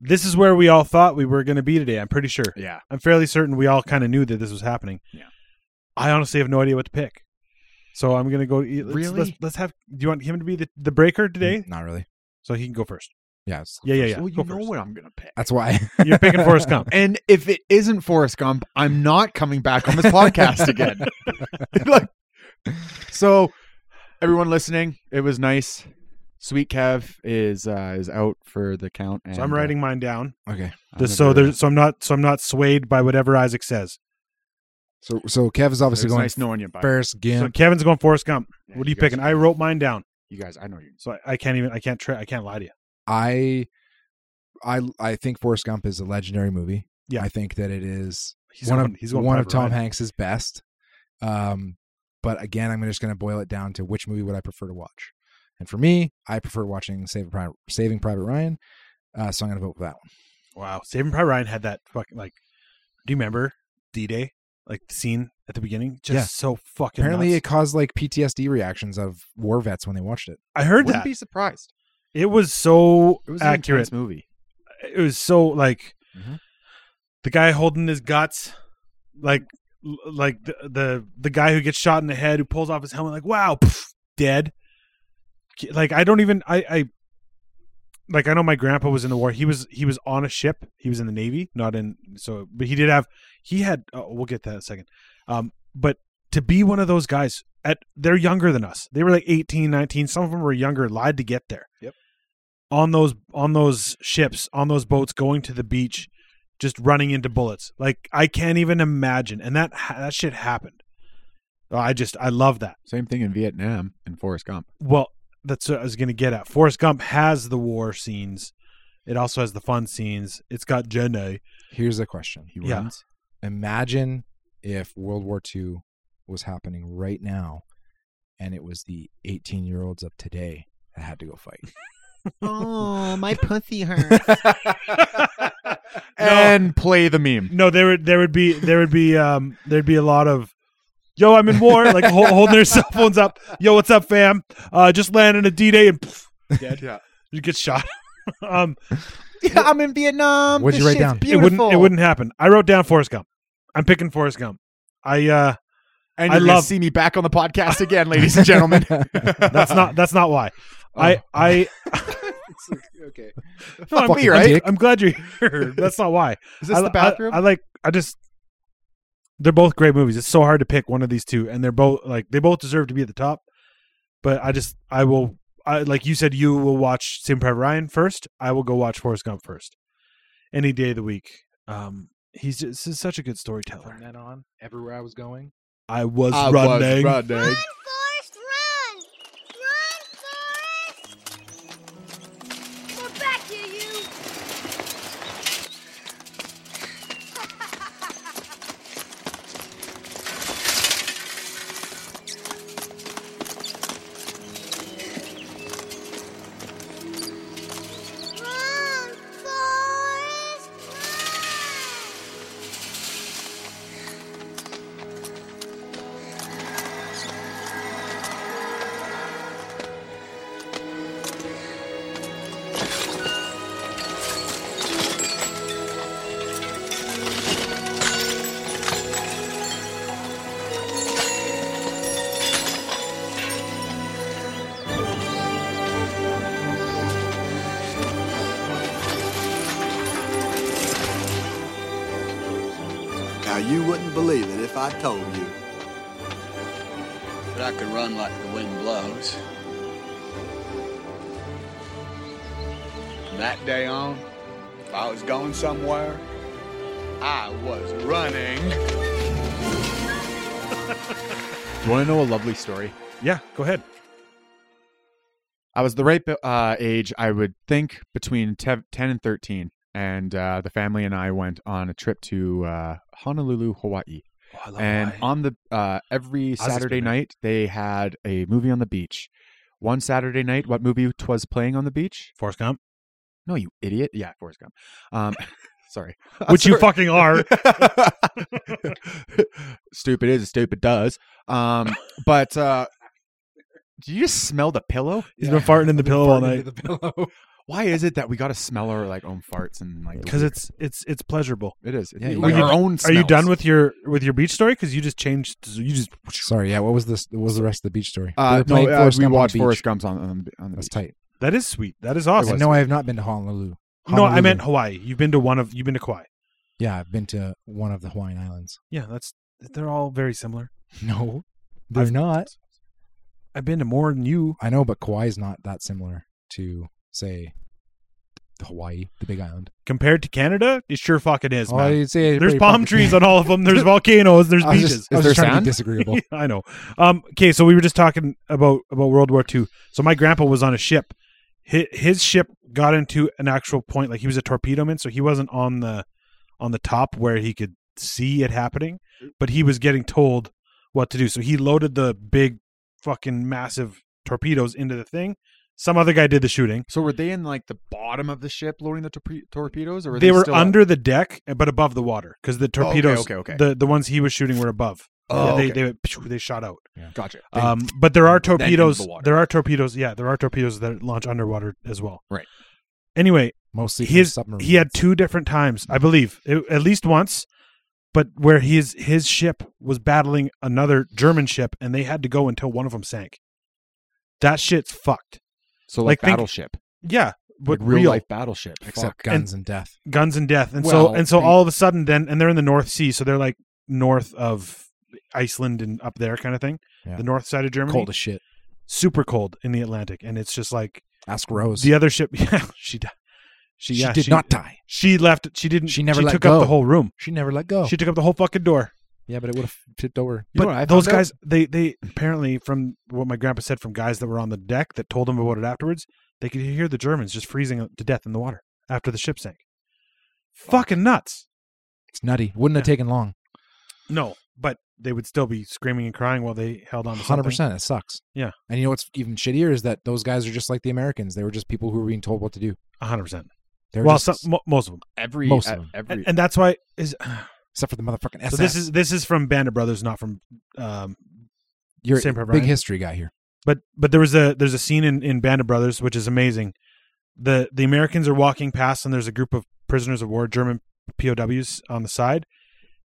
Speaker 4: This is where we all thought we were going to be today. I'm pretty sure.
Speaker 3: yeah.
Speaker 4: I'm fairly certain we all kind of knew that this was happening.
Speaker 3: Yeah.
Speaker 4: I honestly have no idea what to pick. So I'm going to go. e, Let's,
Speaker 3: Really? Mm.
Speaker 4: Let's, let's have. Do you want him to be the, the breaker today?
Speaker 2: Not really.
Speaker 4: So he can go first.
Speaker 2: Yeah, it's-
Speaker 4: Yeah, yeah, yeah.
Speaker 3: Well, you
Speaker 4: Go
Speaker 3: know
Speaker 4: first.
Speaker 3: what I'm gonna pick.
Speaker 2: that's why.
Speaker 4: You're picking Forrest Gump.
Speaker 3: And if it isn't Forrest Gump, I'm not coming back on this podcast again. Like, so, everyone listening, it was nice. Sweet Kev is uh, is out for the count. And,
Speaker 4: So I'm
Speaker 3: uh,
Speaker 4: writing mine down.
Speaker 2: okay.
Speaker 3: I'm
Speaker 4: Just so
Speaker 3: gonna-
Speaker 4: there's so I'm not so I'm not swayed by whatever Isaac says.
Speaker 2: So so Kev is obviously
Speaker 3: It was
Speaker 2: going
Speaker 3: nice knowing you, bud.
Speaker 2: first
Speaker 4: So
Speaker 2: game.
Speaker 4: Kevin's going Forrest Gump.
Speaker 3: Yeah,
Speaker 4: what are you
Speaker 3: you guys
Speaker 4: picking?
Speaker 3: are
Speaker 4: I
Speaker 3: good.
Speaker 4: wrote mine down,
Speaker 3: You guys, I know you.
Speaker 4: so I, I can't even I can't try I can't lie to you.
Speaker 2: I I I think Forrest Gump is a legendary movie.
Speaker 4: Yeah.
Speaker 2: I think that it is
Speaker 4: He's
Speaker 2: one
Speaker 4: going-
Speaker 2: of
Speaker 4: he's going
Speaker 2: one of
Speaker 4: Private
Speaker 2: Tom
Speaker 4: Ryan.
Speaker 2: Hanks's best. Um, but again, I'm just going to boil it down to which movie would I prefer to watch. And for me, I prefer watching Saving Private, Saving Private Ryan. Uh, so I'm going to vote for that one.
Speaker 4: Wow, Saving Private Ryan had that fucking like. Do you remember D Day? Like the scene at the beginning, just
Speaker 2: Yeah.
Speaker 4: so fucking.
Speaker 2: Apparently,
Speaker 4: nuts.
Speaker 2: it caused like PTSD reactions of war vets when they watched it.
Speaker 4: I heard
Speaker 3: Wouldn't
Speaker 4: that
Speaker 3: be surprised.
Speaker 4: it was so
Speaker 3: It was an
Speaker 4: accurate.
Speaker 3: intense movie.
Speaker 4: It was so like
Speaker 3: Mhm.
Speaker 4: the guy holding his guts, like l- like the, the the guy who gets shot in the head who pulls off his helmet, like wow, pff, dead. K- Like I don't even I I like I know my grandpa was in the war. He was he was on a ship. He was in the navy, not in so. But he did have he had. Oh, we'll get to that in a second. Um, but to be one of those guys at they're younger than us. They were like 18, 19. Some of them were younger. Lied to get there.
Speaker 3: Yep.
Speaker 4: On those on those ships, on those boats, going to the beach, just running into bullets. Like I can't even imagine. And that ha- that shit happened. Oh, I just I love that.
Speaker 3: Same thing in Vietnam and Forrest Gump.
Speaker 4: Well, that's what I was going to get at. Forrest Gump has the war scenes. It also has the fun scenes. It's got Jenny.
Speaker 2: Here's a question:
Speaker 3: He
Speaker 4: Yeah.
Speaker 3: runs.
Speaker 2: Imagine if World War II was happening right now and it was the 18 year olds of today that had to go fight.
Speaker 13: Oh, my pussy hurts.
Speaker 3: and play the meme.
Speaker 4: No, there would there would be there would be um there'd be a lot of yo, I'm in war, like hol- holding their cell phones up. Yo, what's up, fam? Uh, just landed a D-Day and pff, dead.
Speaker 3: yeah,
Speaker 4: you get shot. um,
Speaker 13: Yeah, I'm in Vietnam.
Speaker 4: What'd
Speaker 13: This
Speaker 4: you write
Speaker 13: shit's
Speaker 4: down? It
Speaker 13: Beautiful.
Speaker 4: wouldn't. It wouldn't happen. I wrote down Forrest Gump. I'm picking Forrest Gump. I. uh
Speaker 3: And
Speaker 4: I
Speaker 3: you're gonna
Speaker 4: love.
Speaker 3: see me back on the podcast again, ladies and gentlemen.
Speaker 4: that's not. That's not why.
Speaker 3: Oh.
Speaker 4: I. I.
Speaker 2: okay.
Speaker 4: No, I'm,
Speaker 3: Fuck me,
Speaker 4: I'm-
Speaker 3: right?
Speaker 4: I'm glad you're here. That's not why.
Speaker 3: Is this
Speaker 4: I-
Speaker 3: the
Speaker 4: I-
Speaker 3: bathroom?
Speaker 4: I, like. I just. They're both great movies. It's so hard to pick one of these two, and they're both like they both deserve to be at the top. But I just I will I like you said you will watch Sim Private Ryan first. I will go watch Forrest Gump first, any day of the week. Um, he's just he's such a good storyteller.
Speaker 2: From then on, everywhere I was going,
Speaker 4: I was
Speaker 3: I was
Speaker 4: running.
Speaker 3: running.
Speaker 6: We're back here, you!
Speaker 5: Now, you wouldn't believe it if I told you. But I could run like the wind blows. From that day on, if I was going somewhere, I was running.
Speaker 3: Do you want to know a lovely story?
Speaker 4: Yeah, go ahead.
Speaker 3: I was the right uh, age, I would think, between te- 10 and 13. And uh, the family and I went on a trip to uh, Honolulu, Hawaii.
Speaker 4: Oh, I love
Speaker 3: and
Speaker 4: Hawaii.
Speaker 3: on the uh, every
Speaker 4: just
Speaker 3: Saturday
Speaker 4: gonna-
Speaker 3: night, they had a movie on the beach. One Saturday night, what movie was playing on the beach?
Speaker 4: Forrest Gump.
Speaker 3: No, you idiot. Yeah, Forrest Gump. Um, sorry.
Speaker 4: Which you
Speaker 3: Sorry.
Speaker 4: fucking are.
Speaker 3: stupid is as stupid does. Um, but uh, do you just smell the pillow?
Speaker 4: He's been farting in the pillow all night
Speaker 3: Why is it that we got to smell our like own farts and like the
Speaker 4: because
Speaker 3: weird-
Speaker 4: it's it's it's pleasurable.
Speaker 3: it is
Speaker 2: Yeah,
Speaker 3: yeah,
Speaker 2: you
Speaker 3: like
Speaker 2: like
Speaker 3: our
Speaker 2: it.
Speaker 3: own.
Speaker 4: Are you
Speaker 3: smells.
Speaker 4: done with your with your beach story? Because you just changed. You just
Speaker 2: Sorry, yeah. What was this? What was the rest of the beach story? They
Speaker 3: Uh,
Speaker 2: were
Speaker 3: no,
Speaker 2: playing
Speaker 3: uh,
Speaker 2: Forrest
Speaker 3: we
Speaker 2: Gump on the
Speaker 3: watched
Speaker 2: beach.
Speaker 3: Forrest Gump on, on, the- on the
Speaker 2: That's
Speaker 3: beach.
Speaker 2: tight.
Speaker 4: that is sweet. That is
Speaker 2: I
Speaker 4: awesome.
Speaker 2: no, I have not been to Honolulu.
Speaker 4: No, I
Speaker 2: Honolulu.
Speaker 4: meant Hawaii. You've been to one of you've been to Kauai.
Speaker 2: Yeah, I've been to one of the Hawaiian Islands.
Speaker 4: Yeah, that's they're all very similar.
Speaker 2: No, they're not.
Speaker 4: I've been to more than you.
Speaker 2: I know, but Kauai's not that similar to say Hawaii, the Big Island.
Speaker 4: Compared to Canada, it sure fucking is,
Speaker 2: Oh,
Speaker 4: man.
Speaker 2: you'd say it's
Speaker 4: There's
Speaker 2: pretty
Speaker 4: palm
Speaker 2: fucking-
Speaker 4: trees on all of them. There's volcanoes. There's
Speaker 2: I was just-
Speaker 4: beaches.
Speaker 2: I was
Speaker 3: Is
Speaker 2: just
Speaker 3: there sand?
Speaker 2: trying to be disagreeable.
Speaker 4: Yeah, I know. Um, okay, so we were just talking about about World War II. So my grandpa was on a ship. His, his ship got into an actual point, like he was a torpedo man, so he wasn't on the on the top where he could see it happening, but he was getting told what to do. So he loaded the big fucking massive torpedoes into the thing. Some other guy did the shooting.
Speaker 3: So were they in like the bottom of the ship loading the torpe- torpedoes, or were
Speaker 4: They were
Speaker 3: still up? Oh,
Speaker 4: under the deck, but above the water because the
Speaker 3: okay,
Speaker 4: torpedoes,
Speaker 3: okay, okay.
Speaker 4: the the ones he was shooting were above.
Speaker 3: Oh,
Speaker 4: they,
Speaker 3: okay.
Speaker 4: they went, they shot out.
Speaker 3: Gotcha.
Speaker 4: Um, but there are
Speaker 3: into the
Speaker 4: torpedoes.
Speaker 3: water.
Speaker 4: there are torpedoes. Yeah, there are torpedoes that launch underwater as well.
Speaker 3: Right.
Speaker 4: Anyway,
Speaker 2: Mostly from
Speaker 4: his
Speaker 2: submarines.
Speaker 4: he had two different times, I believe, it- at least once, but where his his ship was battling another German ship, and they had to go until one of them sank. That shit's fucked.
Speaker 3: so like,
Speaker 4: like, think-
Speaker 3: battleship,
Speaker 4: Yeah,
Speaker 3: like
Speaker 4: but
Speaker 3: real,
Speaker 4: real
Speaker 3: life battleship.
Speaker 2: except
Speaker 3: Fuck.
Speaker 2: guns and, death.
Speaker 4: guns and death, and so
Speaker 3: Well,
Speaker 4: and so
Speaker 3: they-
Speaker 4: all of a sudden, then and they're in the North Sea, so they're like north of Iceland and up there kind of thing,
Speaker 2: Yeah.
Speaker 4: the north side of Germany,
Speaker 2: Cold as shit.
Speaker 4: super cold in the Atlantic, and it's just like
Speaker 2: Ask Rose.
Speaker 4: The other ship, yeah, she di- she,
Speaker 2: she
Speaker 4: yeah,
Speaker 2: did not die.
Speaker 4: She left. She didn't.
Speaker 2: She never
Speaker 4: She
Speaker 2: let
Speaker 4: took
Speaker 2: go. Oh.
Speaker 4: up the whole room.
Speaker 2: She never let go.
Speaker 4: She took up the whole fucking door.
Speaker 2: yeah, but it would have tipped over.
Speaker 3: You know
Speaker 4: but
Speaker 3: what I
Speaker 4: those
Speaker 3: found out?
Speaker 4: guys, they they apparently from what my grandpa said from guys that were on the deck that told him about it afterwards, they could hear the Germans just freezing to death in the water after the ship sank. Fucking nuts.
Speaker 2: It's nutty. Wouldn't have taken long.
Speaker 4: No, but they would still be screaming and crying while they held on. to
Speaker 2: Hundred
Speaker 4: something.
Speaker 2: percent. It sucks.
Speaker 4: Yeah.
Speaker 2: And you know what's even shittier is that those guys are just like the Americans. They were just people who were being told what to do.
Speaker 4: hundred percent.
Speaker 2: They're
Speaker 4: well,
Speaker 2: just-
Speaker 4: some, mo- most of them.
Speaker 3: Every-
Speaker 2: Most of them.
Speaker 4: And- and, that's why is
Speaker 2: except for the motherfucking
Speaker 4: So this
Speaker 2: SS.
Speaker 4: is this is from Bandit Brothers, not from um,
Speaker 2: You're
Speaker 4: Saved by
Speaker 2: a big
Speaker 4: Ryan.
Speaker 2: history guy here.
Speaker 4: But but there was a there's a scene in in Band of Brothers which is amazing. The the Americans are walking past and there's a group of prisoners of war, German POWs on the side,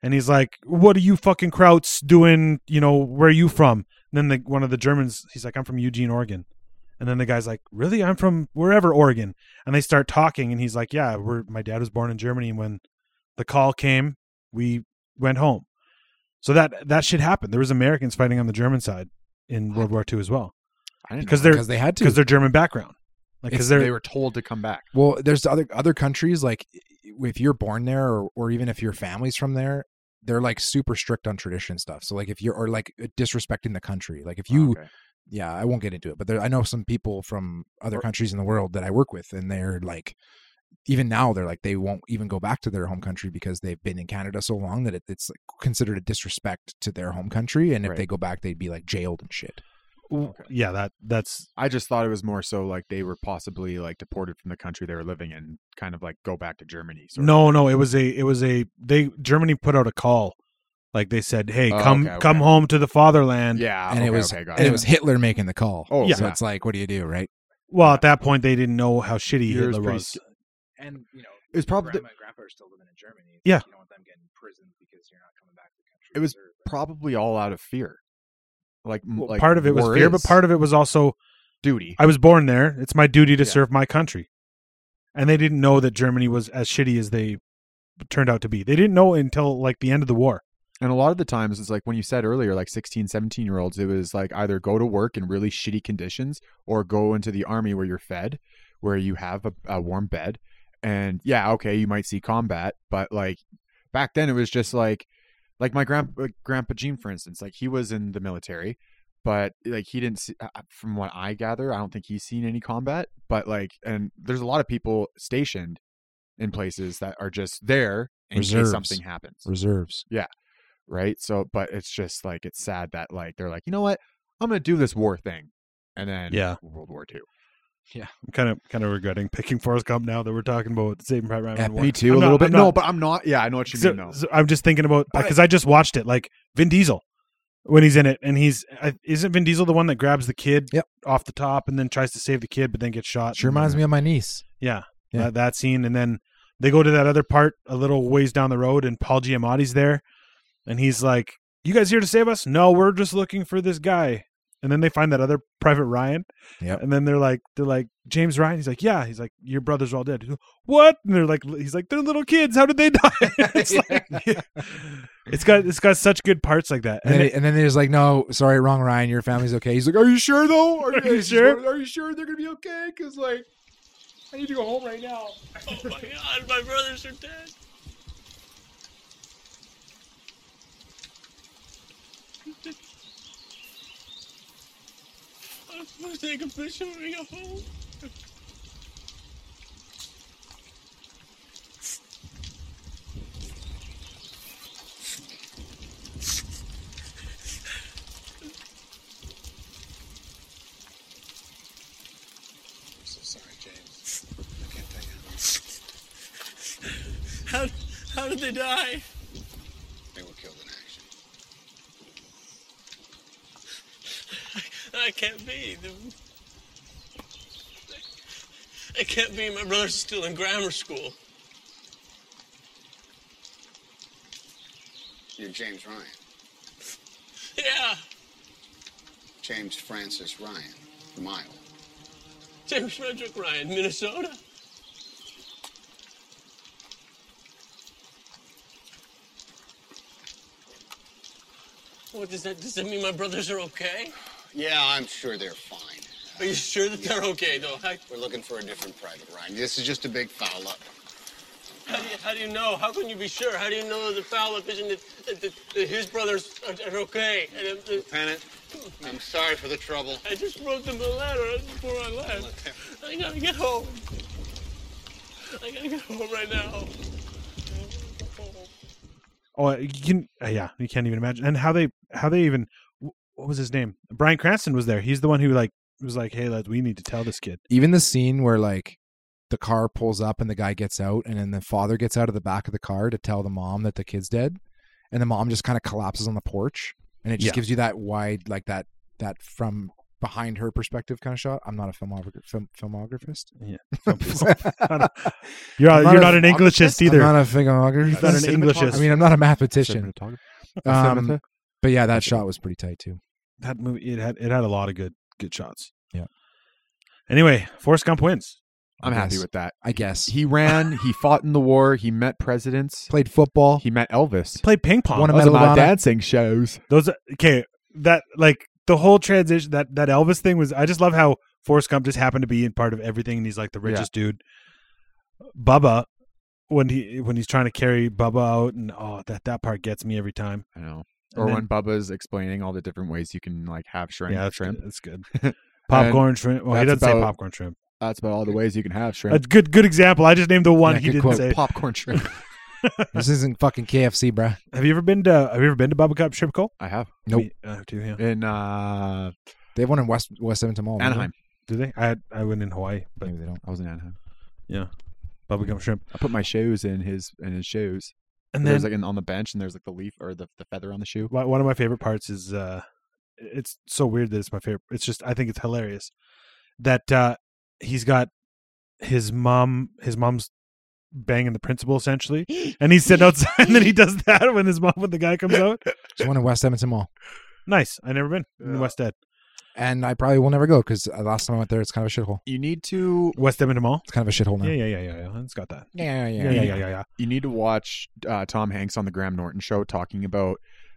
Speaker 4: and he's like, "What are you fucking Krauts doing? You know where are you from?" And then the, one of the Germans, he's like, "I'm from Eugene, Oregon," and then the guy's like, "Really? I'm from wherever Oregon," and they start talking, and he's like, "Yeah, we're, my dad was born in Germany, and when the call came, we went home." So that that shit happened. There was Americans fighting on the German side in World War II as well.
Speaker 3: I didn't know
Speaker 4: because
Speaker 3: that.
Speaker 4: they're
Speaker 2: 'Cause they had to.
Speaker 4: because they're German background. Like
Speaker 3: It's-
Speaker 4: because they're
Speaker 3: they were told to come back.
Speaker 2: Well, there's other other countries like if you're born there or, or even if your family's from there, they're like super strict on tradition stuff. So like if you're or like uh, disrespecting the country, like if you, yeah, I won't get into it, but there, I know some people from other countries in the world that I work with, and they're like, even now they're like they won't even go back to their home country because they've been in Canada so long that it, it's like considered a disrespect to their home country, and if
Speaker 3: Right.
Speaker 2: they go back, they'd be like jailed and shit.
Speaker 4: Yeah, that that's.
Speaker 3: I just thought it was more so like they were possibly like deported from the country they were living in, kind of like go back to Germany. sort of.
Speaker 4: no no it was a it was a they Germany put out a call like they said hey
Speaker 3: Oh,
Speaker 4: come
Speaker 3: okay, okay.
Speaker 4: come home to the fatherland
Speaker 2: and it was and it was Hitler making the call.
Speaker 4: Oh,
Speaker 2: so
Speaker 4: yeah.
Speaker 2: it's like, what do you do, right?
Speaker 4: well at that point they didn't know how shitty
Speaker 2: Yours
Speaker 4: Hitler
Speaker 2: pretty
Speaker 4: was
Speaker 2: sk- And you know,
Speaker 3: it was probably
Speaker 2: grandma, grandpa are still living in Germany.
Speaker 4: Yeah.
Speaker 2: you don't want them getting imprisoned because you're not coming back.
Speaker 3: It was probably all out of fear. Like, m- like
Speaker 4: part of it was
Speaker 3: war
Speaker 4: fear
Speaker 3: is.
Speaker 4: but part of it was also
Speaker 3: duty
Speaker 4: I was born there it's my duty to serve my country and they didn't know that Germany was as shitty as they turned out to be they didn't know until like the end of the war
Speaker 3: And a lot of the times it's like when you said earlier, like 16, 17 year olds, it was like either go to work in really shitty conditions or go into the army where you're fed, where you have a, a warm bed. And yeah, okay, you might see combat, but like back then it was just like, like my grandpa, grandpa Gene, for instance, like he was in the military, but like he didn't see, uh, from what I gather, I don't think he's seen any combat, but like, and there's a lot of people stationed in places that are just there in case
Speaker 2: Reserves.
Speaker 3: something happens.
Speaker 2: Reserves.
Speaker 3: Yeah. Right. So, but it's just like it's sad that like they're like, you know what, I'm gonna do this war thing, and then
Speaker 4: Yeah.
Speaker 3: World War Two.
Speaker 2: Yeah,
Speaker 4: I'm kind of kind of regretting picking Forrest Gump now that we're talking about Saving Private Ryan.
Speaker 3: Yeah,
Speaker 4: and War.
Speaker 3: me too,
Speaker 4: I'm
Speaker 3: a
Speaker 4: not-
Speaker 3: little bit.
Speaker 4: I'm
Speaker 3: no,
Speaker 4: not-
Speaker 3: but I'm not. Yeah, I know what you
Speaker 4: So-
Speaker 3: mean. No.
Speaker 4: so I'm just thinking about because I just watched it, like Vin Diesel when he's in it, and he's I, isn't Vin Diesel the one that grabs the kid off the top and then tries to save the kid, but then gets shot.
Speaker 2: She reminds me of my niece.
Speaker 4: Yeah,
Speaker 2: Yeah.
Speaker 4: That, that scene, and then they go to that other part a little ways down the road, and Paul Giamatti's there, and he's like, "You guys here to save us? No, we're just looking for this guy." And then they find that other Private Ryan,
Speaker 2: Yep.
Speaker 4: and then they're like, "They're like James Ryan." He's like, "Yeah." He's like, "Your brothers are all dead." He's like, what? And they're like, "He's like, they're little kids. How did they die?" it's like, it's got it's got such good parts like that.
Speaker 2: And,
Speaker 4: And
Speaker 2: then,
Speaker 4: it-
Speaker 2: and then there's like, no, sorry, wrong, Ryan. Your family's okay. He's like, are you sure though? Are,
Speaker 1: you sure?
Speaker 2: Are you sure they're gonna be okay? Cause like, I need to go home right now.
Speaker 1: Oh my god, my brothers are dead. I'm gonna take a picture when we go home.
Speaker 5: I'm so sorry, James. I can't tell you.
Speaker 1: How, how did they die?
Speaker 5: They were killed in action.
Speaker 1: I can't be. I can't be. My brother's still in grammar school.
Speaker 10: You're James Ryan.
Speaker 1: Yeah,
Speaker 10: James Francis Ryan. Mile.
Speaker 1: James Frederick Ryan, Minnesota. What does that? Does that mean my brothers are okay?
Speaker 10: Yeah, I'm sure they're fine.
Speaker 1: Are you sure that they're okay, though? How,
Speaker 10: We're looking for a different private, Ryan. This is just a big foul up.
Speaker 1: how, do, you, how do you know? How can you be sure? How do you know the foul up isn't that, that, that, that his brothers are, are okay? And, uh, uh,
Speaker 10: Lieutenant, I'm sorry for the trouble.
Speaker 1: I just wrote them a letter before I left. I gotta get home. I gotta get home right now.
Speaker 4: Oh, you can. uh, yeah, you can't even imagine. And how they, how they even. wh- What was his name? Brian Cranston was there. He's the one who like was like, "Hey, lads, we need to tell this kid."
Speaker 2: even the scene where like the car pulls up and the guy gets out and then the father gets out of the back of the car to tell the mom that the kid's dead and the mom just kind of collapses on the porch and it just
Speaker 4: Yeah.
Speaker 2: gives you that wide like that that from behind her perspective kind of shot i'm not a filmographer film, filmographist
Speaker 4: yeah You're not- Uh, you're not an Englishist either.
Speaker 2: i'm not a filmographer
Speaker 4: He's not an Englishist.
Speaker 2: i mean i'm not a mathematician
Speaker 4: A
Speaker 2: um,
Speaker 4: cinematographer?
Speaker 2: but yeah that shot was pretty tight too
Speaker 4: that movie it had it had a lot of good good shots.
Speaker 2: Yeah.
Speaker 4: Anyway, Forrest Gump wins.
Speaker 3: I'm happy with that.
Speaker 2: I guess
Speaker 3: he ran. He fought in the war. He met presidents.
Speaker 2: Played football.
Speaker 3: He met Elvis.
Speaker 4: Played ping pong. Oh,
Speaker 3: One of my dancing shows.
Speaker 4: Those okay. That like the whole transition that that Elvis thing was. I just love how Forrest Gump just happened to be in part of everything, and he's like the richest dude. Bubba, when he when he's trying to carry Bubba out, and oh that that part gets me every time.
Speaker 3: I know.
Speaker 4: And
Speaker 3: or
Speaker 4: then-
Speaker 3: when Bubba's explaining all the different ways you can like have shrimp.
Speaker 4: Yeah, that's
Speaker 3: shrimp.
Speaker 4: good, that's good. Popcorn shrimp- well, he
Speaker 3: that's
Speaker 4: doesn't say popcorn shrimp.
Speaker 3: That's about all the ways you can have shrimp.
Speaker 4: A good good example. I just named the one
Speaker 2: Yeah,
Speaker 4: he
Speaker 2: good
Speaker 4: didn't
Speaker 2: quote.
Speaker 4: say.
Speaker 3: Popcorn shrimp.
Speaker 2: this isn't fucking kfc bruh
Speaker 4: Have you ever been to Have you ever been to Bubba Cup Shrimp Co?
Speaker 3: I have.
Speaker 2: Nope.
Speaker 4: Me- I have too. Yeah.
Speaker 3: In
Speaker 4: Oh,
Speaker 3: uh,
Speaker 2: they have one in west west edmonton mall don't they?
Speaker 3: Anaheim.
Speaker 4: Do they? I I went in Hawaii, but
Speaker 2: maybe they don't
Speaker 3: I was in Anaheim.
Speaker 4: yeah, bubblegum shrimp.
Speaker 3: I put my shoes in his in his shoes.
Speaker 4: And
Speaker 3: there's
Speaker 4: then-
Speaker 3: like an, on the bench, and there's like the leaf or the, the feather on the shoe.
Speaker 4: One one of my favorite parts is uh, it's so weird that it's my favorite. It's just I think it's hilarious that uh, he's got his mom. His mom's banging the principal essentially, and he's sitting outside, and then he does that when his mom when the guy comes out.
Speaker 2: There's one in west edmonton mall
Speaker 4: Nice. I never been in West Ed.
Speaker 2: and I probably will never go because last time I went there, it's kind of a shithole.
Speaker 3: You need to
Speaker 4: West Edmonton Mall.
Speaker 2: It's kind of a shithole now.
Speaker 4: Yeah, yeah, yeah, yeah, yeah. It's got that.
Speaker 2: Yeah, yeah,
Speaker 4: yeah, yeah, yeah, yeah.
Speaker 3: You need to watch uh, Tom Hanks on the Graham Norton show talking about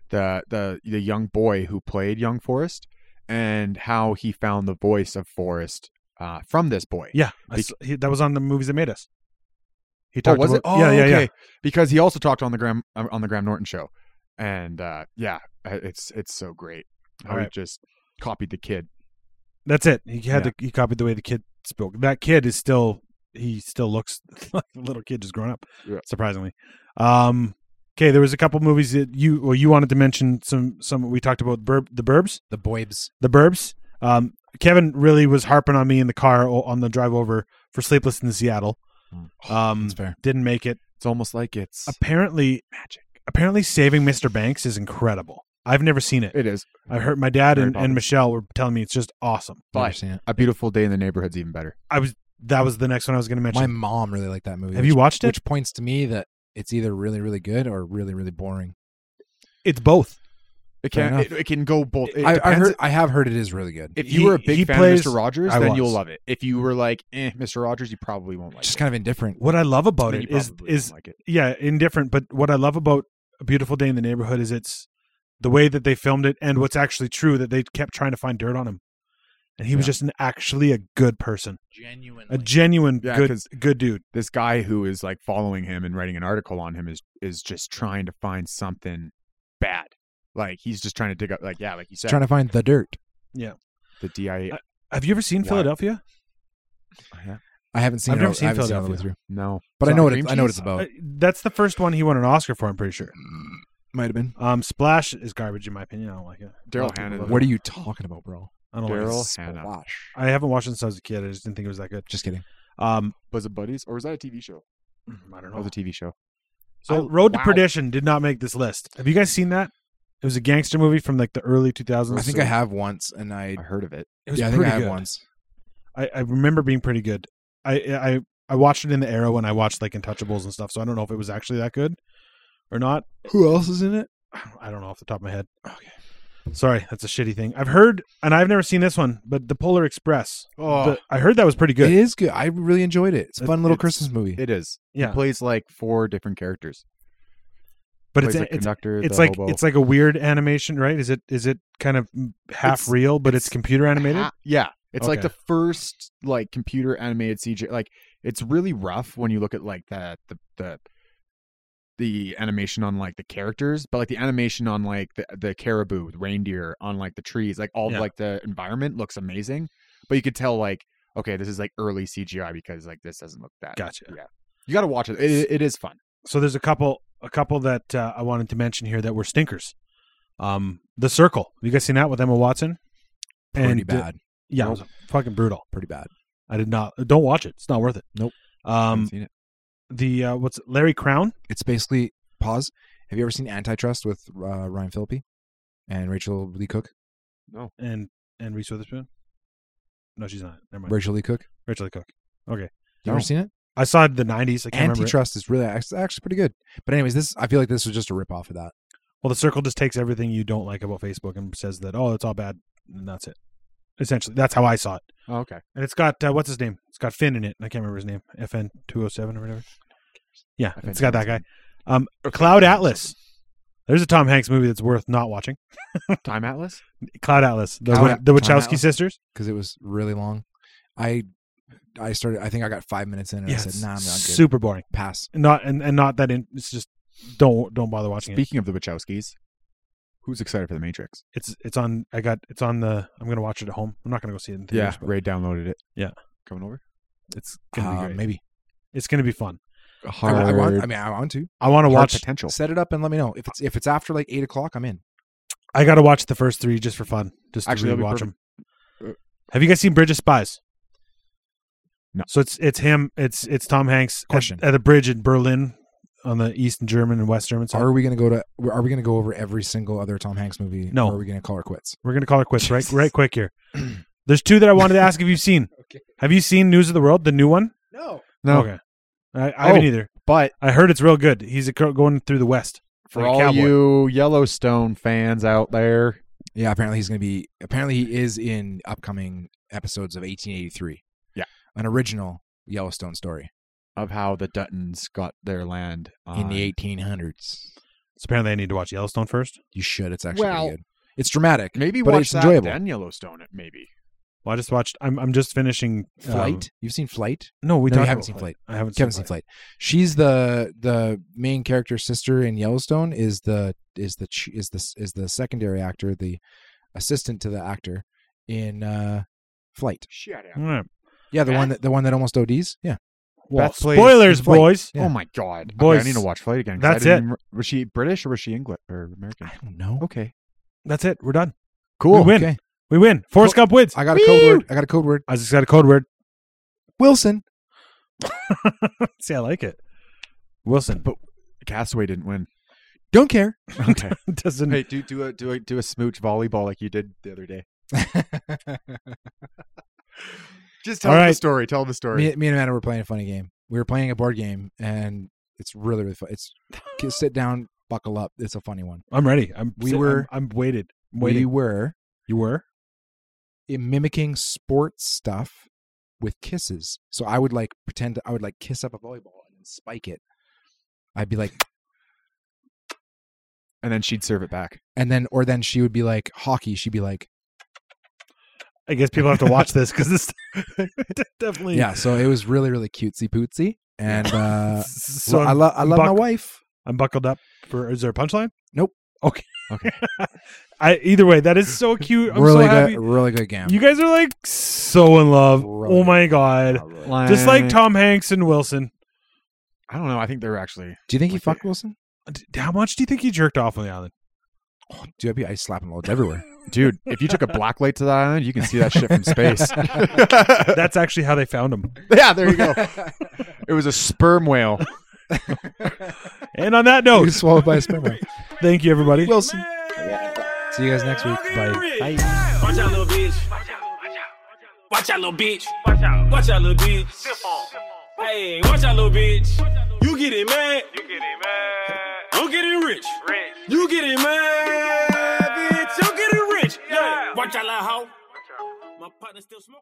Speaker 3: the the the young boy who played young Forrest and how he found the voice of Forrest uh, from this boy.
Speaker 4: Yeah, I s- he- that was on the movies that made us. He
Speaker 3: Oh,
Speaker 4: talked
Speaker 3: was it?
Speaker 4: about- yeah, yeah, yeah.
Speaker 3: Because he also talked on the Graham um, on the Graham Norton show, and uh, yeah, uh, it's it's so great how
Speaker 4: All
Speaker 3: he
Speaker 4: right.
Speaker 3: just copied the kid.
Speaker 4: That's it. He had
Speaker 3: Yeah.
Speaker 4: the, he copied the way the kid spoke. That kid is still he still looks like a little kid just grown up.
Speaker 3: Yeah.
Speaker 4: Surprisingly. Um okay, there was a couple movies that you well you wanted to mention some some we talked about burb the burbs,
Speaker 2: the boybs.
Speaker 4: The burbs. Um Kevin really was harping on me in the car o- on the drive over for Sleepless in Seattle.
Speaker 3: Hmm.
Speaker 4: Um didn't make it.
Speaker 3: It's almost like it's
Speaker 4: apparently magic. Apparently saving Mr. Banks is incredible. I've never seen it.
Speaker 3: It is.
Speaker 4: I heard my dad
Speaker 3: Mary
Speaker 4: and, and
Speaker 3: Poppins.
Speaker 4: Michelle were telling me it's just awesome.
Speaker 3: But a beautiful day in the neighborhood's even better.
Speaker 4: I was that was the next one I was going to mention.
Speaker 2: My mom really liked that movie.
Speaker 4: Have you
Speaker 2: which-
Speaker 4: watched it?
Speaker 2: Which points to me that it's either really, really good or really, really boring.
Speaker 4: It's both.
Speaker 3: It
Speaker 2: Fair
Speaker 3: can
Speaker 2: enough.
Speaker 3: it, it can go both. It
Speaker 2: I, I
Speaker 3: depends-
Speaker 2: heard. I have heard it is really good.
Speaker 3: If you
Speaker 4: He-
Speaker 3: were a big
Speaker 4: he
Speaker 3: fan
Speaker 4: plays-
Speaker 3: of Mr. Rogers,
Speaker 4: I
Speaker 3: then
Speaker 4: was.
Speaker 3: you'll love it. If you were like, eh, Mr. Rogers, you probably won't like
Speaker 2: just
Speaker 3: it.
Speaker 2: kind of indifferent.
Speaker 4: What I love about
Speaker 3: Then
Speaker 4: it
Speaker 3: you
Speaker 4: is
Speaker 3: probably
Speaker 4: is
Speaker 3: won't like it.
Speaker 4: yeah, indifferent. But what I love about A Beautiful Day in the Neighborhood is it's the way that they filmed it and what's actually true that they kept trying to find dirt on him, and he was
Speaker 3: Yeah.
Speaker 4: just an actually a good person,
Speaker 2: genuine,
Speaker 4: a genuine
Speaker 3: Yeah,
Speaker 4: good
Speaker 3: 'cause
Speaker 4: good dude.
Speaker 3: This guy who is like following him and writing an article on him is is just trying to find something bad. Like he's just trying to dig up, like yeah, like you said,
Speaker 2: Trying to find the dirt.
Speaker 4: Yeah.
Speaker 3: the DIA.
Speaker 4: Have you ever seen
Speaker 3: Why?
Speaker 4: Philadelphia?
Speaker 2: I haven't seen.
Speaker 4: I've
Speaker 2: it
Speaker 4: never
Speaker 2: all-
Speaker 4: seen
Speaker 2: I haven't seen it all the way
Speaker 4: Philadelphia.
Speaker 2: through.
Speaker 3: no,
Speaker 2: But I
Speaker 3: It's
Speaker 2: know
Speaker 3: not
Speaker 2: what it's,
Speaker 3: cream
Speaker 2: I know what
Speaker 3: cheese?
Speaker 2: it's about.
Speaker 4: Uh, that's the first one he won an Oscar for. I'm pretty sure.
Speaker 2: Might have been.
Speaker 4: Um, Splash is garbage in my opinion. I don't like it.
Speaker 3: Daryl
Speaker 4: A lot of people
Speaker 3: Hannah,
Speaker 4: love
Speaker 2: What
Speaker 4: it.
Speaker 2: are you talking about, bro?
Speaker 4: I don't like it.
Speaker 3: Daryl Hannah.
Speaker 2: Splash.
Speaker 4: I haven't watched it since I was a kid. I just didn't think it was that good.
Speaker 2: Just kidding.
Speaker 4: Um,
Speaker 3: Was it Buddies or was that a TV show?
Speaker 4: I don't
Speaker 3: That was
Speaker 4: know.
Speaker 3: a TV show.
Speaker 4: So
Speaker 3: I-
Speaker 4: Road to
Speaker 3: wow.
Speaker 4: Perdition did not make this list. Have you guys seen that? It was a gangster movie from like the early 2000s.
Speaker 2: I think I have once, and I.
Speaker 3: I heard of it.
Speaker 4: It was
Speaker 2: yeah, I think
Speaker 4: pretty
Speaker 2: I have
Speaker 4: good.
Speaker 2: once.
Speaker 4: I, I remember being pretty good. I, I I watched it in the era when I watched like Untouchables and stuff, so I don't know if it was actually that good or not.
Speaker 2: Who else is in it?
Speaker 4: I don't know off the top of my head. Okay. Sorry, that's a shitty thing. I've heard, and I've never seen this one, but The Polar Express.
Speaker 3: Oh.
Speaker 4: The- I heard that was pretty good.
Speaker 2: It is good. I really enjoyed it. It's a
Speaker 4: It-
Speaker 2: fun little
Speaker 4: it's-
Speaker 2: Christmas movie.
Speaker 3: It is.
Speaker 4: Yeah.
Speaker 3: He plays like four different characters.
Speaker 4: but it's
Speaker 3: plays the
Speaker 4: it's,
Speaker 3: conductor,
Speaker 4: it's
Speaker 3: the
Speaker 4: like
Speaker 3: hobo.
Speaker 4: it's like a weird animation, right? Is it is it kind of half
Speaker 3: It's-
Speaker 4: real, but it's, computer animated?
Speaker 3: Ah, yeah. It's like
Speaker 4: Okay.
Speaker 3: the first like computer animated CG. Like it's really rough when you look at like the the the the animation on like the characters, but like the animation on like the, the caribou, the reindeer, on like the trees, like all of,
Speaker 4: Yeah.
Speaker 3: like the environment looks amazing. But you could tell like, okay, this is like early CGI because like this doesn't look that.
Speaker 4: Gotcha.
Speaker 3: Yeah. You gotta watch it. It, it is fun.
Speaker 4: so there's a couple a couple that uh, I wanted to mention here that were stinkers. Um, the Circle. You guys seen that with Emma Watson?
Speaker 2: Pretty
Speaker 4: uh,
Speaker 2: bad.
Speaker 4: yeah, it
Speaker 2: Nope.
Speaker 4: was fucking brutal.
Speaker 2: Pretty bad.
Speaker 4: I did not. Don't watch it. It's not worth it.
Speaker 2: Nope.
Speaker 4: Um,
Speaker 2: seen it.
Speaker 4: The uh, what's Larry Crown?
Speaker 2: It's basically pause. Have you ever seen Antitrust with uh, Ryan Phillippe and Rachel Lee Cook?
Speaker 3: No.
Speaker 4: And and Reese Witherspoon. No, she's not. Never mind.
Speaker 2: Rachel Lee Cook.
Speaker 4: Rachel Lee Cook. Okay.
Speaker 2: You ever seen it?
Speaker 4: I saw it in the nineties. I can't remember. it.
Speaker 2: Antitrust is really it's actually pretty good. But anyways, this I feel like this was just a rip off of that.
Speaker 4: Well, the circle just takes everything you don't like about Facebook and says that oh, it's all bad, and that's it. Essentially, that's how I saw it.
Speaker 3: Oh, okay.
Speaker 4: And it's got uh, what's his name? It's got Finn in it. and I can't remember his name. FN two hundred seven or whatever. Yeah,
Speaker 3: FN
Speaker 4: it's got that guy.
Speaker 2: oh
Speaker 4: Um, Cloud Atlas. There's a Tom Hanks movie that's worth not watching.
Speaker 3: Time Atlas?
Speaker 4: Cloud Atlas. The,
Speaker 2: Cloud
Speaker 4: Wa-
Speaker 2: At-
Speaker 4: the
Speaker 2: Time
Speaker 4: Wachowski
Speaker 2: Atlas.
Speaker 4: sisters.
Speaker 2: because it was really long. I I started. I think I got five minutes in, and
Speaker 4: Yeah,
Speaker 2: I said,
Speaker 4: it's
Speaker 2: "Nah, I'm not good."
Speaker 4: super boring.
Speaker 2: Pass.
Speaker 4: Not and, and not that in, it's just don't don't bother watching it.
Speaker 3: Speaking of the Wachowskis, who's excited for The Matrix?
Speaker 4: It's it's on. I got it's on the. I'm gonna watch it at home. I'm not gonna go see it in
Speaker 3: Yeah,
Speaker 4: theaters. but
Speaker 3: Ray downloaded it.
Speaker 4: Yeah.
Speaker 3: Coming over?
Speaker 4: it's gonna be
Speaker 2: Uh,
Speaker 4: great.
Speaker 2: maybe.
Speaker 4: It's gonna be fun.
Speaker 2: I, I want.
Speaker 3: Hard-
Speaker 2: I mean, I want to
Speaker 4: I want to
Speaker 3: hard
Speaker 4: watch.
Speaker 3: potential.
Speaker 2: set it up and let me know if it's if it's after like eight o'clock. I'm in.
Speaker 4: I gotta watch the first three just for fun, just
Speaker 3: Actually, that'd
Speaker 4: to really
Speaker 3: be
Speaker 4: watch
Speaker 3: perfect. Uh,
Speaker 4: them. Have you guys seen Bridge of Spies?
Speaker 3: No.
Speaker 4: So it's it's him. It's it's Tom Hanks. at-
Speaker 2: Question.
Speaker 4: at, a bridge in Berlin on the East German and West German side.
Speaker 2: Are we gonna go to? Are we gonna go over every single other Tom Hanks movie?
Speaker 4: No.
Speaker 2: Or are we gonna call it quits?
Speaker 4: We're gonna call it quits right right quick here. There's two that I wanted to ask if you've seen. Have you seen News of the World, the new one?
Speaker 2: No.
Speaker 3: No.
Speaker 4: Okay. I, I haven't
Speaker 3: Oh.
Speaker 4: either.
Speaker 3: But
Speaker 4: I heard it's real good. He's a, co- going through the West.
Speaker 3: for
Speaker 4: Like a
Speaker 3: all
Speaker 4: cowboy.
Speaker 3: you Yellowstone fans out there,
Speaker 2: Yeah. Apparently he's gonna be. Apparently he is in upcoming episodes of 1883.
Speaker 3: Yeah.
Speaker 2: An original Yellowstone story
Speaker 3: of how the Duttons got their land uh,
Speaker 2: in
Speaker 3: on-
Speaker 2: the 1800s.
Speaker 4: So apparently I need to watch Yellowstone first.
Speaker 2: You should. It's actually
Speaker 3: Well-
Speaker 2: pretty good. It's dramatic.
Speaker 3: Maybe
Speaker 2: but
Speaker 3: watch
Speaker 2: it's
Speaker 3: that
Speaker 2: enjoyable.
Speaker 3: then Yellowstone. It maybe.
Speaker 4: Well, I just watched. I'm I'm just finishing um,
Speaker 2: Flight. You've seen Flight?
Speaker 4: no, we
Speaker 2: No, you
Speaker 4: talked
Speaker 2: haven't
Speaker 4: about
Speaker 2: seen
Speaker 4: I haven't
Speaker 2: Kevin
Speaker 4: seen
Speaker 2: Flight. She's the the main character sister in Yellowstone. Is the is the ch- is the is the secondary actor, the assistant to the actor in uh, Flight.
Speaker 3: Shut
Speaker 4: All right.
Speaker 2: Yeah, the one that the one that almost ODs. Yeah,
Speaker 4: Well,
Speaker 3: Beth plays-
Speaker 4: spoilers,
Speaker 2: Flight.
Speaker 4: boys.
Speaker 2: Yeah.
Speaker 3: Oh my god,
Speaker 4: Boys,
Speaker 3: Okay, I need to watch Flight again. 'cause
Speaker 4: that's
Speaker 3: I didn't
Speaker 4: it.
Speaker 3: even- was she British or was she English or American?
Speaker 2: I don't know.
Speaker 3: Okay,
Speaker 4: That's it. We're done.
Speaker 3: cool.
Speaker 4: We win.
Speaker 2: Okay.
Speaker 4: We win. Forrest Gump wins.
Speaker 2: I got a code word. I got a code word.
Speaker 4: I just got a code word.
Speaker 2: Wilson.
Speaker 4: See, I like it. Wilson
Speaker 3: But- Castaway didn't win.
Speaker 2: Don't care.
Speaker 3: Okay.
Speaker 4: doesn't.
Speaker 3: hey, do do a do a do a smooch volleyball like you did the other day. Just tell
Speaker 4: All
Speaker 3: them
Speaker 4: right.
Speaker 3: the story. Tell them the story.
Speaker 2: me, me and Amanda were playing a funny game. We were playing a board game, and it's really really fun. It's sit down, buckle up. It's a funny one.
Speaker 4: I'm ready. I'm.
Speaker 2: We
Speaker 4: I'm-
Speaker 2: were-
Speaker 4: I'm, waited. I'm
Speaker 2: We
Speaker 4: waiting.
Speaker 2: were
Speaker 4: you were.
Speaker 2: in mimicking sports stuff with kisses. So I would like pretend I would like kiss up a volleyball and then spike it. I'd be like,
Speaker 3: and then she'd serve it back.
Speaker 2: and then or then she would be like hockey. She'd be like,
Speaker 4: I guess people have to watch this because this definitely.
Speaker 2: yeah. So it was really really cutesy pootsy, and uh,
Speaker 4: So
Speaker 2: I
Speaker 4: I'm,
Speaker 2: love I love my
Speaker 4: buck-
Speaker 2: wife.
Speaker 4: I'm buckled up for. Is there a punchline?
Speaker 2: Nope.
Speaker 4: Okay.
Speaker 2: Okay.
Speaker 4: I either way, that is so cute. I'm
Speaker 2: really
Speaker 4: so happy.
Speaker 2: good, really good game.
Speaker 4: You guys are like so in love.
Speaker 2: Really
Speaker 4: Oh my
Speaker 2: good.
Speaker 4: god.
Speaker 2: Oh, really.
Speaker 4: Just like Tom Hanks and Wilson.
Speaker 3: I don't know. I think they're actually.
Speaker 2: Do you think he
Speaker 3: Like
Speaker 2: fucked Wilson?
Speaker 4: D- How much do you think he jerked off on the island?
Speaker 2: Oh, dude, I'd be ice slapping loads everywhere.
Speaker 3: Dude, if you took a black light to that island, you can see that shit from space.
Speaker 4: That's actually how they found him.
Speaker 3: yeah, there you go. It was a sperm whale.
Speaker 4: And on that
Speaker 2: He
Speaker 4: note,
Speaker 2: was swallowed by a sperm whale.
Speaker 4: thank you everybody.
Speaker 2: Wilson. See you guys next week.
Speaker 4: Bye.
Speaker 1: Watch out, little bitch. Watch out, little bitch. Watch out, watch out, little bitch. Hey, watch out, little bitch. You getting mad? You getting mad? I'm getting rich. Rich. You getting mad, bitch? I'm getting rich. Yeah. Watch out, little hoe. My partner still smoking.